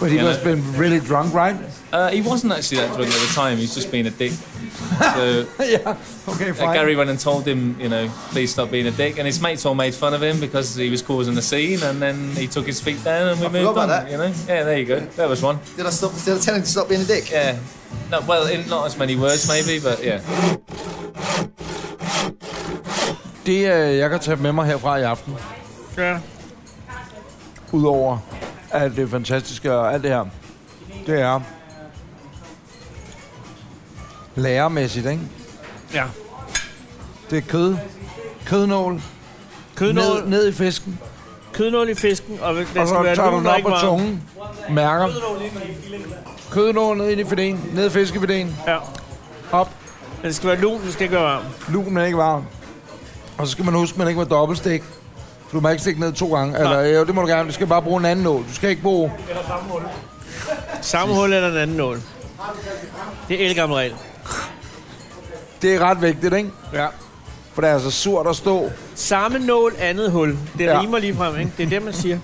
S1: But he
S10: Yeah.
S1: must been really drunk, right?
S10: Uh, he wasn't actually that drunk at the time. He's just being a dick. So
S1: yeah, okay,
S10: Uh,
S1: fine.
S10: Gary went and told him, you know, please stop being a dick, and his mates all made fun of him because he was causing the scene, and then he took his feet down, and we
S9: I
S10: moved
S9: forgot about
S10: on.
S9: that.
S10: You know, yeah, there you go. That was one.
S9: Did I stop? Did I tell him to stop being a dick?
S10: Yeah. No, well, in not as many words maybe, but yeah.
S1: Det, øh, jeg kan tage med mig herfra i aften,
S2: Ja.
S1: udover alt det fantastiske og alt det her, det er lærermæssigt, ikke?
S2: Ja.
S1: Det er kød, kødnål,
S2: Kødnål.
S1: Ned, ned i fisken.
S2: Kødnål i fisken, og der
S1: og
S2: skal
S1: så
S2: være
S1: tager du den
S2: nogen, der
S1: op
S2: ikke
S1: på
S2: var-
S1: tungen, mærker. Kødnål ned ind i filéen, ned i fiskefidéen.
S2: Ja.
S1: Op.
S2: Den skal være lun, den skal ikke være varm.
S1: Lunen er ikke varm. Og så skal man huske, at man ikke må dobbeltstik. For du må ikke stikke ned to gange. Eller, jo, det må du gerne. Du skal bare bruge en anden nål. Du skal ikke bruge...
S2: Eller samme hul. Samme hul eller en anden nål. Det er elgammel regel.
S1: Det er ret vigtigt, ikke?
S2: Ja.
S1: For det er altså surt at stå.
S2: Samme nål, andet hul. Det
S1: Ja.
S2: ja. rimer lige frem, ikke? Det er det, man siger.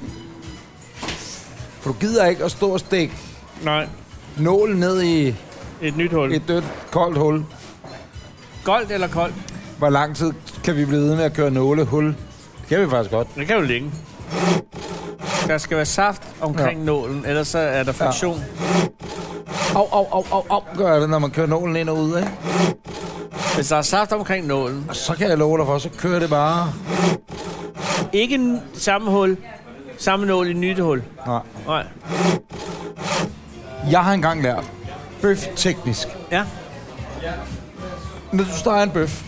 S1: For du gider ikke at stå og stikke
S2: Nej.
S1: nålen ned i...
S2: Et nyt hul.
S1: Et dødt, koldt hul.
S2: Goldt eller koldt?
S1: Hvor lang tid kan vi blive ved med at køre nålehul? Det kan vi faktisk godt.
S2: Det kan jo længe. Der skal være saft omkring ja. nålen, ellers så er der friktion.
S1: Au, au, au, au, au, gør det, når man kører nålen ind og ud, ikke?
S2: Hvis der er saft omkring nålen.
S1: Og så kan jeg love dig for, så kører det bare.
S2: Ikke n- samme hul, samme nål i nyt hul.
S1: Nej.
S2: Nej.
S1: Jeg har engang lært bøf teknisk.
S2: Ja.
S1: Når du steger en bøf,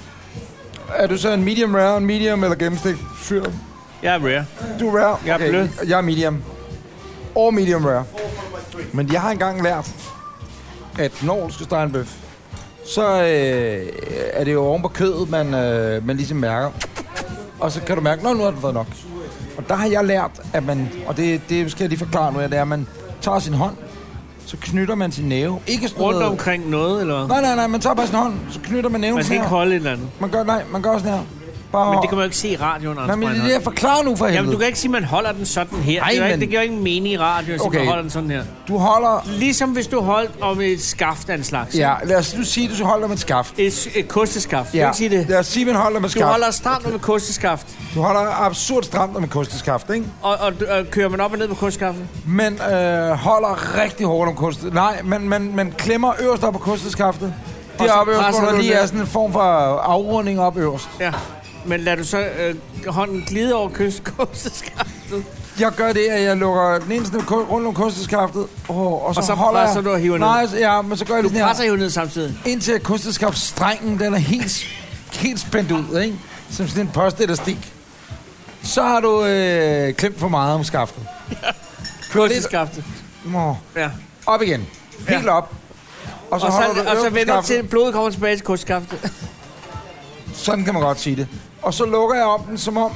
S1: er du så en medium rare, en medium eller gennemstik fyr?
S2: Jeg er rare.
S1: Du er rare?
S2: Jeg er blød.
S1: Jeg er medium. Og medium rare. Men jeg har engang lært, at når du skal stege en bøf, så øh, er det jo oven på kødet, man, øh, man ligesom mærker. Og så kan du mærke, at nu har den fået nok. Og der har jeg lært, at man, og det, det skal jeg lige forklare nu, at det er, at man tager sin hånd, så knytter man sin næve. Ikke sådan
S2: Rundt
S1: noget-
S2: omkring noget, eller hvad?
S1: Nej, nej, nej, man tager bare sin hånd, så knytter man næven
S2: Man skal
S1: sådan
S2: ikke
S1: her.
S2: holde et eller andet.
S1: Man gør, nej, man gør sådan her. Bare
S2: Men det kan man jo ikke se i radioen, Anders
S1: Nej, men det er det,
S2: Breinholt.
S1: jeg forklarer nu for helvede.
S2: Jamen, du kan ikke sige, at man holder den sådan her.
S1: Ej,
S2: Ej, det, men...
S1: men-
S2: det giver ikke mening i radioen, okay.
S1: Okay.
S2: at man holder den sådan her.
S1: Du holder...
S2: Ligesom hvis du holdt om et skaft af en slags.
S1: Ja, lad os nu sige, at du holder med et skaft.
S2: Et, et kosteskaft.
S1: Ja.
S2: Ja. Sige det.
S1: Lad os sige, at man holder med
S2: Du
S1: skaft.
S2: holder stramt om et kosteskaft.
S1: Du holder absurd stramt med kosteskaft, ikke?
S2: Og, og, og øh, kører man op og ned på kostskaffet?
S1: Men øh, holder rigtig hårdt om kostet. Nej, men man, man klemmer øverst op på kosteskaftet.
S2: Og
S1: Det
S2: så
S1: er oppe øverst,
S2: presser
S1: hvor der
S2: du
S1: lige
S2: ned.
S1: er sådan en form for afrunding op øverst.
S2: Ja. Men lader du så øh, hånden glide over kyst, kosteskaftet?
S1: Jeg gør det, at jeg lukker den ene side ko- rundt om kosteskaftet, oh, og så,
S2: Og så
S1: holder
S2: presser
S1: jeg...
S2: du og hiver ned.
S1: Nej, så- ja, men så gør jeg
S2: Du
S1: lige sådan her.
S2: presser jo ned samtidig.
S1: Indtil kosteskaftstrengen, den er helt, helt spændt ud, ikke? Som sådan en post elastik. Så har du øh, klemt for meget om skaftet.
S2: Kosteskaftet.
S1: Må.
S2: Ja.
S1: Op igen. Helt
S2: Ja.
S1: op.
S2: Og så, og
S1: holder
S2: så, og så
S1: øverst på
S2: vender du
S1: skaftet.
S2: til, blodet kommer tilbage til kostskaftet.
S1: Sådan kan man godt sige det. Og så lukker jeg om den, som om...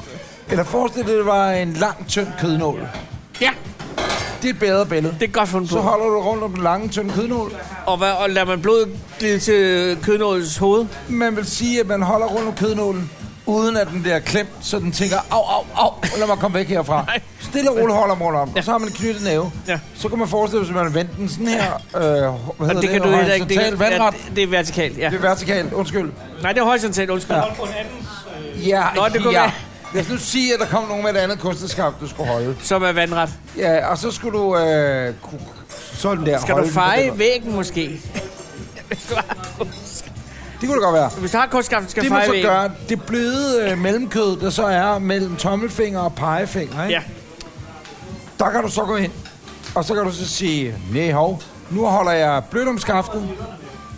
S1: Eller forestil dig, det var en lang, tynd kødnål.
S2: Ja.
S1: Det er et bedre billede.
S2: Det er godt fundet
S1: Så
S2: på.
S1: holder du rundt om den lange, tynde kødnål.
S2: Og, hvad, og lader man blodet glide til kødnålens hoved?
S1: Man vil sige, at man holder rundt om kødnålen, uden at den bliver klemt, så den tænker, au, au, au, lad mig komme væk herfra. Nej. Stille og roligt holder man rundt om, ja. og så har man en knyttet næve.
S2: Ja.
S1: Så kan man forestille sig, at man vender den sådan her, øh, hvad hedder
S2: Og det kan du heller ikke. Det,
S1: Horisontal vandret.
S2: ja, det- det er vertikalt, ja.
S1: Det er vertikalt, undskyld.
S2: Nej, det er horisontalt, undskyld.
S1: Ja,
S2: Nå, det kunne
S1: ja.
S2: være.
S1: Lad os nu sige, at der kom nogen med et andet kunstnerskab, du skulle holde.
S2: Som er vandret.
S1: Ja, og så skulle du... Øh, ku- sådan der.
S2: Skal du
S1: holde den på den
S2: feje
S1: måde.
S2: væggen måske?
S1: Det kunne det godt være.
S2: Hvis du har kunstskabt, skal
S1: det
S2: du
S1: man
S2: feje
S1: så
S2: væggen.
S1: gør, det bløde øh, mellemkød, der så er mellem tommelfinger og pegefinger, ikke?
S2: Ja.
S1: Der kan du så gå ind, og så kan du så sige, nej hov, nu holder jeg blødt om skaftet.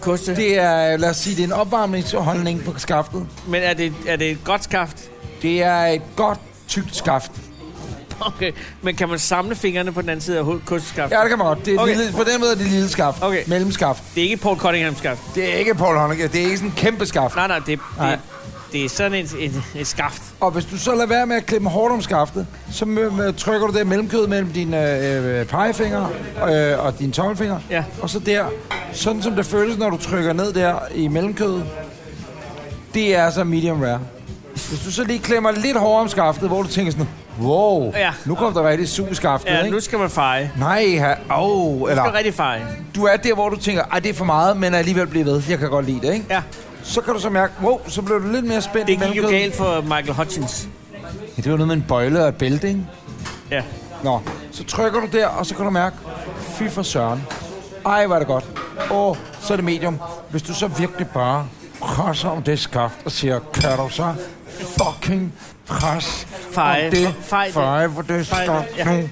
S2: Koste.
S1: Det er, lad os sige, det er en opvarmningsholdning på skaftet.
S2: Men er det, er det et godt skaft?
S1: Det er et godt, tykt skaft.
S2: Okay, men kan man samle fingrene på den anden side af hul- kunstskaftet?
S1: Ja, det kan man godt. Det er okay. lille, på den måde er det et lille skaft.
S2: Okay.
S1: Mellemskaft.
S2: Det er ikke Paul Cunningham-skaft.
S1: Det er ikke Paul Honecke. Det er ikke sådan en kæmpe skaft.
S2: Nej, nej, det,
S1: Nej.
S2: det, det er sådan en, en, et skaft.
S1: Og hvis du så lader være med at klemme hårdt om skaftet, så mø- mø- trykker du det mellemkød mellem dine øh, øh, pegefinger øh, og dine tommelfinger.
S2: Ja.
S1: Og så der, sådan som det føles, når du trykker ned der i mellemkødet, det er så medium rare. Hvis du så lige klemmer lidt hårdere om skaftet, hvor du tænker sådan, wow,
S2: Ja.
S1: nu kom der rigtig sus i skaftet,
S2: Ja,
S1: ikke?
S2: nu skal man feje.
S1: Nej, ha- oh,
S2: Nu
S1: eller...
S2: skal man rigtig feje.
S1: du er der, hvor du tænker, at det er for meget, men alligevel bliver ved. Jeg kan godt lide det, ikke?
S2: Ja.
S1: Så kan du så mærke, wow, så bliver du lidt mere spændt.
S2: Det gik jo
S1: mellemkødet.
S2: galt for Michael Hutchins.
S1: Ja, det var noget med en bøjle og et bælte, ikke?
S2: Ja.
S1: Nå, så trykker du der, og så kan du mærke, fy for søren. Ej, var det godt. Åh, så er det medium. Hvis du så virkelig bare krosser om det skaft og siger, kan du så fucking pres
S2: Feje.
S1: om det,
S2: Fej det.
S1: feje på det
S2: Fej det,
S1: skaft
S2: ja.
S1: nu.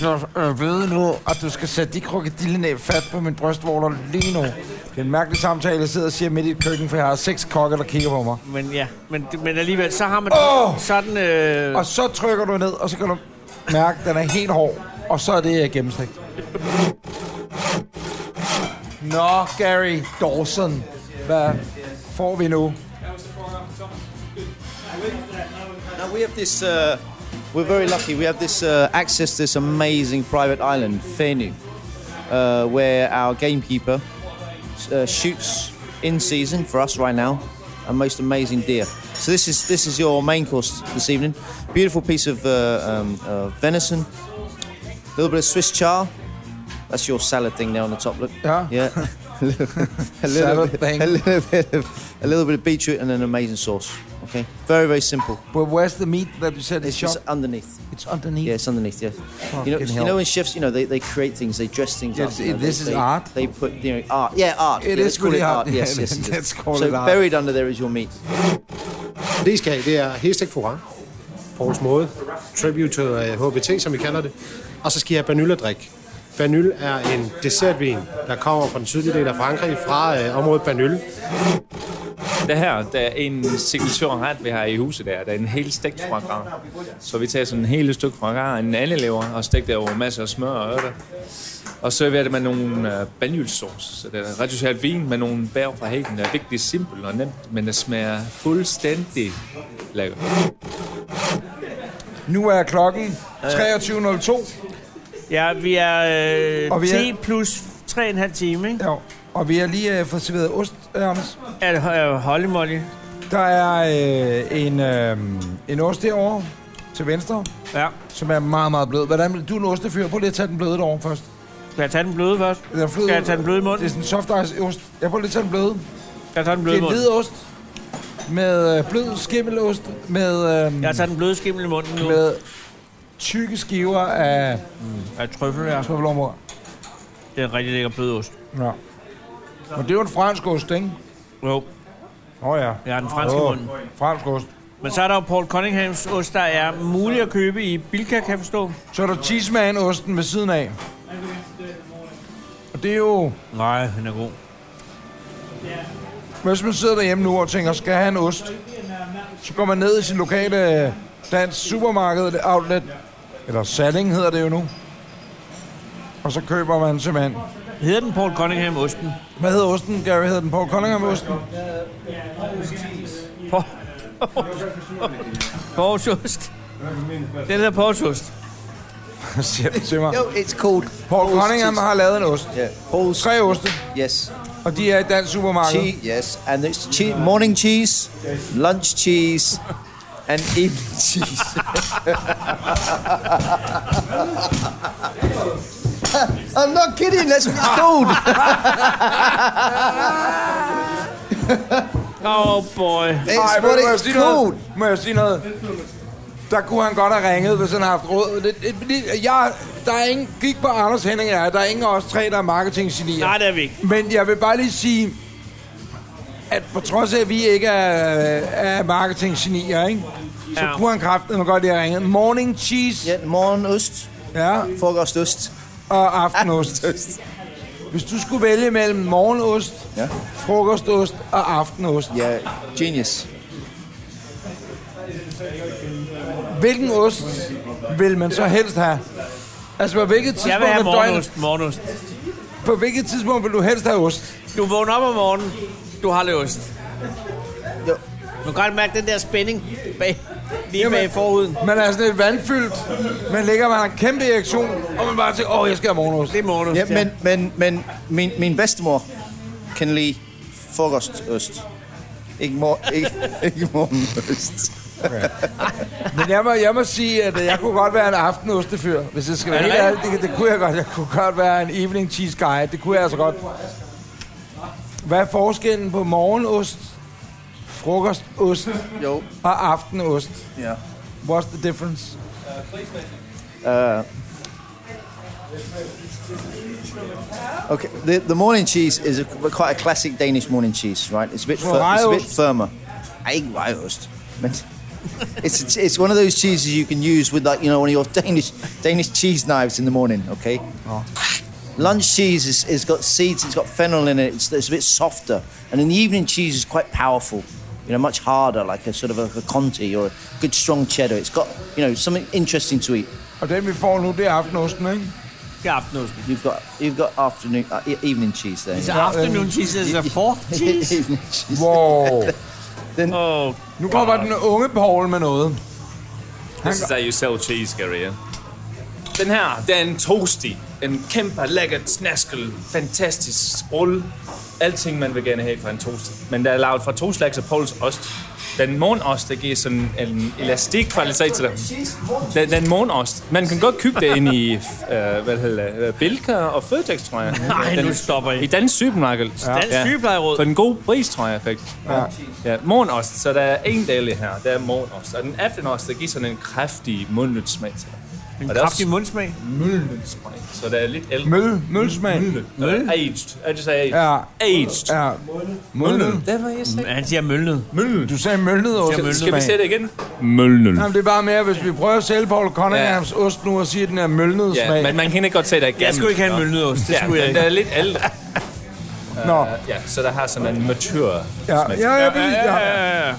S1: Jeg øh, ved nu, at du skal sætte de krokodillenæb fat på min brystvorter lige nu. Det er en mærkelig samtale, jeg sidder og siger midt i et køkken, for jeg har seks kokke, der kigger på mig.
S2: Men ja, men, men alligevel, så har man
S1: Åh!
S2: sådan... Øh,
S1: Og så trykker du ned, og så kan du mærke, at den er helt hård. Og så er det øh, gennemsnit. Nå, Gary Dawson. Hvad får vi nu?
S9: Now we have this. Uh, we're very lucky. We have this uh, access to this amazing private island, Fenu, uh, where our gamekeeper uh, shoots in season for us right now a most amazing deer. So this is this is your main course this evening. Beautiful piece of uh, um, uh, venison, a little bit of Swiss char. That's your salad thing there on the top. Look.
S1: Yeah.
S9: Yeah. a little, a little
S1: Salad
S9: bit,
S1: thing.
S9: a little bit of a little bit of beetroot and an amazing sauce. Okay. Very very simple.
S1: But where's the meat that you said is
S9: It's
S1: shot?
S9: underneath.
S1: It's underneath.
S9: Yeah, it's underneath. Yeah. you know,
S1: Fucking
S9: you
S1: hell.
S9: know, when chefs, you know, they, they create things, they dress things
S1: Yeah,
S9: up. you
S1: see,
S9: know,
S1: this
S9: they,
S1: is
S9: they-
S1: art.
S9: They put you know art. Yeah, art.
S1: It
S9: yeah,
S1: is
S9: let's call
S1: really
S9: it
S1: art.
S9: art. Yes,
S1: Yeah,
S9: yes, yes.
S1: let's call
S9: so
S1: it art.
S9: buried under there is your meat.
S8: Det, I skal have, det er hestegt foran. Pours måde. Tribute to øh, HBT, som vi kalder det. Og så skal I have banyl at drikke. Banyl er en dessertvin, der kommer fra den sydlige del af Frankrig, fra øh, området Banyl.
S10: Det her, der er en signaturret, vi har i huset der. Der er en helt stegt fra Så vi tager sådan en hel stykke fra en andelever, og stegt der over masser af smør og ørter. Og så er det med nogle øh, banjulsauce. Så det er reduceret vin med nogle bær fra hagen, der er virkelig simpel og nemt, men det smager fuldstændig lækkert.
S1: Nu er klokken 23.02,
S2: Ja, vi er, øh,
S1: Og vi er-
S2: 10 plus 3,5 time, ikke?
S1: Jo. og vi har lige øh, fået serveret ost, øh, Anders.
S2: Er det øh, holdemolle?
S1: Der er øh, en, øh, en ost derovre til venstre,
S2: Ja.
S1: som er meget, meget blød. Hvordan, vil- du er en ostefyr. Prøv lige at tage den bløde derovre først.
S2: Skal jeg tage den bløde først?
S1: Den er fløde,
S2: Skal jeg tage den bløde i munden?
S1: Det er sådan en soft ice ost. Jeg prøver lige at tage den bløde.
S2: Jeg tager
S1: Det
S2: den bløde
S1: er en
S2: mund.
S1: hvid ost med øh, blød skimmelost med, øh,
S2: Jeg tager den bløde skimmel i munden nu.
S1: med tykke skiver af
S2: Ja, Mm, trøffel, ja.
S1: trøffelområder.
S2: Det er en rigtig lækker blød ost.
S1: Ja. Men det er jo en fransk ost, ikke?
S2: Jo.
S1: Åh oh, ja.
S2: Jeg har den franske i
S1: Åh,
S2: munden.
S1: Fransk ost.
S2: Men så er der jo Paul Cunninghams ost, der er mulig at købe i Bilka, kan jeg forstå.
S1: Så er der cheeseman-osten ved siden af. Og det er jo...
S2: Nej, den er god.
S1: Hvis man sidder derhjemme nu og tænker, skal jeg have en ost? Så går man ned i sin lokale øh, dansk supermarked outlet, eller Salling hedder det jo nu. Og så køber man simpelthen.
S2: Hedder den Paul Cunningham osten?
S1: Hvad hedder osten, Gary? Hedder den Paul Cunningham osten?
S2: Paul... Pauls ost. Den hedder Pauls ost.
S1: Siger du til mig?
S9: No, it's called
S1: Paul Cunningham har lavet en ost.
S9: Yeah, Paul's
S1: Tre oste,
S9: yes,
S1: og de er i dansk supermarked.
S9: cheese, yes, and it's che- morning cheese, lunch cheese, and evening cheese. I'm not kidding. That's what it's called.
S2: Oh boy.
S1: Ej,
S9: It's what
S1: ved du, må jeg
S9: it's
S2: Oh,
S1: sige
S9: called.
S1: noget? Må jeg sige noget? Der kunne han godt have ringet, hvis han havde haft råd. Det, det, det, jeg, der er ingen... Kig på Anders Henning og jeg. Der er ingen af os tre, der er marketinggenier.
S2: Nej, det er vi ikke.
S1: Men jeg vil bare lige sige, at på trods af, at vi ikke er, er marketinggenier, ikke? så
S9: Ja.
S1: kunne han kraftedeme godt lige have ringet. Morning cheese.
S9: Ja, morgenost.
S1: Ja.
S9: Frokostost.
S1: Og aftenost. Hvis du skulle vælge mellem morgenost, ja. frokostost og aftenost.
S9: Ja, genius.
S1: Hvilken ost vil man så helst have? Altså på hvilket tidspunkt
S2: Jeg vil have
S1: af døgnet-
S2: morgenost. morgenost.
S1: På hvilket tidspunkt vil du helst have ost?
S2: Du vågner op om morgenen, du har lidt ost.
S9: Jo.
S2: Du kan godt mærke den der spænding bag, lige Jamen. bag forhuden.
S1: Man er sådan lidt vandfyldt. Man ligger man har en kæmpe erektion, og man bare tænker, åh, jeg skal have morgenost.
S2: Det er morgenost,
S9: Ja, men, men, men min, min bedstemor kan lide frokostost. Ikke, mor, ikke, ikke morgenost.
S1: Men jeg må, jeg må sige, at øh, jeg kunne godt være en aftenostefyr, hvis det skal være
S9: Er det
S1: helt ærligt. Det, det kunne jeg godt. Jeg kunne godt være en evening cheese guy. Det kunne jeg altså godt. Hvad er forskellen på morgenost, frokostost
S9: jo.
S1: og aftenost?
S9: Ja.
S1: What's the difference?
S9: Uh, okay, the, the morning cheese is a, quite a classic Danish morning cheese, right? It's a bit, fir- it's a bit
S1: Ryeost.
S9: firmer. I eat ryeost. But It's, it's one of those cheeses you can use with like you know one of your Danish Danish cheese knives in the morning. Okay. Lunch cheese is, is got seeds. It's got fennel in it. It's, it's a bit softer, and in the evening cheese is quite powerful. You know, much harder, like a sort of a, a Conti or a good strong cheddar. It's got you know something interesting to eat.
S1: Og den vi får nu, det er aftenosten, ikke?
S2: Det er aftenosten.
S9: You've got, you've got afternoon, uh, e- evening cheese there.
S2: It's
S9: yeah.
S2: afternoon cheese, it's a fourth cheese.
S9: Øh, Evening cheese.
S1: Wow.
S9: Den,
S2: oh,
S1: nu kommer den unge Paul med noget.
S10: This is how you sell cheese, Gary, yeah? Den her, det er en toasty. En kæmpe lækkert snaskel. Fantastisk sprul. Alting, man vil gerne have fra en toast. Men der er lavet fra to slags af Pols ost. Den morgenost, der giver sådan en elastik kvalitet til den. Den, den morgenost. Man kan godt købe det ind i øh, hvad hedder, det, Bilka og Føtex, tror jeg.
S2: Nej,
S10: den,
S2: nu stopper I.
S10: I dansk sygemarked.
S2: Ja. Dansk sygeplejeråd.
S10: For en god pris, tror jeg, faktisk.
S2: Ja.
S10: Ja, morgenost. Så der er en del i her, der er morgenost. Og den aftenost, der giver sådan en kraftig mundløbssmag til dig.
S2: En
S10: Og der er
S2: kraftig
S10: også
S2: mundsmag.
S10: Mundløbssmag. Så der er lidt ældre.
S1: Møl, mølsmag.
S10: Møl. Aged. Er det så aged?
S1: Ja.
S10: Aged.
S1: Ja.
S10: Mølnet. Det var jeg sagde.
S2: Han siger mølnet.
S10: Mølnet.
S1: Du sagde mølnet ost.
S10: Skal, skal vi se det igen?
S1: Mølnet. Jamen, det er bare mere, hvis vi prøver at sælge Paul Cunninghams ja. ost nu og sige, at den er mølnet
S10: Ja,
S1: smag.
S10: men man kan ikke godt se det igennem.
S2: Jeg skulle ikke have en
S10: Nå.
S2: mølnet ost, det
S10: ja,
S2: skulle jeg
S10: men
S2: ikke.
S10: der er lidt ældre.
S1: Nå.
S10: Uh, ja, så der har sådan en mature
S1: Ja,
S10: smag.
S1: ja, jeg vil, ja.
S10: ja.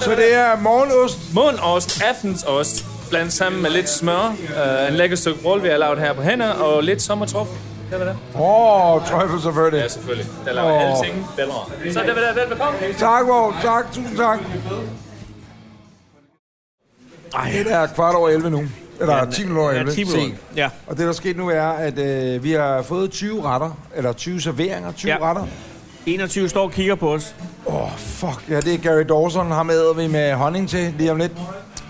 S1: Så det er morgenost?
S10: Morgenost, aftensost, blandet sammen med lidt smør, øh, en lækker stykke brød, vi har lavet her på hænder, og lidt sommertruffel. Det var det.
S1: Åh, oh, trøffel selvfølgelig.
S10: Ja, selvfølgelig. Der laver oh.
S1: Åh.
S10: alting bedre. Så det var det. Velbekomme.
S1: Tak, Vogn. Tak, tusind tak. Ej. Det er kvart over 11 nu. Eller
S2: Ja,
S1: ja, 10 minutter over
S2: ja,
S1: 11.
S2: 10 minutter.
S1: Se.
S2: Ja.
S1: Og det, der er sket nu, er, at øh, vi har fået 20 retter. Eller 20 serveringer, 20 ja. retter.
S2: 21 står og kigger på os.
S1: Åh, oh, fuck. Ja, det er Gary Dawson, ham æder vi med honning til lige om lidt.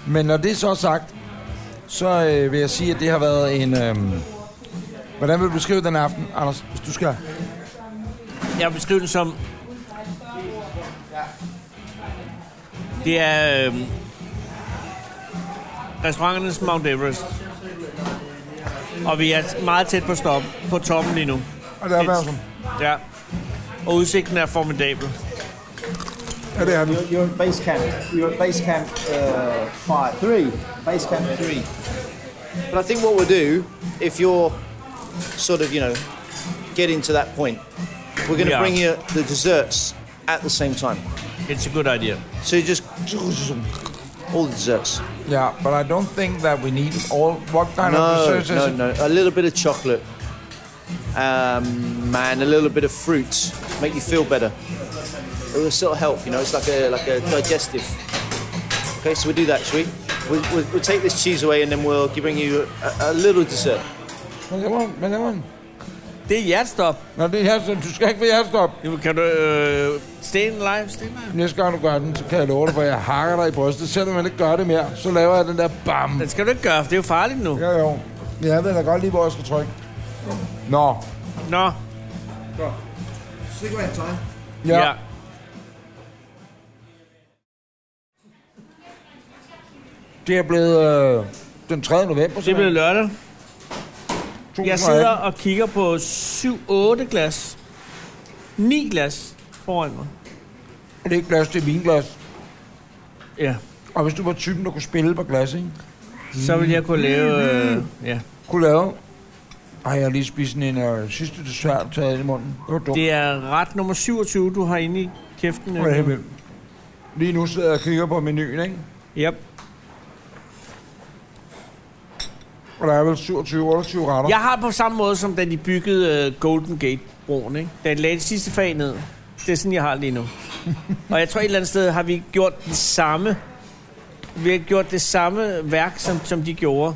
S1: Men når det er så sagt, så øh, vil jeg sige, at det har været en... Øh, hvordan vil du beskrive den aften, Anders, hvis du skal?
S2: Jeg beskriver den som... Det er... Øh, restauranternes Mount Everest. Og vi er meget tæt på, stop, på toppen lige nu.
S1: Og det er Bergsen.
S2: Ja. Og udsigten er formidabel.
S1: Ja, det er vi.
S9: You're, you're at base camp. You're at base camp uh, five, three. Base camp three. But I think what we'll do, if you're sort of, you know, getting to that point, we're going to
S2: Yeah.
S9: bring you the desserts at the same time.
S2: It's a good idea.
S9: So you just all the desserts.
S1: Yeah, but I don't think that we need all... What kind of
S9: no,
S1: desserts
S9: no,
S1: is it?
S9: no. A little bit of chocolate, um, and a little bit of fruit make you feel better. It will sort of help, you know. It's like a like a digestive. Okay, so we'll do that, shall we? We'll, we'll, we'll take this cheese away, and then we'll give- bring you a, a little dessert.
S1: Men det var, men det var en...
S2: Det er hjertestop.
S1: Nå, det er hjertestop. Du skal ikke ved hjertestop.
S2: Jamen, kan du... Øh, sten live, sten
S1: Næste gang du gør den, så kan jeg love dig, for jeg hakker dig i brystet. Selvom man ikke gør det mere, så laver jeg den der bam.
S2: Den skal du ikke gøre, for det er jo farligt nu.
S1: Ja, jo. Jeg ved da godt lige, hvor jeg skal trykke. Nå.
S2: Nå,
S9: Cigarette time.
S1: Ja.
S2: Ja.
S1: ja. Det er blevet øh, den 3. november.
S2: Det er blevet lørdag. Jeg sidder og kigger på 7-8 glas. 9 glas foran mig.
S1: Det er ikke glas, det er vinglas.
S2: Ja.
S1: Og hvis du var typen, der kunne spille på glas, ikke? Mm-hmm.
S2: Så ville jeg kunne lave... Øh, ja.
S1: Kunne lave... Ej, jeg har lige spist sådan en øh, sidste dessert taget i munden. Det var dumt.
S2: Det er ret nummer 27, du har inde i kæften.
S1: Hvor er det helt vildt. Lige nu sidder jeg og kigger på menuen, ikke?
S2: Yep.
S1: Og der er vel 27-28 retter.
S2: Jeg har på samme måde, som da de byggede øh, Golden Gate-broen, ikke? Da de lagde det sidste fag ned. Det er sådan, jeg har lige nu. og jeg tror, et eller andet sted har vi gjort det samme. Vi har gjort det samme værk, som, som de gjorde.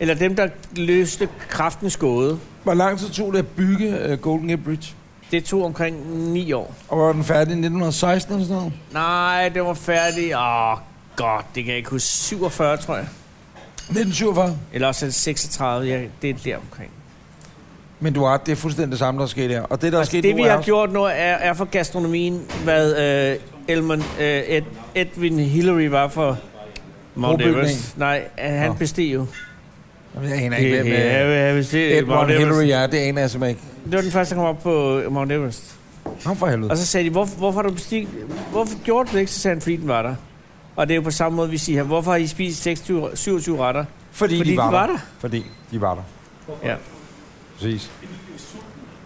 S2: Eller dem, der løste kraftens gåde.
S1: Hvor lang tid tog det at bygge øh, Golden Gate Bridge?
S2: Det tog omkring 9 år.
S1: Og var den færdig i 1916 eller sådan noget?
S2: Nej, det var færdig. Åh, oh, godt, det kan jeg ikke huske. 47, tror jeg.
S1: 1947?
S2: Eller også er det 36, ja, det er der omkring.
S1: Men du har ret, det er fuldstændig det samme, der er sket her. Og det, der er sket
S2: Altså, det,
S1: nu,
S2: vi har
S1: også-
S2: gjort nu, er, er for gastronomien, hvad øh, Elman, øh, Ed, Edwin Hillary var for Mount
S1: Brobygning.
S2: Everest. Nej, øh, han
S1: Nå.
S2: besteg jo.
S1: Jamen, jeg aner ikke, hvem øh,
S2: Ja, ja, hvis det-
S1: Edward
S2: Mount Everest.
S1: Hillary er. Det aner jeg simpelthen ikke.
S2: Det var den første, der kom op på øh, Mount Everest.
S1: Nå, for helvede.
S2: Og så sagde de, hvorfor, hvorfor, har du bestig, hvorfor gjorde du det ikke? Så sagde han, fordi den var der. Og det er jo på samme måde, vi siger her, hvorfor har I spist 26, 27 retter?
S1: Fordi,
S2: fordi
S1: de var,
S2: de var der.
S1: Fordi de var der.
S2: Ja.
S1: Præcis.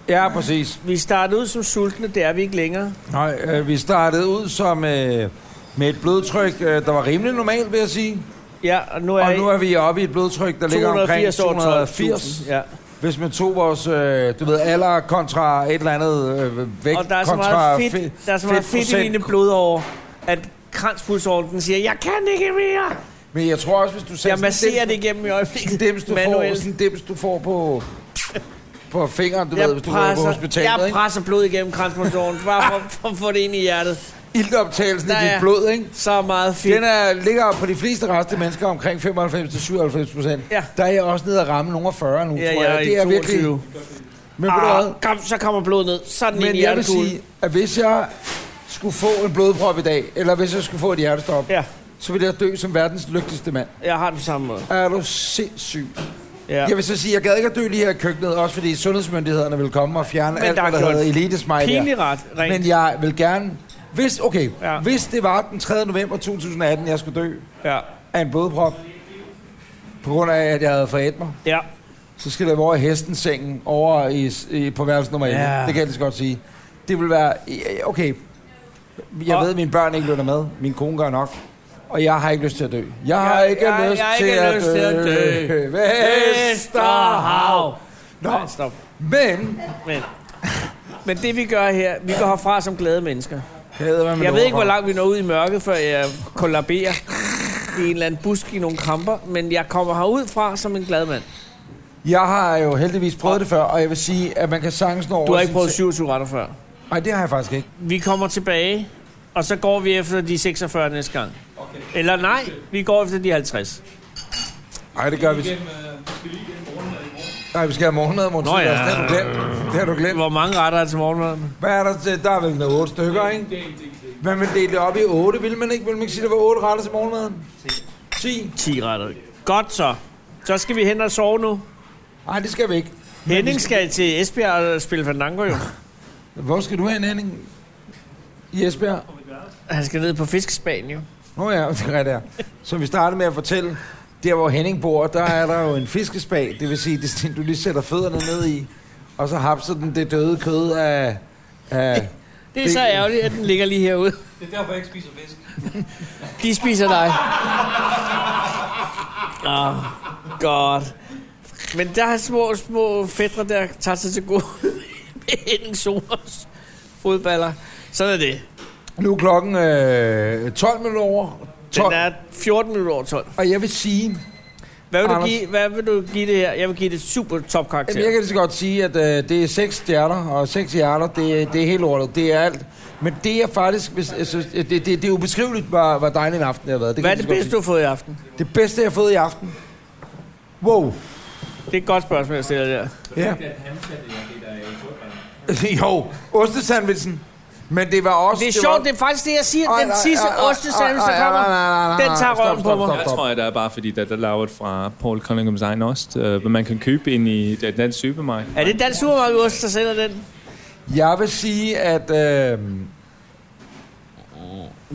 S1: Ja, præcis.
S2: Vi startede ud som sultne, det er vi ikke længere.
S1: Nej, øh, vi startede ud som, øh, med et blodtryk, øh, der var rimelig normalt, vil jeg sige.
S2: Ja, og nu er,
S1: og nu er vi oppe i et blodtryk, der ligger omkring
S2: 280 over
S1: 280.
S2: 12.000, ja.
S1: Hvis man tog vores, øh, du ved, alder kontra et eller andet øh, vægt
S2: Og der er så
S1: kontra
S2: meget fedt,
S1: fe-
S2: der er så meget fedt, i
S1: fedtprocent.
S2: mine blodår, at kranspulsåren siger, jeg kan ikke mere.
S1: Men jeg tror også, hvis du
S2: Jeg masserer det igennem i øjeblikket.
S1: dims, du får,
S2: Manuelt.
S1: sådan en dims, du får på, på fingeren, du
S2: jeg
S1: ved, hvis du går på
S2: presser,
S1: hospitalet.
S2: Jeg
S1: ikke?
S2: presser blod igennem kranspulsåren, bare for, for at få det ind i hjertet.
S1: Iltoptagelsen i
S2: Der
S1: dit
S2: er
S1: blod, ikke?
S2: Så meget fedt.
S1: Den er, ligger på de fleste reste mennesker omkring 95-97 procent. Ja. Der er jeg også nede at ramme nogle af 40 nu,
S2: Ja,
S1: tror
S2: jeg
S1: jeg.
S2: er i
S1: det er
S2: 22.
S1: virkelig... Men, ved du hvad?
S2: Ah, kom, så kommer blodet ned. Sådan ind
S1: Men
S2: i
S1: jeg vil
S2: hjertekuglen.
S1: sige, at hvis jeg skulle få en blodprop i dag, eller hvis jeg skulle få et hjertestop,
S2: ja.
S1: så ville jeg dø som verdens lykkeligste mand.
S2: Jeg har den samme måde.
S1: Er du sindssyg?
S2: Ja.
S1: Jeg vil så sige, at jeg gad ikke at dø lige her i køkkenet, også fordi sundhedsmyndighederne vil komme og fjerne
S2: Men
S1: alt,
S2: der er
S1: hvad der
S2: gjort
S1: hedder elitesmej
S2: pinlig
S1: der.
S2: ret rent.
S1: Men jeg vil gerne... Hvis, okay, ja. hvis det var den 3. november 2018, jeg skulle dø
S2: ja.
S1: af en blodprop, på grund af, at jeg havde forædt mig,
S2: ja.
S1: så skal jeg være over i hestens sengen over i, i, på værelse nummer 11.
S2: Ja.
S1: Det kan jeg lige så godt sige. Det vil være... Okay, jeg ved, at mine børn ikke lytter med. Min kone gør nok. Og jeg har ikke lyst til at dø. Jeg har ikke
S2: jeg,
S1: lyst,
S2: jeg har ikke
S1: til,
S2: lyst
S1: at øh,
S2: til at dø. Vesterhav.
S1: Nå,
S2: Nej, stop.
S1: Men...
S2: Men. Men det vi gør her, vi går herfra som glade mennesker.
S1: Hader,
S2: Jeg ved ikke, hvor langt vi når ud i mørket, før jeg kollaberer i en eller anden busk i nogle kramper, men jeg kommer herud fra som en glad mand.
S1: Jeg har jo heldigvis prøvet det før, og jeg vil sige, at man kan sagtens nå over...
S2: Du har ikke
S1: sin
S2: prøvet
S1: seng.
S2: 27 retter før.
S1: Nej, det har jeg faktisk ikke.
S2: Vi kommer tilbage, og så går vi efter de 46 næste gang. Okay. Eller nej, vi går efter de 50.
S1: Nej, det gør vi. Nej, vi skal have morgenmad i morgen.
S2: Nå
S1: tidlig. Altså,
S2: ja.
S1: Det har du glemt. Det har du glemt.
S2: Hvor mange retter er til morgenmaden?
S1: Hvad er der til? Der er vel noget otte stykker, ikke? Man vil dele det op i otte, vil man ikke? Vil man ikke sige, at der var otte retter til morgenmaden? 10.
S2: 10 retter. Godt så. Så skal vi hen og sove nu.
S1: Nej, det skal vi ikke.
S2: Henning skal til Esbjerg og spille Fandango jo.
S1: Hvor skal du hen, Henning? I Esbjerg?
S2: Han skal ned på fiskespagen, jo.
S1: Nå ja, det er der. Som vi startede med at fortælle, der hvor Henning bor, der er der jo en fiskespag. Det vil sige, det er sådan, du lige sætter fødderne ned i, og så hapser den det døde kød af... af
S2: Det er så ærgerligt, at den ligger lige herude.
S7: Det er derfor, jeg ikke spiser fisk.
S2: De spiser dig. Åh, oh, godt. Men der er små, små fædre, der tager sig til gode med Henning Solers fodballer. Sådan er det.
S1: Nu er klokken øh, 12 minutter over. 12.
S2: Den er 14 minutter over 12.
S1: Og jeg vil sige...
S2: Hvad vil, du
S1: Anders-
S2: give, hvad vil du give det her? Jeg vil give det et super top karakter.
S1: Jamen, jeg kan lige så godt sige, at øh, det er seks stjerner, og seks hjerter, det, er- det er helt lortet, det er alt. Men det er faktisk, hvis- jeg synes, det, det, det er ubeskriveligt, hvor, hvor dejlig en aften det har været.
S2: Hvad er det bedste, du har fået i aften?
S1: Det bedste, jeg har fået i aften? Wow.
S2: Det er et godt spørgsmål, jeg stiller der.
S1: Ja. jo, ostesandvitsen. Men det var også...
S2: Det er sjovt, det er faktisk det, jeg siger. Den sidste ostesandwich, der kommer, den
S1: Ah,
S2: tager røven på mig.
S10: Jeg tror, at det er bare fordi, det er lavet fra Paul Cunninghams egen ost, øh, hvad man kan købe ind i den danske supermarked.
S2: Er det dansk supermarkedost, der sælger den?
S1: Jeg vil sige, at... Øh...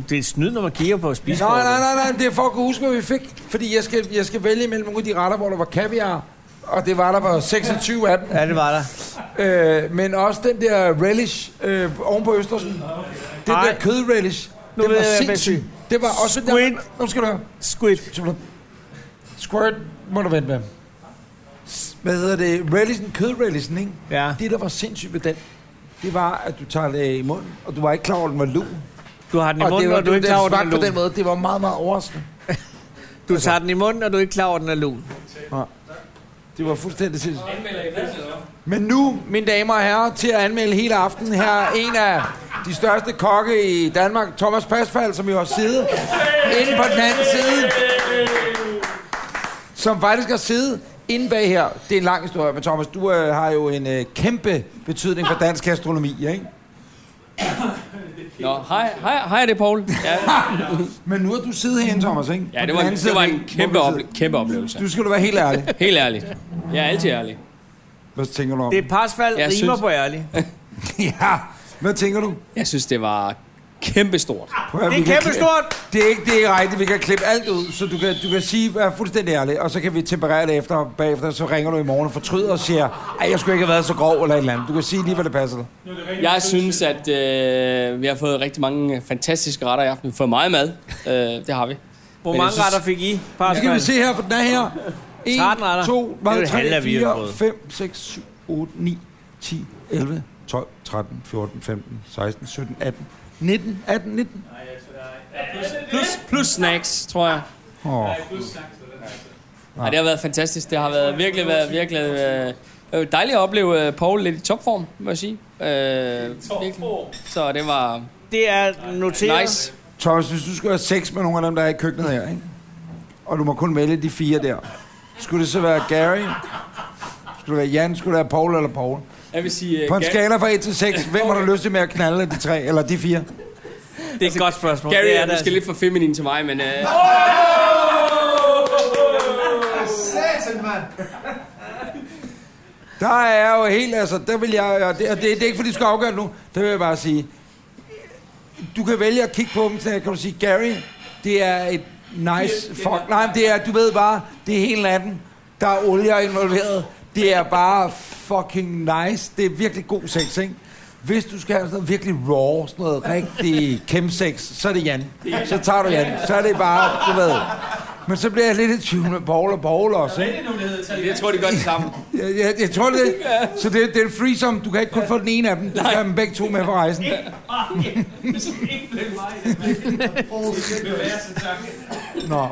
S2: Det er snyd, når man kigger på spise.
S1: Nej, nej, nej, nej, det er for at kunne huske, hvad vi fik. Fordi jeg skal, jeg skal vælge mellem nogle af de retter, hvor der var kaviar, og det var der på 26 af dem.
S2: Ja, det var der.
S1: Øh, men også den der relish øh, oven på Østersen. Den
S2: Ej.
S1: der kødrelish.
S2: Nu
S1: den
S2: ved
S1: var
S2: jeg, hvad jeg
S1: sindssyg.
S2: vil sige.
S1: Det var også
S2: Squid.
S1: den der... Nu skal du høre.
S2: Squid.
S1: Squirt må du vente med. S- Hvad hedder det? Relishen, kødrelishen, ikke?
S2: Ja.
S1: Det, der var sindssygt ved den, det var, at du tager det i munden, og du var ikke klar over, at den var lun.
S2: Du har den i
S1: Og det
S2: munden,
S1: var-
S2: og du er
S1: det-
S2: ikke
S1: den
S2: klar over, at den
S1: smagte
S2: er
S1: på den
S2: lun.
S1: måde. Det var meget, meget overraskende.
S2: Du tager den i munden, og du er ikke klar over, at den er lun.
S1: Det var fuldstændig sindssygt. Men nu, mine damer og herrer, til at anmelde hele aftenen her, er en af de største kokke i Danmark, Thomas Pasfald, som jo har siddet inde på den anden side, som faktisk har siddet inde bag her. Det er en lang historie, men Thomas, du øh, har jo en øh, kæmpe betydning for dansk gastronomi, ikke?
S19: Nå, hej, hej, hej det er Paul. Ja,
S1: Men nu har du siddet herinde, Thomas, ikke?
S19: ja
S1: På
S19: det,
S1: den
S19: var en,
S1: anden side
S19: det var
S1: af
S19: en
S1: væggen,
S19: kæmpe,
S1: hvor du
S19: ople- kæmpe oplevelse.
S1: sidder. Du skal du være helt ærlig.
S19: Helt ærligt. Jeg er altid ærlig.
S1: Hvad tænker du om
S2: Det er Parsfald,
S19: Jeg
S2: rimer
S19: synes-
S2: på ærlig.
S1: ja, hvad tænker du?
S19: Jeg synes, det var kæmpestort.
S1: Prøv at,
S2: Det er
S1: vi kan
S2: kæmpe
S1: klippe-
S2: stort.
S1: Det er ikke det er rigtigt. Vi kan klippe alt ud, så du kan, du kan sige, vær fuldstændig ærlig, og så kan vi temperere det efter, og bagefter så ringer du i morgen og fortryder og siger, at jeg skulle ikke have været så grov eller et eller andet. Du kan sige lige, hvad det passer dig.
S19: Jeg synes, at øh, vi har fået rigtig mange fantastiske retter i aften. Vi har fået meget mad. Øh, det har vi.
S2: Hvor
S19: Men jeg
S2: mange
S19: synes-
S2: retter fik I?
S1: Nu skal vi se her, for den er her. 1,
S2: 13 retter.
S1: 2,
S2: Det er jo det
S1: 3,
S2: halve, vi har
S1: 4,
S2: fået.
S1: 5, 6, 7, 8, 9, 10, 11, 12, 13, 14, 15, 16, 17, 18, 19, 18, 19.
S19: Plus, plus snacks, tror jeg.
S1: Åh. Ah.
S19: Ej, det har været fantastisk. Det har været virkelig været virkelig øh, øh, dejligt at opleve øh, Paul lidt i topform, må jeg sige. Øh, virkelig. så det var
S2: Det er noteret.
S19: nice.
S1: Thomas, hvis du skulle have sex med nogle af dem, der er i køkkenet her, ikke? og du må kun vælge de fire der, skulle det så være Gary, skulle det være Jan, skulle det være Paul eller Paul?
S19: Jeg vil sige... øh,
S1: På en
S19: Ga-
S1: skala fra 1 til 6, hvem har du lyst til med at knalde af de tre, eller de fire?
S2: Det er et godt spørgsmål.
S19: Gary
S2: det
S19: er
S2: er det
S19: måske lidt for feminin til mig, men... Øh,
S16: Satan, mand.
S1: Der er jo helt, altså, der vil jeg, og det, og det, det er ikke fordi, du skal afgøre det nu, der vil jeg bare sige, du kan vælge at kigge på dem, så kan du sige, Gary, det er et nice fuck, nej, men det er, du ved bare, det er hele natten, der er olier involveret, det er bare fucking nice, det er virkelig god sex, ikke? Hvis du skal have sådan noget virkelig raw, sådan noget rigtig chemsex, så er det Jan. Så tager du Jan. Så er det bare, du ved. Men så bliver jeg lidt i tvivl med Paul og Paul også, ikke?
S19: jeg tror, de gør det samme.
S1: Jeg, jeg, jeg tror det. Så det, det er en threesome. Du kan ikke kun få den ene af dem. Du skal have dem begge to med på rejsen. Nå.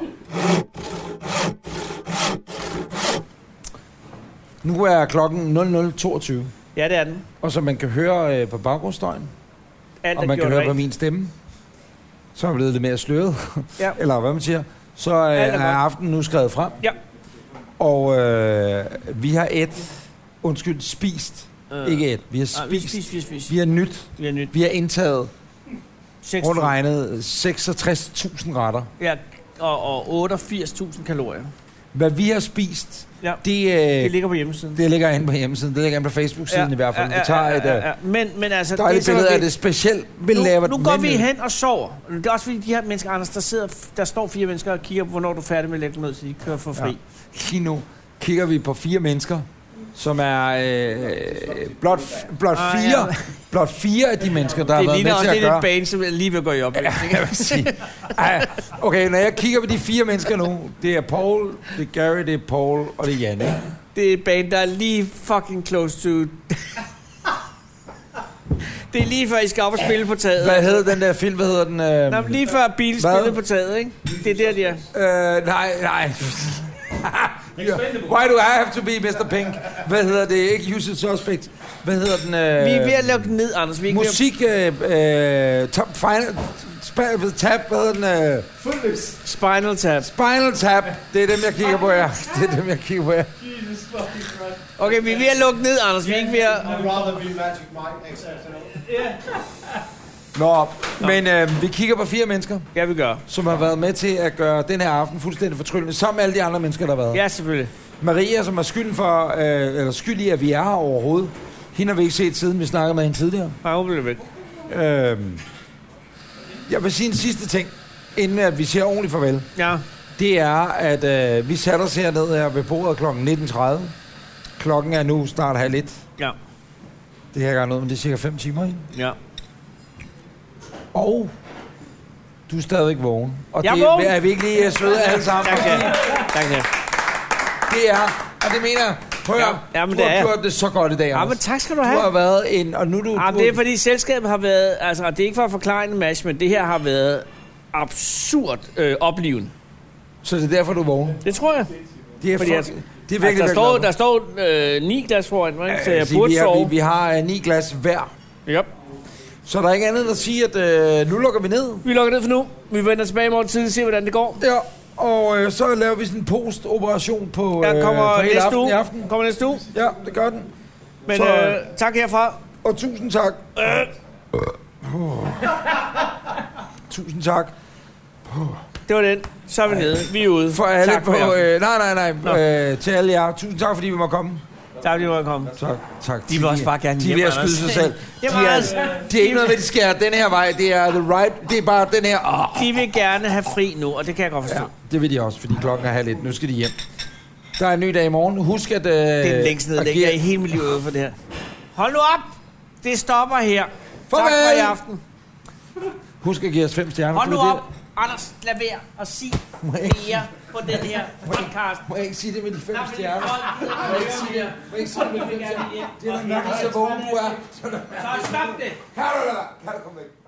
S1: Nu er klokken 00.22,
S2: Ja, det er den.
S1: og som man kan høre øh, på baggrundsstøjen,
S2: Alt
S1: og
S2: er
S1: man kan
S2: gjort
S1: høre på
S2: rigtigt.
S1: min stemme, så er jeg blevet lidt mere sløret,
S2: Ja.
S1: eller hvad man siger, så øh,
S2: Alt er
S1: er
S2: godt.
S1: aftenen nu skrevet frem.
S2: Ja.
S1: Og øh, vi har et, undskyld, spist.
S2: Øh.
S1: Ikke et, vi har
S2: Nej, vi har
S1: spist.
S2: spist, vi har spist.
S1: Vi har nyt.
S2: Vi har nyt.
S1: Vi har indtaget
S2: Seks
S1: rundt
S2: tusind.
S1: regnet 66.000 retter.
S2: Ja, og, og 88.000 kalorier.
S1: Hvad vi har spist,
S2: Ja.
S1: det, øh, det,
S2: Det
S1: ligger...
S2: ligger på hjemmesiden.
S1: det ligger inde på hjemmesiden. Det ligger inde på Facebook-siden ja, i hvert fald. Ja, ja, vi tager et ja, ja, ja.
S2: Men, men altså,
S1: dejligt
S2: så
S1: billede af
S2: vigtigt.
S1: det specielt. Vi laver
S2: nu, nu går vi hen og sover. Det er også fordi, de her mennesker, Anders, der, sidder, der står fire mennesker og kigger på, hvornår du er færdig med at lægge dem ned, så de kører for fri.
S1: Ja. Lige nu kigger vi på fire mennesker, som er øh, blot, blot,
S2: Ah,
S1: fire,
S2: ja.
S1: blot fire af de mennesker, der har
S2: det
S1: været med
S2: ligner
S1: til
S2: også
S1: at
S2: lidt
S1: gøre.
S2: et bane, som lige vil gå i op. Ja,
S1: jeg vil sige. Ej, okay, når jeg kigger på de fire mennesker nu, det er Paul, det er Gary, det er Paul og det er Janne. ikke?
S2: Det er et bane, der er lige fucking close to... det er lige før, I skal op og spille på taget.
S1: Hvad hedder den der film? Hvad hedder den? Øh...
S2: Nå, men lige før bil
S1: Hvad?
S2: spillede på taget, ikke? Det er der, de er.
S1: Øh, nej, nej. Why do I have to be Mr. Pink? Hvad hedder det? Ikke Usual Suspect. Hvad hedder den? Øh...
S2: Vi er ved at lukke den ned, Anders. Vi er ikke ved at-
S1: Musik, øh, øh, top final, sp- tab, hvad hedder den? Øh...
S2: Spinal Tap.
S1: Spinal Tap, det er dem, jeg kigger på her. Det er dem, jeg kigger på her.
S16: Jesus fucking Christ.
S2: Okay, vi er ved at lukke ned, Anders. Vi er ikke ved at...
S16: rather be Magic Mike next afternoon. Yeah.
S1: Nå, men øh, vi kigger på fire mennesker.
S2: Ja, vi gør.
S1: Som har været med til at gøre den her aften fuldstændig fortryllende, sammen med alle de andre mennesker, der har været.
S2: Ja, selvfølgelig.
S1: Maria, som er skylden for, øh, eller skyld i, at vi er her overhovedet. Hende har vi ikke set siden, vi snakkede med hende tidligere.
S2: Nej, hun blev væk.
S1: Øhm, jeg vil sige en sidste ting, inden at vi siger ordentligt farvel.
S2: Ja.
S1: Det er, at øh, vi satte os hernede her ved bordet kl. 19.30. Klokken er nu snart halv et.
S2: Ja.
S1: Det her gang noget, men det er cirka 5 timer, ikke?
S2: Ja.
S1: Og du er stadigvæk vågen. Og
S2: Jeg er
S1: det
S2: vågen.
S1: er vi ikke lige øh, søde alle sammen.
S2: Tak, ja. Tak, ja.
S1: Det er, og det mener jeg. Prøv ja, ja,
S2: men
S1: du
S2: det
S1: har
S2: er jeg.
S1: gjort det så godt i dag,
S2: Ja,
S1: Anders.
S2: men tak skal du have.
S1: Du har været en, og nu er du...
S2: Jamen,
S1: du,
S2: det er fordi selskabet har været, altså og det er ikke for at forklare en match, men det her har været absurd øh, oplivende.
S1: Så det er derfor, du er vågen?
S2: Det tror jeg.
S1: Det er
S2: Fordi
S1: fuck-
S2: altså,
S1: det er
S2: det er
S1: virkelig,
S2: virkelig, altså,
S1: virkelig
S2: der, står,
S1: glad
S2: der står øh, ni glas foran mig, ikke? så jeg
S1: sige,
S2: burde
S1: vi, har,
S2: sove.
S1: vi, vi har øh, ni glas hver.
S2: Yep.
S1: Så der er ikke andet end at sige, at øh, nu lukker vi ned.
S2: Vi lukker ned for nu. Vi vender tilbage i morgen tidlig og ser, hvordan det går.
S1: Ja, og øh, så laver vi sådan en post-operation på, øh,
S2: Jeg kommer
S1: på hele
S2: næste
S1: aften
S2: uge.
S1: i aften.
S2: Kommer næste uge.
S1: Ja, det gør den.
S2: Men
S1: Så-
S2: øh, tak herfra.
S1: Og tusind tak.
S2: Øh,
S1: Oh. Tusind tak.
S2: det var den. Så er vi nede. Vi er ude.
S1: For alle
S2: tak
S1: på...
S2: i aften.
S1: Øh, nej, nej,
S2: Nå.
S1: nej. Øh, til alle jer. Tusind tak, fordi vi må komme.
S2: Tak, fordi vi måtte komme.
S1: Tak. tak.
S2: De vil også bare gerne
S1: De er
S2: hjem,
S1: ved at
S2: Anders.
S1: skyde sig selv. De
S2: Hjem,
S1: er,
S2: Anders.
S1: de er ikke noget ved, de skærer den her vej. Det er the right... Det er bare den her... Oh.
S2: De vil gerne have fri nu, og det kan jeg godt forstå.
S1: Det vil de også, fordi klokken er halv et. Nu skal de hjem. Der er en ny dag i morgen. Husk at... Øh,
S2: Det er den længste nedlæg, jeg er i hele mit liv ude for det her. Hold nu op! Det stopper her. Tak for i
S1: Farvel!
S2: aften.
S1: Husk at give os fem stjerner.
S2: Hold
S1: for
S2: nu
S1: det-
S2: op! Anders, lad være at sige mere på den her podcast.
S1: Må jeg ikke sige det med de fem
S2: Nej, men
S1: stjerner?
S2: folk gider
S1: Må jeg ikke sige det? Må jeg ikke sige det med de fem stjerner? Det er den mærkeligste vågen, du er.
S2: Så stop det!
S1: Kan du lade være? Kan du komme væk?